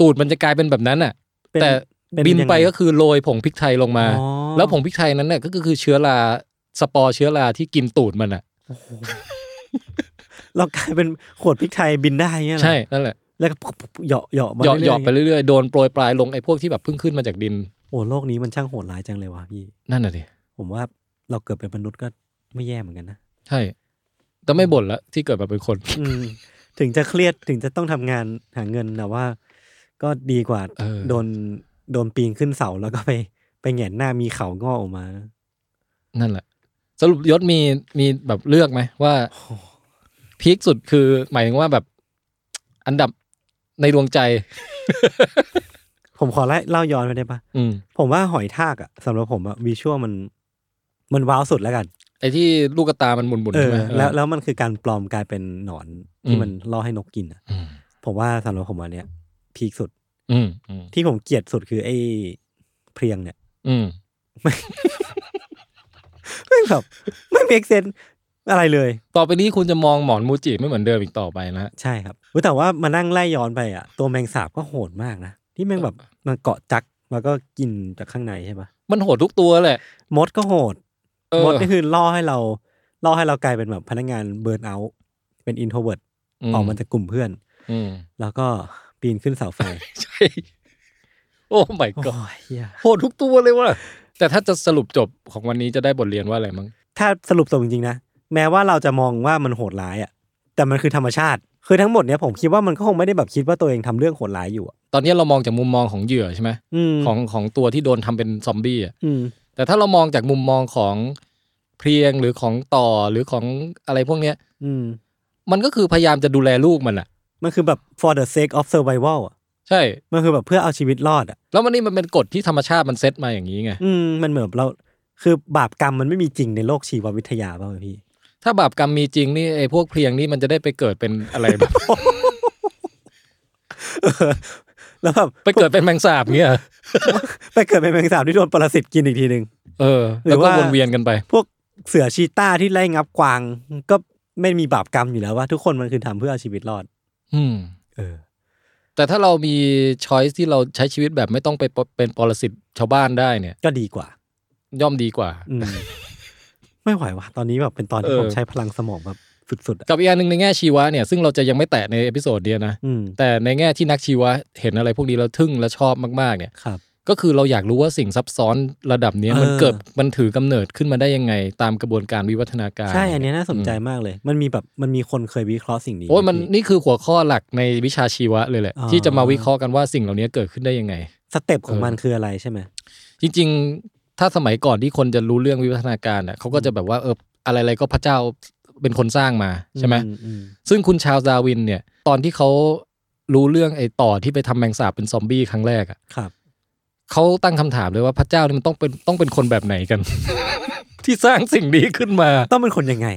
[SPEAKER 3] ตูดมันจะกลายเป็นแบบนั้นน่ะ
[SPEAKER 2] เป็น
[SPEAKER 3] แต่
[SPEAKER 2] เป็
[SPEAKER 3] บิน
[SPEAKER 2] ยัง
[SPEAKER 3] ไป
[SPEAKER 2] ง
[SPEAKER 3] ก็คือโรยผงพริกไทยลงมา
[SPEAKER 2] อ๋อ
[SPEAKER 3] แล้วผงพริกไทยนั้นเนี่ยก็คือเชื้อราสปอร์เชื้อราที่กินตูดมันอ่ะ
[SPEAKER 2] เรากลายเป็นขวดพริกไทยบินได้เงี้ยเหรอ
[SPEAKER 3] ใช่ นั่นแหละ
[SPEAKER 2] แล้วก็ปุ๊บปุ๊บปุ๊บเหยาะเหยาะมา
[SPEAKER 3] เหยาะเห
[SPEAKER 2] เรื่อ
[SPEAKER 3] ยาะ
[SPEAKER 2] ยๆ
[SPEAKER 3] ไปเรื่อยๆ โดนโปรยปลายลงไอ้พวกที่แบบเพิ่งขึ้นมาจากดิน
[SPEAKER 2] โอ้โลกนี้มันช่างโหดร้ายจังเลยว่ะพี่
[SPEAKER 3] นั่นน่ะดิ
[SPEAKER 2] ผมว่าเราเกิดเป็นมนุษย์ก็ไม่แย่เหมือนกันนะ
[SPEAKER 3] ใช่ แต่ไม่บ่นละที่เกิดมาเป็นคน
[SPEAKER 2] อืม ถึงจะเครียดถึงจะต้องทำงานหาเงินแต่ว่า ก็ดีกว่า
[SPEAKER 3] เออ
[SPEAKER 2] โดนโดนปีนขึ้นเสาแล้วก็ไป ไปแหงนหน้ามีเขางอกออกมา
[SPEAKER 3] นั่นแหละ สรุปยศมีมีแบบเลือกไหมว่าพีคสุดคือ หมายถึงว่าแบบ อันดับในดวงใจ
[SPEAKER 2] ผมขอไล่เล่าย้อนไปได้ปะ
[SPEAKER 3] อืม
[SPEAKER 2] ผมว่าหอยทากอะสำหรับผมอะวิชวลมันมันว้าวสุดแล้วกัน
[SPEAKER 3] ไอ้ที่ลูกกระตามันหมุนๆ
[SPEAKER 2] เอ
[SPEAKER 3] ใช่
[SPEAKER 2] อ
[SPEAKER 3] ไหม
[SPEAKER 2] แล้วแล้วมันคือการปลอมกลายเป็นหนอนที่
[SPEAKER 3] อืม
[SPEAKER 2] มันล่อให้นกกินอะ
[SPEAKER 3] อืม
[SPEAKER 2] ผมว่าสำหรับผมอันเนี้ยพีคสุด
[SPEAKER 3] อืมอืม
[SPEAKER 2] ที่ผมเกลียดสุดคือไอ้เพลียงเนี่ย
[SPEAKER 3] อืม
[SPEAKER 2] ไม่งแบบไม่เมกเซนอะไรเลย
[SPEAKER 3] ต่อไปนี้คุณจะมองหมอนมูจิไม่เหมือนเดิมอีกต่อไปนะฮะ
[SPEAKER 2] ใช่ครับอุ๊ยแต่ว่ามานั่งไล่ย้อนไปอ่ะตัวแมงสาบก็โหดมากนะที่แมงแบบมันเกาะจักแล้วก็กินจากข้างในใช่ปะ
[SPEAKER 3] มันโหดทุกตัวแหละ
[SPEAKER 2] มดก็โหด
[SPEAKER 3] เออ
[SPEAKER 2] มดนี่คือล่อให้เราล่อให้เรากลายเป็นแบบพนักงานเบิร์นเอาท์เป็นอินโทรเวิร์ดออกมาจากกลุ่มเพื่อน
[SPEAKER 3] อืม
[SPEAKER 2] แล้วก็ปีนขึ้นเสาไฟ
[SPEAKER 3] ใช่ โอ้ my
[SPEAKER 2] โอ้
[SPEAKER 3] god
[SPEAKER 2] ยเหี้ย
[SPEAKER 3] โหดทุกตัวเลยว่ะ แต่ถ้าจะสรุปจบของวันนี้จะได้บทเรียนว่าอะไรมั้ง
[SPEAKER 2] ถ้าสรุปตรงจริงๆนะ แม้ว่าเราจะมองว่ามันโหดร้ายอ่ะ แต่มันคือธรรมชาติ คือทั้งหมดเนี้ยผมคิดว่ามันก็คงไม่ได้แบบคิดว่าตัวเองทำเรื่องโหดร้ายอยู่อะ
[SPEAKER 3] ตอนนี้เรามองจากมุมมองของเหยื่อใช่ไหม
[SPEAKER 2] อืม
[SPEAKER 3] ของของตัวที่โดนทำเป็นซอมบี้อ่ะ
[SPEAKER 2] อืม
[SPEAKER 3] แต่ถ้าเรามองจากมุมมองของเพลียงหรือของต่อหรือของอะไรพวกเนี้ย
[SPEAKER 2] อืม
[SPEAKER 3] มันก็คือพยายามจะดูแลลูกมันอ่ะ
[SPEAKER 2] มันคือแบบ for the sake of survival อ่ะ
[SPEAKER 3] ใช่
[SPEAKER 2] มันคือแบบเพื่อเอาชีวิตรอดอ่ะ
[SPEAKER 3] แล้วมันนี่มันเป็นกฎที่ธรรมชาติมันเซตมาอย่างนี้ไง
[SPEAKER 2] อืมมันเหมือนเราคือบาปกรรมมันไม่มีจริงในโลกชีววิทยาป่าวะพี่
[SPEAKER 3] ถ้าบาปกรรมมีจริงนี่ไอ้พวกเพลียงนี่มันจะได้ไปเกิดเป็นอะไรแบบ
[SPEAKER 2] แล้วแบบ
[SPEAKER 3] ไปเกิดเป็นแมงสาบเงี้ย
[SPEAKER 2] ไปเกิดเป็นแมงสาบที่โดนปรสิตกินอีกทีหนึ่ง
[SPEAKER 3] เออ
[SPEAKER 2] หรื
[SPEAKER 3] แล้
[SPEAKER 2] อ
[SPEAKER 3] วก็
[SPEAKER 2] ว่า
[SPEAKER 3] วนเวียนกันไป
[SPEAKER 2] พวกเสือชีต้าที่ไล่งับกวางก็ไม่มีบาปกรรมอยู่แล้วว่าทุกคนมันคือทำเพื่อเอาชีวิตรอด
[SPEAKER 3] อืม
[SPEAKER 2] เออ
[SPEAKER 3] แต่ แต่ถ้าเรามีช้อยที่เราใช้ชีวิตแบบไม่ต้องไปปะเป็นปรสิตชาวบ้านได้เนี่ย
[SPEAKER 2] ก็ดีกว่า
[SPEAKER 3] ย่อมดีกว่า
[SPEAKER 2] อืม ไม่ไหวว่ะตอนนี้แบบเป็นตอนที่
[SPEAKER 3] เออ
[SPEAKER 2] ผมใช้พลังสมองแบบสุดๆอะ
[SPEAKER 3] กับอีกอันหนึ่งในแง่ชีวะเนี่ยซึ่งเราจะยังไม่แตะในเอพิโซดเดียวนะ
[SPEAKER 2] อืม
[SPEAKER 3] แต่ในแง่ที่นักชีวะเห็นอะไรพวกนี้แล้วทึ่งและชอบมากๆเนี่ย
[SPEAKER 2] ครับ
[SPEAKER 3] ก็คือเราอยากรู้ว่าสิ่งซับซ้อนระดับเนี้ย
[SPEAKER 2] เออ
[SPEAKER 3] มันเกิดมันถือกำเนิดขึ้นมาได้ยังไง ตามกระบวนการวิวัฒนาการ
[SPEAKER 2] ใช่อันเนี้ยน่าสนใจมากเลย มันมีแบบมันมีคนเคยวิเคราะห์สิ่งนี้
[SPEAKER 3] โอ้ยมัน
[SPEAKER 2] พี่
[SPEAKER 3] นี่คือหัวข้อหลักในวิชาชีวะเลยแหละ
[SPEAKER 2] อ๋อ
[SPEAKER 3] ที่จะมาวิเคราะห์กันว่าสิ่งเหล่านี้เกิดขึ้นได้ยังไง
[SPEAKER 2] สเต็ปของ
[SPEAKER 3] เออ
[SPEAKER 2] มันคืออะไรใช่ไหม
[SPEAKER 3] จริงๆ ถ้าสมัยก่อนที่คนจะรู้เรื่องวิวัฒนาการอ่ะเขาก็จะแบบว่าเอออะไรๆก็พระเจ้าเป็นคนสร้างมาใช่ไหม
[SPEAKER 2] อือืม
[SPEAKER 3] ซึ่งคุณชาร์ลส์ดาร์วินเนี่ย ตอนที่เขารู้เรื่องไอ้ต่อที่ไปทำแมงสาบเป็นซอมบี้ครั้งแรกอ่ะ
[SPEAKER 2] ครับ
[SPEAKER 3] เขาตั้งคำถามเลยว่าพระเจ้านี่มันต้องเป็นต้องเป็นคนแบบไหนกัน ที่สร้างสิ่งนี้ขึ้นมา
[SPEAKER 2] ต้องเป็นคนยังไง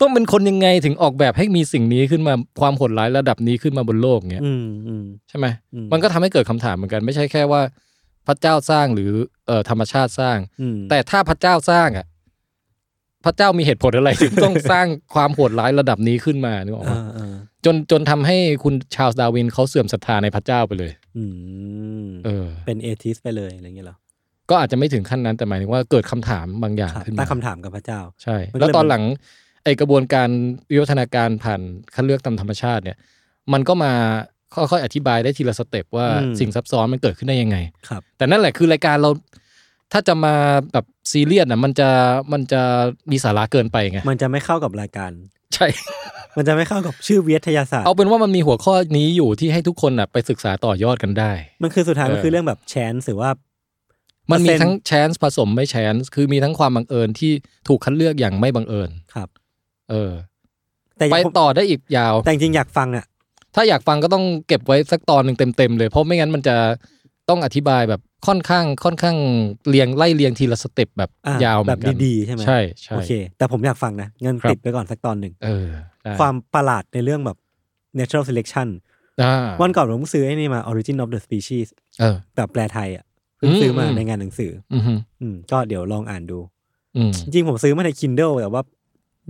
[SPEAKER 3] ต้องเป็นคนยังไงถึงออกแบบให้มีสิ่งนี้ขึ้นมาความโหดร้ายระดับนี้ขึ้นมาบนโลกเงี้ย
[SPEAKER 2] อืมอืม
[SPEAKER 3] ใช่ไหม
[SPEAKER 2] อืม
[SPEAKER 3] มันก็ทำให้เกิดคำถามเหมือนกัน ไม่ใช่แค่ว่าพระเจ้าสร้างหรือเอ่อธรรมชาติสร้าง
[SPEAKER 2] อืม
[SPEAKER 3] แต่ถ้าพระเจ้าสร้างอ่ะพระเจ้ามีเหตุผลอะไรถึงต้องสร้างความโหดร้ายระดับนี้ขึ้นมานึกออก
[SPEAKER 2] เอ
[SPEAKER 3] ปะ
[SPEAKER 2] อเออ
[SPEAKER 3] จนจนทำให้คุณชาร์ลส์ดาร์วินเขาเสื่อมศรัทธาในพระเจ้าไปเลย
[SPEAKER 2] อืม
[SPEAKER 3] เออ
[SPEAKER 2] เป็นเอทิสไปเลยอะไรอย่างเงี้ยเหรอ
[SPEAKER 3] ก็อาจจะไม่ถึงขั้นนั้นแต่หมายถึงว่าเกิดคำถามบางอย่าง
[SPEAKER 2] ครับ
[SPEAKER 3] ขึ้น
[SPEAKER 2] ตั้
[SPEAKER 3] มาง
[SPEAKER 2] คำถามกับพระเจ้า
[SPEAKER 3] ใช่
[SPEAKER 2] มันก็เลย
[SPEAKER 3] แล้วตอนหลังไอกระบวนการวิวัฒนาการผ่านคัดเลือกตามธรรมชาติเนี่ย มันก็มาค่อยๆอธิบายได้ทีละสเต็ปว่า
[SPEAKER 2] อืม
[SPEAKER 3] สิ่งซับซ้อนมันเกิดขึ้นได้ยังไง
[SPEAKER 2] ครับ
[SPEAKER 3] แต่นั่นแหละคือรายการเรา ถ้าจะมาแบบซีเรียสน่ะมันจะมันจะมีสาระเกินไปไง
[SPEAKER 2] มันจะไม่เข้ากับรายการ
[SPEAKER 3] ใช่
[SPEAKER 2] มันจะไม่เข้ากับชื่อวิทยาศาสตร์
[SPEAKER 3] เอาเป็นว่ามันมีหัวข้อนี้อยู่ที่ให้ทุกคนน่ะไปศึกษาต่อยอดกันได้
[SPEAKER 2] มันคือสุดท้าย
[SPEAKER 3] เออ
[SPEAKER 2] มันคือเรื่องแบบแชนหรือว่า
[SPEAKER 3] มันมี
[SPEAKER 2] เปอร์เซ็นต์
[SPEAKER 3] ทั้ง chance ผสมไม่ chance คือมีทั้งความบังเอิญที่ถูกคัดเลือกอย่างไม่บังเอิญ
[SPEAKER 2] ครับ
[SPEAKER 3] เออ
[SPEAKER 2] แต่
[SPEAKER 3] ไป
[SPEAKER 2] ยังผม
[SPEAKER 3] ต่อได้อีกยาว
[SPEAKER 2] แต่จริงๆอยากฟังอ่ะ
[SPEAKER 3] ถ้าอยากฟังก็ต้องเก็บไว้สักตอนหนึ่งเต็มๆเลย เพราะไม่งั้นมันจะต้องอธิบายแบบค่อนข้างค่อนข้างเรียงไล่เรียงทีละสเต็ปแบบ
[SPEAKER 2] อ่ะ
[SPEAKER 3] ยาวเหมื
[SPEAKER 2] แบ
[SPEAKER 3] อบ นกัน
[SPEAKER 2] ดีๆใช่ไหม
[SPEAKER 3] ใช่ใช่
[SPEAKER 2] โอเค แต่ผมอยากฟังนะเงิน
[SPEAKER 3] ครับ
[SPEAKER 2] ติดไปก่อนสักตอนหนึ่ง
[SPEAKER 3] เออได้
[SPEAKER 2] ความประหลาดในเรื่องแบบ natural selection
[SPEAKER 3] อ่า
[SPEAKER 2] วันก่อนผมเพิ่งซื้อไอ้นี่มา origin of the species
[SPEAKER 3] เออ
[SPEAKER 2] แบบแปลไทยอ่ะเพิ่งซื้อมา
[SPEAKER 3] อืม
[SPEAKER 2] ในงานหนังสือ
[SPEAKER 3] อืมฮึ
[SPEAKER 2] อืม ก็เดี๋ยวลองอ่านดู
[SPEAKER 3] อืม
[SPEAKER 2] จริงๆผมซื้อมาใน Kindle แต่ว่า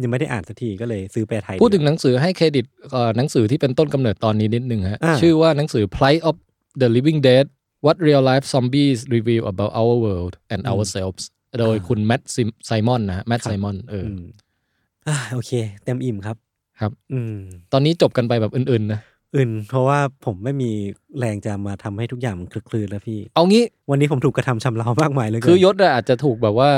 [SPEAKER 2] ยังไม่ได้อ่านสักทีก็เลยซื้อแปลไทย
[SPEAKER 3] พูดถึง
[SPEAKER 2] เยว
[SPEAKER 3] หนังสือให้เครดิตเอ่อหนังสือที่เป็นต้นกำเนิดตอนนี้นิดนึงฮะ
[SPEAKER 2] อ่า
[SPEAKER 3] ชื่อว่าหนังสือ Plight of the Living Dead What Real Life Zombies Reveal About Our World and Ourselves โดยคุณแมทไซมอนนะแมทไซมอนเออ
[SPEAKER 2] มอ่าโอเค เต็มอิ่มครับ
[SPEAKER 3] ครับ
[SPEAKER 2] อืม
[SPEAKER 3] ตอนนี้จบกันไปแบบอื่นๆนะ
[SPEAKER 2] อื่น เพราะว่าผมไม่มีแรงจะมาทำให้ทุกอย่างมันคลืนๆแล้วพี่
[SPEAKER 3] เอางี้
[SPEAKER 2] วันนี้ผมถูกกระทำชำเรามากมายเหลย
[SPEAKER 3] คือยศอะอาจจะถูกแบบว่า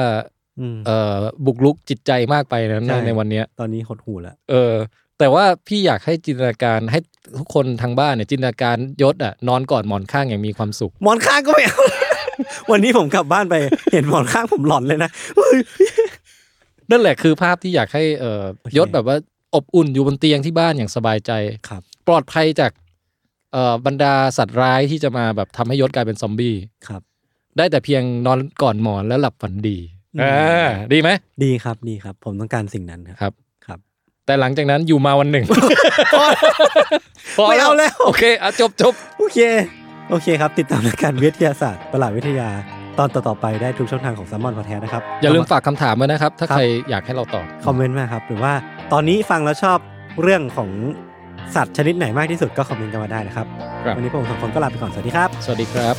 [SPEAKER 2] อืม
[SPEAKER 3] เอ่อบุกลุกจิตใจมากไปนะ
[SPEAKER 2] ใช่
[SPEAKER 3] ในในวันเนี้ย
[SPEAKER 2] ตอนนี้หดหูแล้ว
[SPEAKER 3] เออแต่ว่าพี่อยากให้จินตนาการให้ทุกคนทางบ้านเนี่ยจินตนาการยศอะนอนกอดหมอนข้างอย่างมีความสุข
[SPEAKER 2] หมอนข้างก็ไม่เอา วันนี้ผมกลับบ้านไป เห็นหมอนข้างผมหลอนเลยนะ เฮ้ย
[SPEAKER 3] นั่นแหละคือภาพที่อยากให้เอ่อ
[SPEAKER 2] โอเค
[SPEAKER 3] ยศแบบว่าอบอุ่นอยู่บนเตียงที่บ้านอย่างสบายใจ
[SPEAKER 2] ครับ
[SPEAKER 3] ปลอดภัยจากเอ่อบรรดาสัตว์ร้ายที่จะมาแบบทำให้ยศกลายเป็นซอมบี้
[SPEAKER 2] ครับ
[SPEAKER 3] ได้แต่เพียงนอนกอดหมอนแล้วหลับฝันดี
[SPEAKER 2] อืม
[SPEAKER 3] อ่าดีไหม
[SPEAKER 2] ดีครับดีครับ ผมต้องการสิ่งนั้นครับ
[SPEAKER 3] ครับ
[SPEAKER 2] ครับ
[SPEAKER 3] แต่หลังจากนั้นอยู่มาวัน หนึ่ง พอ
[SPEAKER 2] ไม่เอาแล้ว
[SPEAKER 3] โอเคอ่ะจบจบ
[SPEAKER 2] โอเค โอเคครับ ติดตามรายการวิทยาศาสตร์ ประหลาดวิทยา ตอนต่อๆไปได้ทุกช่องทางของ s ซ l m o n Podcast นะครับ
[SPEAKER 3] อย่าลืมฝากคำถามมานะครับ ถ้าใครอยากให้เราตอบ
[SPEAKER 2] คอมเมนต์มาครับ หรือว่าตอนนี้ฟังแล้วชอบเรื่องของสัตว์ชนิดไหนมากที่สุดก็คอมเมนต์กันมาได้นะครับ
[SPEAKER 3] ครับ
[SPEAKER 2] วันนี้พวกผมสองคนก็ลาไปก่อน สวัสดีครับ
[SPEAKER 3] สวัสดีครับ